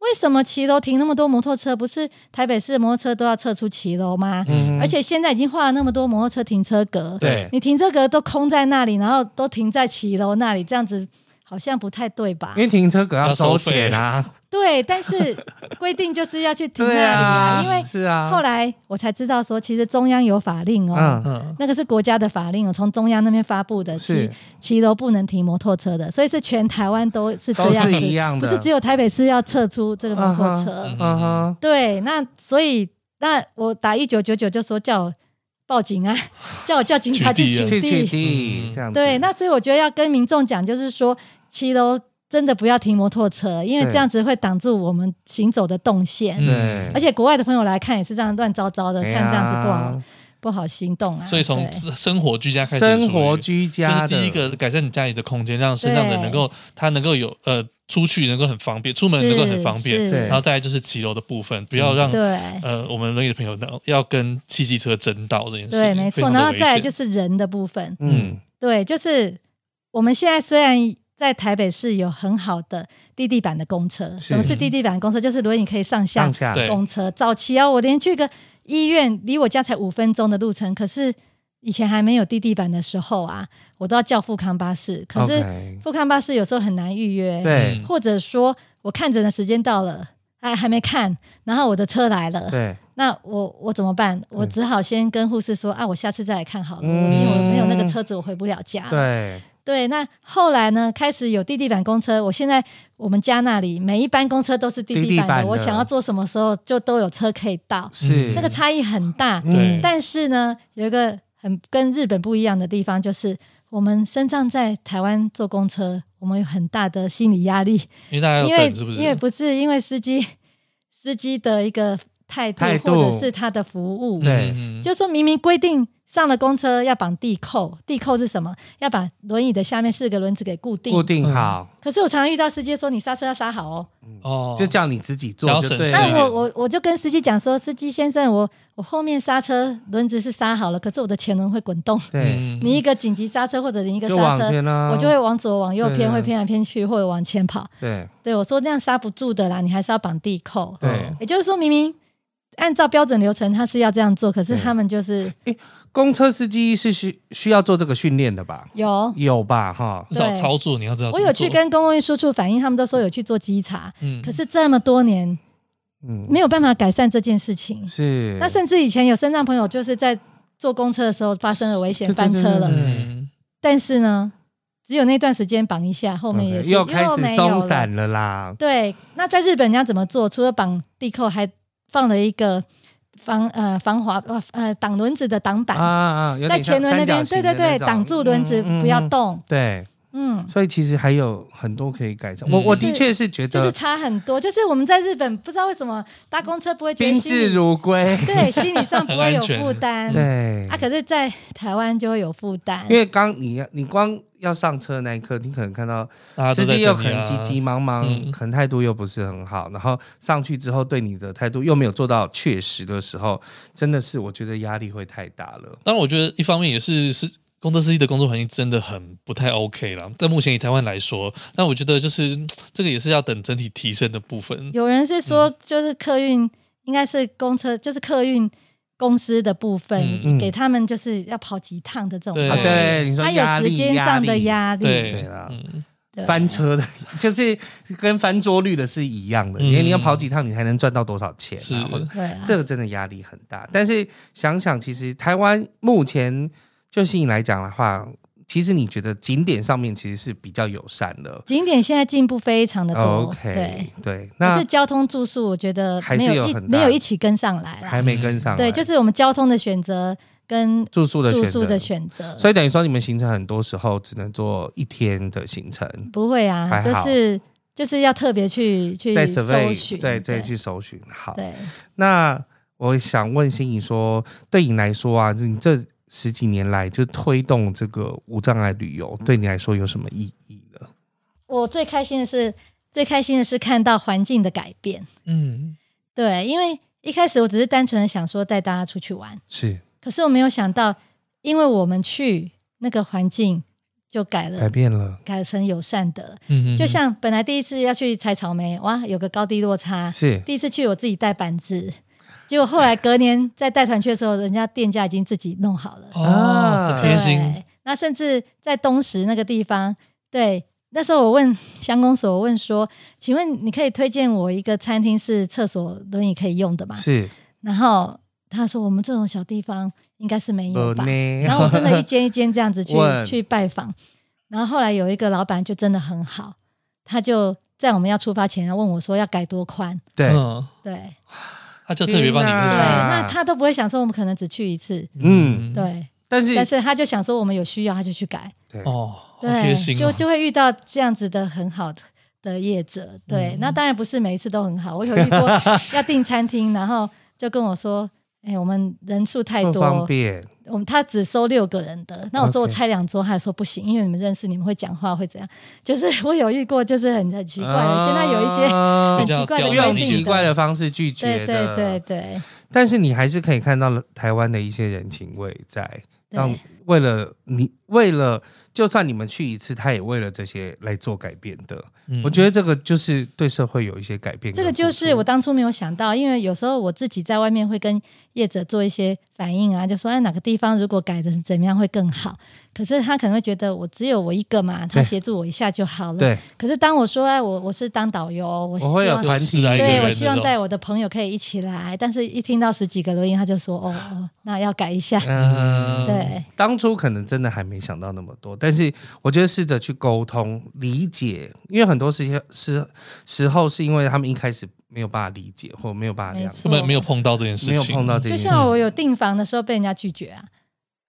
[SPEAKER 5] 为什么骑楼停那么多摩托车？不是台北市的摩托车都要撤出骑楼吗？
[SPEAKER 4] 嗯
[SPEAKER 5] 而且现在已经画了那么多摩托车停车格，
[SPEAKER 4] 对
[SPEAKER 5] 你停车格都空在那里，然后都停在骑楼那里，这样子好像不太对吧
[SPEAKER 4] 因？为停车格要
[SPEAKER 6] 要收
[SPEAKER 4] 收
[SPEAKER 6] 费
[SPEAKER 4] 钱啊，
[SPEAKER 5] 对，但是规定就是要 去停那 里
[SPEAKER 4] 对啊，
[SPEAKER 5] 因为
[SPEAKER 4] 是啊，
[SPEAKER 5] 后来我才知道说，其实中央有法令哦。
[SPEAKER 4] 嗯
[SPEAKER 6] 嗯，
[SPEAKER 5] 那个是国家的法令哦，从中央那边发布的，
[SPEAKER 4] 是
[SPEAKER 5] 骑骑楼不能停摩托车的，所以是全台湾都是这样
[SPEAKER 4] 都
[SPEAKER 5] 子，
[SPEAKER 4] 是一样的
[SPEAKER 5] 不是只有台北市要撤出这个摩托车。
[SPEAKER 6] 嗯
[SPEAKER 4] 嗯哼，
[SPEAKER 5] 对，那所以那我打一九九九就说叫我 报警啊，叫我叫警察去
[SPEAKER 6] 取缔啊
[SPEAKER 5] 取
[SPEAKER 4] 去去
[SPEAKER 5] 缔。
[SPEAKER 4] 地
[SPEAKER 6] 嗯
[SPEAKER 4] 这样子，
[SPEAKER 5] 对，那所以我觉得要跟民众讲，就是说骑楼真的不要停摩托车，因为
[SPEAKER 4] 对
[SPEAKER 5] 这样子会挡住我们行走的动线。
[SPEAKER 6] 嗯
[SPEAKER 4] 对，
[SPEAKER 5] 而且国外的朋友来看也是这样乱糟糟的，
[SPEAKER 4] 哎呀
[SPEAKER 5] 看这样子不好不好心动啊。
[SPEAKER 6] 所以从
[SPEAKER 5] 对
[SPEAKER 6] 生活居家开始处理，
[SPEAKER 4] 生活居家的
[SPEAKER 6] 就是第一个改善你家里的空间，让身
[SPEAKER 5] 对
[SPEAKER 6] 障者能够他能够有呃出去能够很方便，出门能够很方便，
[SPEAKER 5] 是
[SPEAKER 4] 对
[SPEAKER 6] 然后再来就是骑楼的部分，不要让
[SPEAKER 5] 对
[SPEAKER 6] 呃我们轮椅的朋友能要跟汽机车争道这件事情，
[SPEAKER 5] 对，没错。
[SPEAKER 6] 非常的
[SPEAKER 5] 然后
[SPEAKER 6] 危
[SPEAKER 5] 再来
[SPEAKER 6] 险
[SPEAKER 5] 就是人的部分，
[SPEAKER 4] 嗯，
[SPEAKER 5] 对，就是我们现在虽然在台北市有很好的地地板的公车，什么是地地板公车？就是轮椅可以上下
[SPEAKER 4] 上下
[SPEAKER 6] 对
[SPEAKER 5] 公车。早期啊，我连去一个医院离我家才五分钟的路程，可是以前还没有地地板的时候啊，我都要叫富康巴士。可是
[SPEAKER 4] OK，
[SPEAKER 5] 富康巴士有时候很难预约，
[SPEAKER 4] 对
[SPEAKER 6] 嗯
[SPEAKER 5] 或者说我看诊的时间到了，哎，还没看，然后我的车来
[SPEAKER 6] 嗯
[SPEAKER 5] 了，
[SPEAKER 4] 对
[SPEAKER 5] 那我我怎么办？我只好先跟护士说啊，我下次再来看好了，
[SPEAKER 4] 嗯
[SPEAKER 5] 我因为我没有那个车子，我回不了家。
[SPEAKER 4] 对，
[SPEAKER 5] 对那后来呢，开始有地地板公车，我现在我们家那里每一班公车都是地
[SPEAKER 4] 地
[SPEAKER 5] 地
[SPEAKER 4] 地
[SPEAKER 5] 板的，
[SPEAKER 4] 板的
[SPEAKER 5] 我想要做什么时候就都有车可以到，
[SPEAKER 4] 是嗯
[SPEAKER 5] 那个差异很大。
[SPEAKER 6] 对
[SPEAKER 5] 嗯但是呢，有一个很跟日本不一样的地方，就是我们身上在台湾坐公车，我们有很大的心理压力。
[SPEAKER 6] 因为大家要
[SPEAKER 5] 因为
[SPEAKER 6] 等是不是？
[SPEAKER 5] 因为不是因为司机司机的一个态度
[SPEAKER 4] 态度
[SPEAKER 5] 或者是他的服务，
[SPEAKER 4] 对
[SPEAKER 6] 嗯
[SPEAKER 5] 就说明明规定上了公车要绑地扣，地扣是什么？要把轮椅的下面四个轮子给固定。
[SPEAKER 4] 固定好，
[SPEAKER 5] 可是我常常遇到司机说你刹车要刹好哦，
[SPEAKER 6] 嗯哦，
[SPEAKER 4] 就叫你自己
[SPEAKER 6] 然
[SPEAKER 4] 做
[SPEAKER 6] 后
[SPEAKER 4] 就
[SPEAKER 6] 省
[SPEAKER 4] 对
[SPEAKER 6] 事
[SPEAKER 5] 那
[SPEAKER 6] 对
[SPEAKER 5] 我我我就跟司机讲说，司机先生，我我后面刹车轮子是刹好了，可是我的前轮会滚动。
[SPEAKER 4] 对，
[SPEAKER 6] 嗯
[SPEAKER 5] 你一个紧急刹车或者你一个
[SPEAKER 4] 就
[SPEAKER 5] 刹
[SPEAKER 4] 往
[SPEAKER 5] 车，
[SPEAKER 4] 前啊，
[SPEAKER 5] 我就会往左往右
[SPEAKER 4] 对
[SPEAKER 5] 偏，
[SPEAKER 4] 啊
[SPEAKER 5] 会偏来偏去，或者往前跑。
[SPEAKER 4] 对
[SPEAKER 5] 对我说这样刹不住的啦，你还是要绑地扣。
[SPEAKER 4] 对。
[SPEAKER 5] 也就是说，明明按照标准流程他是要这样做，可是
[SPEAKER 4] 对
[SPEAKER 5] 他们就是
[SPEAKER 4] 公车司机是需需要做这个训练的吧？
[SPEAKER 5] 有。
[SPEAKER 4] 有吧，哈，
[SPEAKER 6] 至少
[SPEAKER 5] 对
[SPEAKER 6] 操作你要知道
[SPEAKER 5] 我
[SPEAKER 6] 怎么
[SPEAKER 5] 有去
[SPEAKER 6] 做，
[SPEAKER 5] 跟公共运输处反映，他们都说有去做稽查，
[SPEAKER 6] 嗯
[SPEAKER 5] 可是这么多年
[SPEAKER 4] 嗯，
[SPEAKER 5] 没有办法改善这件事情。
[SPEAKER 4] 是，
[SPEAKER 5] 那甚至以前有身障朋友就是在坐公车的时候发生了危险
[SPEAKER 4] 对对
[SPEAKER 5] 翻车
[SPEAKER 4] 对对
[SPEAKER 5] 了，
[SPEAKER 4] 对
[SPEAKER 6] 嗯
[SPEAKER 5] 但是呢，只有那段时间绑一下，后面也
[SPEAKER 4] OK，
[SPEAKER 5] 是
[SPEAKER 4] 哦又开始
[SPEAKER 5] 没有
[SPEAKER 4] 松
[SPEAKER 5] 了
[SPEAKER 4] 散了啦，
[SPEAKER 5] 对，那在日本人家怎么做？除了绑地扣，还放了一个防呃防滑呃呃挡轮子的挡板，
[SPEAKER 4] 啊啊，有
[SPEAKER 5] 在
[SPEAKER 4] 点像
[SPEAKER 5] 前轮那边，
[SPEAKER 4] 三角形
[SPEAKER 5] 对对
[SPEAKER 4] 的那
[SPEAKER 5] 对，
[SPEAKER 4] 种
[SPEAKER 5] 挡住轮子、
[SPEAKER 4] 嗯嗯
[SPEAKER 5] 不要
[SPEAKER 4] 嗯
[SPEAKER 5] 动。
[SPEAKER 4] 对，
[SPEAKER 5] 嗯，
[SPEAKER 4] 所以其实还有很多可以改善。我
[SPEAKER 6] 嗯
[SPEAKER 4] 我
[SPEAKER 5] 就是
[SPEAKER 4] 的确是觉
[SPEAKER 5] 就是
[SPEAKER 4] 得
[SPEAKER 5] 差很多。就是我们在日本不知道为什么搭公车不会觉得
[SPEAKER 4] 宾
[SPEAKER 5] 心理
[SPEAKER 4] 至如归，
[SPEAKER 5] 对心理上不
[SPEAKER 6] 很
[SPEAKER 5] 会
[SPEAKER 6] 安
[SPEAKER 5] 有
[SPEAKER 6] 全
[SPEAKER 5] 负 担，
[SPEAKER 4] 对
[SPEAKER 5] 啊，，可是，在台湾就会有负担
[SPEAKER 4] 因。为刚你你光要上车那一刻，你可能看到
[SPEAKER 6] 大家
[SPEAKER 4] 司
[SPEAKER 6] 都在
[SPEAKER 4] 机又
[SPEAKER 6] 等
[SPEAKER 4] 可
[SPEAKER 6] 你
[SPEAKER 4] 能
[SPEAKER 6] 啊
[SPEAKER 4] 急急忙忙，
[SPEAKER 6] 嗯
[SPEAKER 4] 可能态度又不是很好，然后上去之后对你的态度又没有做到确实的时候，真的是我觉得压力会太大了。
[SPEAKER 6] 当然，我觉得一方面也是是公车司机的工作环境真的很不太 OK 啦。在目前以台湾来说，那我觉得就是嗯这个也是要等整体提升的部分。
[SPEAKER 5] 有人是说，
[SPEAKER 4] 嗯
[SPEAKER 5] 就是客运应该是公车，就是客运公司的部分，
[SPEAKER 4] 嗯
[SPEAKER 5] 给他们就是要跑几趟的这种
[SPEAKER 6] 对
[SPEAKER 4] 啊，
[SPEAKER 5] 压力，
[SPEAKER 4] 对，你说
[SPEAKER 5] 他有
[SPEAKER 4] 压力
[SPEAKER 5] 时间上的压力，
[SPEAKER 6] 对
[SPEAKER 4] 对啦
[SPEAKER 6] 嗯，
[SPEAKER 5] 对啊
[SPEAKER 4] 翻车的， 就是跟翻桌率的是一样的，
[SPEAKER 6] 嗯
[SPEAKER 4] 因为你要跑几趟，你才能赚到多少钱、
[SPEAKER 6] 是
[SPEAKER 4] 啊，或者
[SPEAKER 5] 对啊，
[SPEAKER 4] 这个真的压力很大。但是想想，其实台湾目前就是你来讲的话，其实你觉得景点上面其实是比较友善的。
[SPEAKER 5] 景点现在进步非常的多
[SPEAKER 4] OK，
[SPEAKER 5] 对。
[SPEAKER 4] 对，
[SPEAKER 5] 可
[SPEAKER 4] 那
[SPEAKER 5] 是交通住宿，我觉得
[SPEAKER 4] 还是
[SPEAKER 5] 没
[SPEAKER 4] 有
[SPEAKER 5] 一
[SPEAKER 4] 很大
[SPEAKER 5] 没有一起跟上来啦
[SPEAKER 4] 还没跟上来。
[SPEAKER 5] 对，就是我们交通的选择跟
[SPEAKER 4] 啊住宿的
[SPEAKER 5] 住
[SPEAKER 4] 选
[SPEAKER 5] 宿的
[SPEAKER 4] 择。
[SPEAKER 5] 选择，
[SPEAKER 4] 所以等于说，你们行程很多时候只能做一天的行程，
[SPEAKER 5] 不会啊，
[SPEAKER 4] 还
[SPEAKER 5] 就
[SPEAKER 4] 好
[SPEAKER 5] 是就是要特别去去
[SPEAKER 4] 再
[SPEAKER 5] 搜寻，
[SPEAKER 4] survey，再再
[SPEAKER 5] 对
[SPEAKER 4] 去搜寻。好，
[SPEAKER 5] 对。
[SPEAKER 4] 那我想问心怡说，对你来说啊，你这十几年来就推动这个无障碍旅游，对你来说有什么意义呢？
[SPEAKER 5] 我最开心的是，最开心的是看到环境的改变。
[SPEAKER 6] 嗯，
[SPEAKER 5] 对，因为一开始我只是单纯的想说带大家出去玩，
[SPEAKER 4] 是
[SPEAKER 5] 可是我没有想到，因为我们去那个环境就改了，
[SPEAKER 4] 改变了，
[SPEAKER 5] 改成友善的。
[SPEAKER 6] 嗯嗯
[SPEAKER 5] 就像本来第一次要去采草莓，哇，有个高低落差。
[SPEAKER 4] 是
[SPEAKER 5] 第一次去我自己带板子，结果后来隔年在带团去的时候，人家店家已经自己弄好了。
[SPEAKER 4] 啊
[SPEAKER 6] 哦，很贴心
[SPEAKER 5] 对，那甚至在东石那个地方，对，那时候我问乡公所，我问说，请问你可以推荐我一个餐厅是厕所轮椅可以用的吗？
[SPEAKER 4] 是，
[SPEAKER 5] 然后他说我们这种小地方应该是没有吧。
[SPEAKER 4] 呢
[SPEAKER 5] 然后我真的一间一间这样子去
[SPEAKER 4] 问
[SPEAKER 5] 去拜访，然后后来有一个老板就真的很好，他就在我们要出发前问我说要改多宽，
[SPEAKER 4] 对，
[SPEAKER 6] 嗯，
[SPEAKER 5] 对
[SPEAKER 6] 他就特别帮你
[SPEAKER 4] 天
[SPEAKER 5] 对，
[SPEAKER 4] 哪
[SPEAKER 6] 那
[SPEAKER 5] 那他都不会想说我们可能只去一次，
[SPEAKER 6] 个，
[SPEAKER 4] 嗯，
[SPEAKER 5] 对，
[SPEAKER 4] 但是
[SPEAKER 5] 但是他就想说我们有需要他就去改。
[SPEAKER 4] 对
[SPEAKER 6] 哦，好贴
[SPEAKER 5] 对，
[SPEAKER 6] 心哦，
[SPEAKER 5] 就就会遇到这样子的很好的的业者。对，
[SPEAKER 4] 嗯
[SPEAKER 5] 那当然不是每一次都很好，我有遇 过要订餐厅，然后就跟我说。哎、我们人数太
[SPEAKER 4] 不方
[SPEAKER 5] 多，
[SPEAKER 4] 便，
[SPEAKER 5] 我们他只收六个人的。那我说我
[SPEAKER 4] OK
[SPEAKER 5] 拆两桌，他也说不行，因为你们认识，你们会讲话，会怎样？ 就是我有遇过，就是很很奇怪的。
[SPEAKER 4] 啊
[SPEAKER 5] 现在有一些
[SPEAKER 4] 些
[SPEAKER 5] 很
[SPEAKER 6] 比较
[SPEAKER 5] 奇怪的
[SPEAKER 6] 刁
[SPEAKER 5] 规
[SPEAKER 4] 啊用
[SPEAKER 6] 钻
[SPEAKER 5] 定
[SPEAKER 4] 奇
[SPEAKER 6] 一
[SPEAKER 4] 怪
[SPEAKER 5] 的
[SPEAKER 4] 的方式拒绝
[SPEAKER 5] 对对
[SPEAKER 4] 的，
[SPEAKER 5] 对对
[SPEAKER 4] 但是你还是可以看到了台湾的一些人情味在，让
[SPEAKER 5] 对
[SPEAKER 4] 为了你，为了就算你们去一次，他也为了这些来做改变的。
[SPEAKER 6] 嗯
[SPEAKER 4] 我觉得这个就是对社会有一些改变
[SPEAKER 5] 这
[SPEAKER 4] 跟
[SPEAKER 5] 个
[SPEAKER 4] 付出。
[SPEAKER 5] 就是我当初没有想到，因为有时候我自己在外面会跟业者做一些反应啊，就说哎哪个地方如果改的怎么样会更好，可是他可能会觉得我只有我一个嘛，他协助我一下就好了。
[SPEAKER 4] 对，
[SPEAKER 5] 可是当我说哎我我是当导游，我希
[SPEAKER 4] 我会有
[SPEAKER 5] 望
[SPEAKER 4] 团体
[SPEAKER 6] 有十来个人
[SPEAKER 5] 嗯对我
[SPEAKER 6] 那
[SPEAKER 5] 希望
[SPEAKER 6] 种
[SPEAKER 5] 带我的朋友可以一起来，但是一听到十几个留言，他就说哦哦， 那要改一下。
[SPEAKER 4] 嗯，
[SPEAKER 5] 对，
[SPEAKER 4] 当初可能真的还没想到那么多，但是我觉得试着去沟通、理解，因为很多时时时候是因为他们一开始没有办法理解或没有办法谅
[SPEAKER 5] 没
[SPEAKER 4] 解
[SPEAKER 5] 错，
[SPEAKER 6] 根本没有碰到这件事情，
[SPEAKER 4] 没有碰到这
[SPEAKER 5] 就
[SPEAKER 4] 件事
[SPEAKER 5] 像
[SPEAKER 4] 情。
[SPEAKER 5] 我有订房的时候被人家拒绝啊，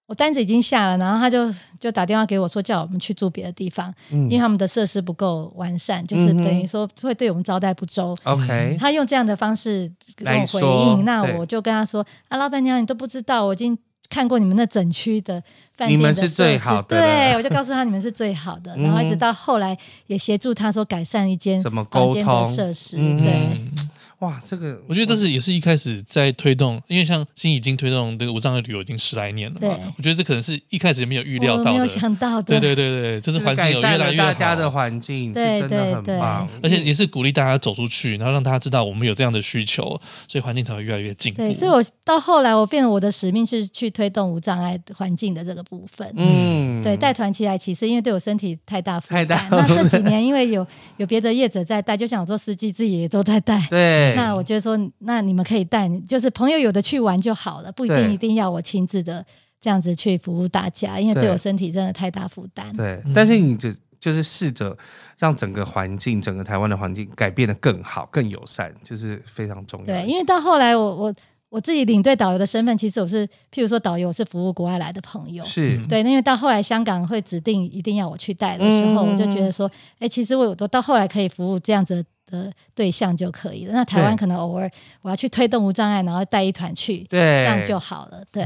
[SPEAKER 5] 我单子已经下了，然后他就就打电话给我说叫我们去住别的地方，因为
[SPEAKER 4] 嗯
[SPEAKER 5] 他们的设施不够完善，就是
[SPEAKER 4] 嗯哼
[SPEAKER 5] 等于说会对我们招待不周。嗯
[SPEAKER 4] ，OK，
[SPEAKER 5] 他用这样的方式跟
[SPEAKER 4] 来
[SPEAKER 5] 我回
[SPEAKER 4] 说
[SPEAKER 5] 应，那
[SPEAKER 4] 对
[SPEAKER 5] 我就跟他说：“啊，老板娘，你都不知道，我已经看过你们那整区的饭店的
[SPEAKER 4] 你们是最
[SPEAKER 5] 设施
[SPEAKER 4] 好的
[SPEAKER 5] 对
[SPEAKER 4] 了
[SPEAKER 5] 我就告诉他你们是最好 的，然后一直到后来也协助他说改善一间
[SPEAKER 4] 怎么
[SPEAKER 5] 房
[SPEAKER 4] 沟
[SPEAKER 5] 间的
[SPEAKER 4] 通
[SPEAKER 5] 设施，
[SPEAKER 4] 嗯
[SPEAKER 5] 对。
[SPEAKER 6] 嗯
[SPEAKER 4] 哇，这个
[SPEAKER 6] 我觉得这是也是一开始在推动，因为像新已经推动这个无障碍旅游已经十来年了
[SPEAKER 5] 对
[SPEAKER 6] 嘛，我觉得这可能是一开始没有预料
[SPEAKER 5] 我
[SPEAKER 6] 到
[SPEAKER 5] 没有
[SPEAKER 6] 的，
[SPEAKER 5] 想到的，
[SPEAKER 6] 对对对对，就是环境
[SPEAKER 4] 改
[SPEAKER 6] 有
[SPEAKER 4] 善
[SPEAKER 6] 越来
[SPEAKER 4] 了
[SPEAKER 6] 越
[SPEAKER 4] 大家
[SPEAKER 6] 好
[SPEAKER 4] 的环境，是
[SPEAKER 5] 对
[SPEAKER 4] 真的很
[SPEAKER 5] 对
[SPEAKER 4] 棒，
[SPEAKER 6] 而且也是鼓励大家走出去，然后让大家知道我们有这样的需求，所以环境才会越来越进步。
[SPEAKER 5] 对，所以我到后来，我变得我的使命是去推动无障碍环境的这个部分。
[SPEAKER 4] 嗯
[SPEAKER 5] 对，带团骑来骑是因为对我身体太大负
[SPEAKER 4] 太
[SPEAKER 5] 担。
[SPEAKER 4] 大
[SPEAKER 5] 那这几年因为有有别的业者在带，就像我做司机自己也都在带。
[SPEAKER 4] 对，
[SPEAKER 5] 那我觉得说，那你们可以带，就是朋友有的去玩就好了，不一定
[SPEAKER 4] 对
[SPEAKER 5] 一定要我亲自的这样子去服务大家，因为对
[SPEAKER 4] 对
[SPEAKER 5] 我身体真的太大负担。
[SPEAKER 4] 对
[SPEAKER 6] 嗯，
[SPEAKER 4] 但是你只就是试着让整个环境，整个台湾的环境改变得更好、更友善，就是非常重要的。
[SPEAKER 5] 对，因为到后来我我我自己领队导游的身份，其实我是，譬如说导游我是服务国外来的朋友，
[SPEAKER 4] 是
[SPEAKER 5] 对，那因为到后来香港会指定一定要我去带的时候，
[SPEAKER 4] 嗯
[SPEAKER 5] 我就觉得说，哎、其实我我到后来可以服务这样子的对象就可以了。那台湾
[SPEAKER 4] 对
[SPEAKER 5] 可能偶尔我要去推动无障碍，然后带一团去，
[SPEAKER 4] 对，
[SPEAKER 5] 这样就
[SPEAKER 4] 哇，
[SPEAKER 5] 好了。对，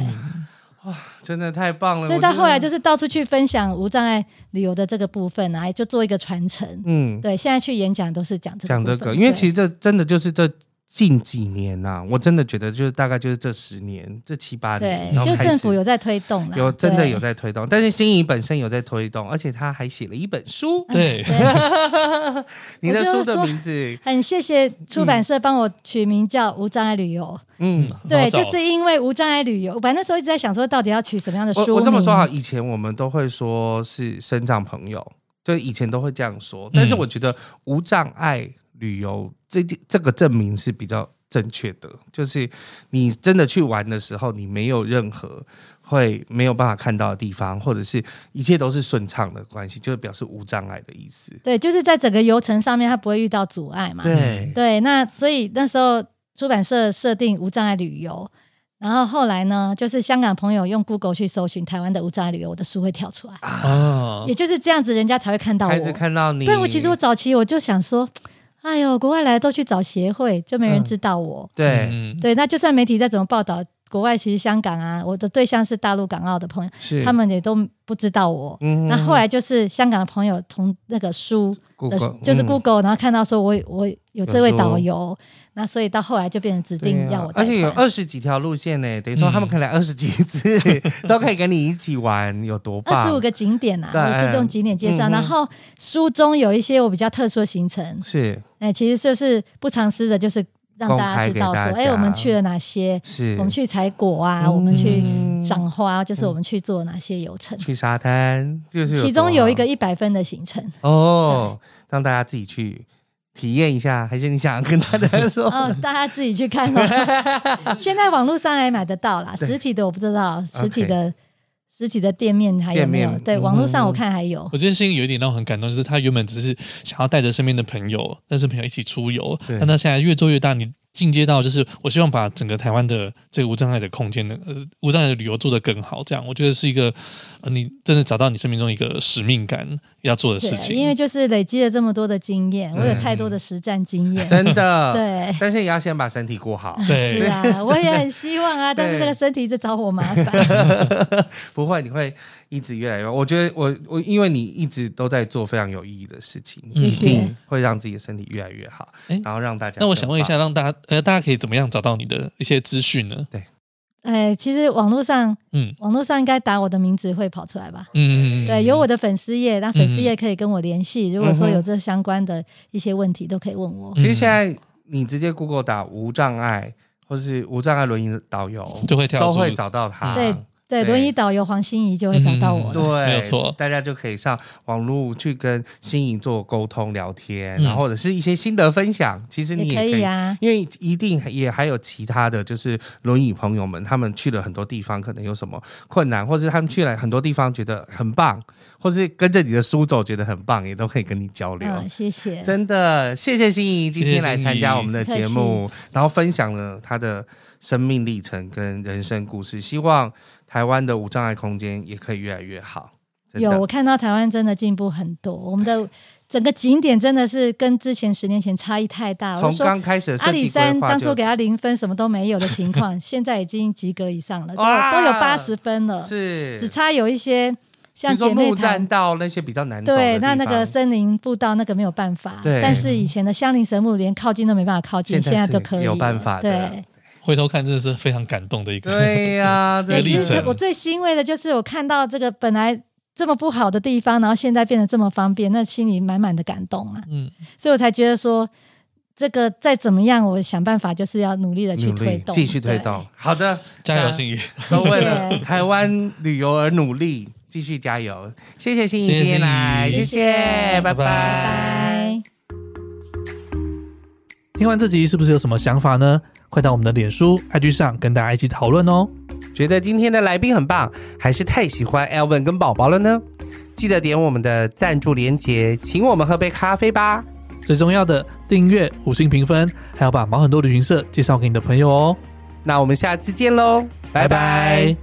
[SPEAKER 4] 真的太棒了。
[SPEAKER 5] 所以
[SPEAKER 4] 我
[SPEAKER 5] 到
[SPEAKER 4] 觉得
[SPEAKER 5] 后来就是到处去分享无障碍旅游的这个部分啊，就做一个传承。
[SPEAKER 4] 嗯，
[SPEAKER 5] 对，现在去演讲都是讲这个
[SPEAKER 4] 讲
[SPEAKER 5] 部
[SPEAKER 4] 这
[SPEAKER 5] 分
[SPEAKER 4] 个，因为
[SPEAKER 5] 对
[SPEAKER 4] 其实这真的就是这。近几年呐、我真的觉得就是大概就是这十年，这七八年，
[SPEAKER 5] 对，
[SPEAKER 4] 然后
[SPEAKER 5] 就
[SPEAKER 4] 开
[SPEAKER 5] 政
[SPEAKER 4] 始
[SPEAKER 5] 府有在推动啦，
[SPEAKER 4] 有真的有
[SPEAKER 5] 对。
[SPEAKER 4] 在推动，但是心仪本身有在推动，而且他还写了一本书。
[SPEAKER 5] 哎
[SPEAKER 6] 对
[SPEAKER 4] 你的
[SPEAKER 5] 我就
[SPEAKER 4] 书的
[SPEAKER 5] 说
[SPEAKER 4] 名字，
[SPEAKER 5] 很谢谢出版社帮我取名叫《无障碍旅游》，
[SPEAKER 4] 嗯，
[SPEAKER 5] 对，
[SPEAKER 6] 很好找
[SPEAKER 5] 就是因为无障碍旅游，我本来那时候一直在想说，到底要取什么样的书
[SPEAKER 4] 我我这么
[SPEAKER 5] 名
[SPEAKER 4] 说哈，以前我们都会说是身障朋友，对，以前都会这样说。但
[SPEAKER 5] 嗯
[SPEAKER 4] 是我觉得无障碍旅游这这个证明是比较正确的，就是你真的去玩的时候，你没有任何会没有办法看到的地方，或者是一切都是顺畅的关系，就是表示无障碍的意思。
[SPEAKER 5] 对，就是在整个游程上面，它不会遇到阻碍嘛。
[SPEAKER 4] 对，
[SPEAKER 5] 对那所以那时候出版社设定无障碍旅游，然后后来呢，就是香港朋友用 Google 去搜寻台湾的无障碍旅游，我的书会跳出来，
[SPEAKER 6] 啊
[SPEAKER 5] 也，就是这样子，人家才会看到
[SPEAKER 4] 开始
[SPEAKER 5] 我。
[SPEAKER 4] 看到你。
[SPEAKER 5] 不然我其实我早期我就想说，哎呦，国外来的都去找协会，就
[SPEAKER 4] 嗯
[SPEAKER 5] 没人知道我。
[SPEAKER 4] 对
[SPEAKER 6] 嗯，
[SPEAKER 5] 对，那就算媒体再怎么报道，国外其实香港啊，我的对象是大陆、港澳的朋友，
[SPEAKER 4] 是
[SPEAKER 5] 他们也都不知道我。
[SPEAKER 4] 嗯
[SPEAKER 5] 那后来就是香港的朋友从那个书的
[SPEAKER 4] Google，
[SPEAKER 5] 就是
[SPEAKER 4] 嗯
[SPEAKER 5] Google，、然后看到说我我有这
[SPEAKER 4] 有
[SPEAKER 5] 位
[SPEAKER 4] 说
[SPEAKER 5] 导游，那所以到后来就变成指
[SPEAKER 4] 对
[SPEAKER 5] 定
[SPEAKER 4] 啊
[SPEAKER 5] 要我带团、嗯
[SPEAKER 4] 而且有二十几条路线呢，等于说他们可以来二十几 次，都可以跟你一起玩，有多棒？
[SPEAKER 5] 二十五个景点啊，
[SPEAKER 4] 对
[SPEAKER 5] 我是用景点介绍，
[SPEAKER 4] 嗯哼
[SPEAKER 5] 然后书中有一些我比较特殊的行程，
[SPEAKER 4] 是
[SPEAKER 5] 哎、其实就是不藏私的，就是让大家知道
[SPEAKER 4] 公开
[SPEAKER 5] 说，
[SPEAKER 4] 给大
[SPEAKER 5] 哎、
[SPEAKER 4] 家
[SPEAKER 5] 我们去了哪些，
[SPEAKER 4] 是，
[SPEAKER 5] 我们去采果啊，
[SPEAKER 4] 嗯
[SPEAKER 5] 我们去赏花，就是我们去做哪些游程。
[SPEAKER 4] 去沙滩，就是
[SPEAKER 5] 其中有一个
[SPEAKER 4] 多
[SPEAKER 5] 一百分的行程，
[SPEAKER 4] 好哦，让大家自己去体验一下，还是你想跟大 家 说？
[SPEAKER 5] 哦，大家自己去看哦。 现在网络上还买得到啦，
[SPEAKER 4] 对
[SPEAKER 5] 实体的我不知道，
[SPEAKER 4] OK
[SPEAKER 5] 实体的实体的店面还有没
[SPEAKER 4] 店
[SPEAKER 5] 有？
[SPEAKER 4] 面
[SPEAKER 5] 对，
[SPEAKER 4] 嗯
[SPEAKER 5] 网络上我看还有。
[SPEAKER 6] 我觉得心里有一点让我很感动，就是他原本只是想要带着身边的朋友，但是朋友一起出游，
[SPEAKER 4] 对
[SPEAKER 6] 但他现在越做越大，你。进阶到就是，我希望把整个台湾的这个无障碍的空间的呃无障碍的旅游做得更好，这样我觉得是一个呃你真的找到你生命中一个使命感要做的事
[SPEAKER 5] 对，
[SPEAKER 6] 情，
[SPEAKER 5] 哎因为就是累积了这么多的经验，我有太多的实战经验。
[SPEAKER 4] 嗯真的，。
[SPEAKER 5] 对，
[SPEAKER 4] 但是也要先把身体顾好，
[SPEAKER 6] 对
[SPEAKER 5] 是 啊，我也很希望啊，
[SPEAKER 4] 对
[SPEAKER 5] 但是那个身体一直找我麻烦。
[SPEAKER 4] 不会你会一直越来越。我觉得我我因为你一直都在做非常有意义的事情，你一
[SPEAKER 5] 谢谢
[SPEAKER 4] 定会让自己的身体越来越好
[SPEAKER 6] 哎，
[SPEAKER 4] 然后让大家。
[SPEAKER 6] 那我想问一下，，让大家呃，大家可以怎么样找到你的一些资讯呢？
[SPEAKER 5] 哎，其实网络上
[SPEAKER 6] 嗯
[SPEAKER 5] 网络上应该打我的名字会跑出来吧？
[SPEAKER 6] 嗯，嗯嗯
[SPEAKER 5] 对，有我的粉丝页，那粉丝页
[SPEAKER 6] 嗯
[SPEAKER 5] 可以跟我联系。如果说
[SPEAKER 4] 嗯哼
[SPEAKER 5] 有这相关的一些问题，都可以问我。
[SPEAKER 6] 嗯
[SPEAKER 4] 其实现在你直接 Google 打无障碍或是无障碍轮椅导游，
[SPEAKER 6] 就会跳
[SPEAKER 4] 都
[SPEAKER 6] 出
[SPEAKER 4] 会找到他。
[SPEAKER 5] 对对，
[SPEAKER 4] 嗯啊对
[SPEAKER 5] 轮椅导游黄心怡就会找到我了。
[SPEAKER 4] 对，
[SPEAKER 6] 没有错
[SPEAKER 4] 大家就可以上网络去跟心仪做沟通、聊天，
[SPEAKER 6] 嗯
[SPEAKER 4] 然后或者是一些心得分享。其实你
[SPEAKER 5] 也
[SPEAKER 4] 也可以。
[SPEAKER 5] 啊。
[SPEAKER 4] 因为一定也还有其他的就是轮椅朋友们，他们去了很多地方，可能有什么困难，或是他们去了很多地方觉得很棒，或是跟着你的书走觉得很棒，也都可以跟你交流。
[SPEAKER 5] 嗯，谢谢。
[SPEAKER 4] 真的，谢谢心怡今天来参加我们的
[SPEAKER 5] 谢谢
[SPEAKER 4] 节
[SPEAKER 5] 心怡
[SPEAKER 4] 目，然后分享了她的生命历程跟人生故事。希望台湾的无障碍空间也可以越来越好。真
[SPEAKER 5] 有
[SPEAKER 4] 的
[SPEAKER 5] 我看到台湾真的进步很多，我们的整个景点真的是跟之前十年前差异太大。我
[SPEAKER 4] 从
[SPEAKER 5] 就说
[SPEAKER 4] 刚开始的
[SPEAKER 5] 阿
[SPEAKER 4] 设
[SPEAKER 5] 里
[SPEAKER 4] 计规
[SPEAKER 5] 山
[SPEAKER 4] 划
[SPEAKER 5] 当
[SPEAKER 4] 就
[SPEAKER 5] 初给他零分，什么都没有的情 况，现在已经及格以上了，都
[SPEAKER 4] 哇
[SPEAKER 5] 都有八十分了，
[SPEAKER 4] 是
[SPEAKER 5] 只差有一些
[SPEAKER 4] 比
[SPEAKER 5] 像
[SPEAKER 4] 如说
[SPEAKER 5] 姐妹
[SPEAKER 4] 木栈
[SPEAKER 5] 潭。
[SPEAKER 4] 道那些比较难走的
[SPEAKER 5] 对，那
[SPEAKER 4] 地
[SPEAKER 5] 那个
[SPEAKER 4] 方
[SPEAKER 5] 森林步道那个没有办法，
[SPEAKER 4] 对
[SPEAKER 5] 但是以前的香林神木连靠近都没办法靠近，
[SPEAKER 4] 现
[SPEAKER 5] 现
[SPEAKER 4] 在
[SPEAKER 5] 在
[SPEAKER 4] 是
[SPEAKER 5] 都可以
[SPEAKER 4] 有
[SPEAKER 5] 了
[SPEAKER 4] 办法的
[SPEAKER 5] 对，
[SPEAKER 6] 回头看真的是非常感动的一个。
[SPEAKER 4] 对 呀，
[SPEAKER 6] 一
[SPEAKER 4] 这
[SPEAKER 5] 对，
[SPEAKER 6] 个历
[SPEAKER 5] 其
[SPEAKER 6] 程
[SPEAKER 5] 实我最欣慰的就是我看到这个本来这么不好的地方，然后现在变得这么方便，那心里满满的感动啊！
[SPEAKER 6] 嗯，
[SPEAKER 5] 所以我才觉得说，这个再怎么样，我想办法就是要努力的去
[SPEAKER 4] 努
[SPEAKER 5] 推
[SPEAKER 4] 力
[SPEAKER 5] 动，
[SPEAKER 4] 继续推
[SPEAKER 5] 对
[SPEAKER 4] 动。，好的，
[SPEAKER 6] 加油，
[SPEAKER 4] 那
[SPEAKER 6] 信宇！
[SPEAKER 4] 都为了
[SPEAKER 5] 谢谢
[SPEAKER 4] 台湾旅游而努力，继续加油！谢谢心怡
[SPEAKER 6] 谢谢
[SPEAKER 4] 今天来，谢
[SPEAKER 6] 心怡
[SPEAKER 4] 谢，拜
[SPEAKER 6] 拜
[SPEAKER 5] 拜拜。
[SPEAKER 6] 听完这集是不是有什么想法呢？快到我们的脸书、IG 上跟大家一起讨论哦。
[SPEAKER 4] 觉得今天的来宾很棒，还是太喜欢 Elvin 跟宝宝了呢？记得点我们的赞助连结，请我们喝杯咖啡吧。
[SPEAKER 6] 最重要的，订阅、五星评分，还要把毛很多旅行社介绍给你的朋友哦。
[SPEAKER 4] 那我们下次见喽，拜拜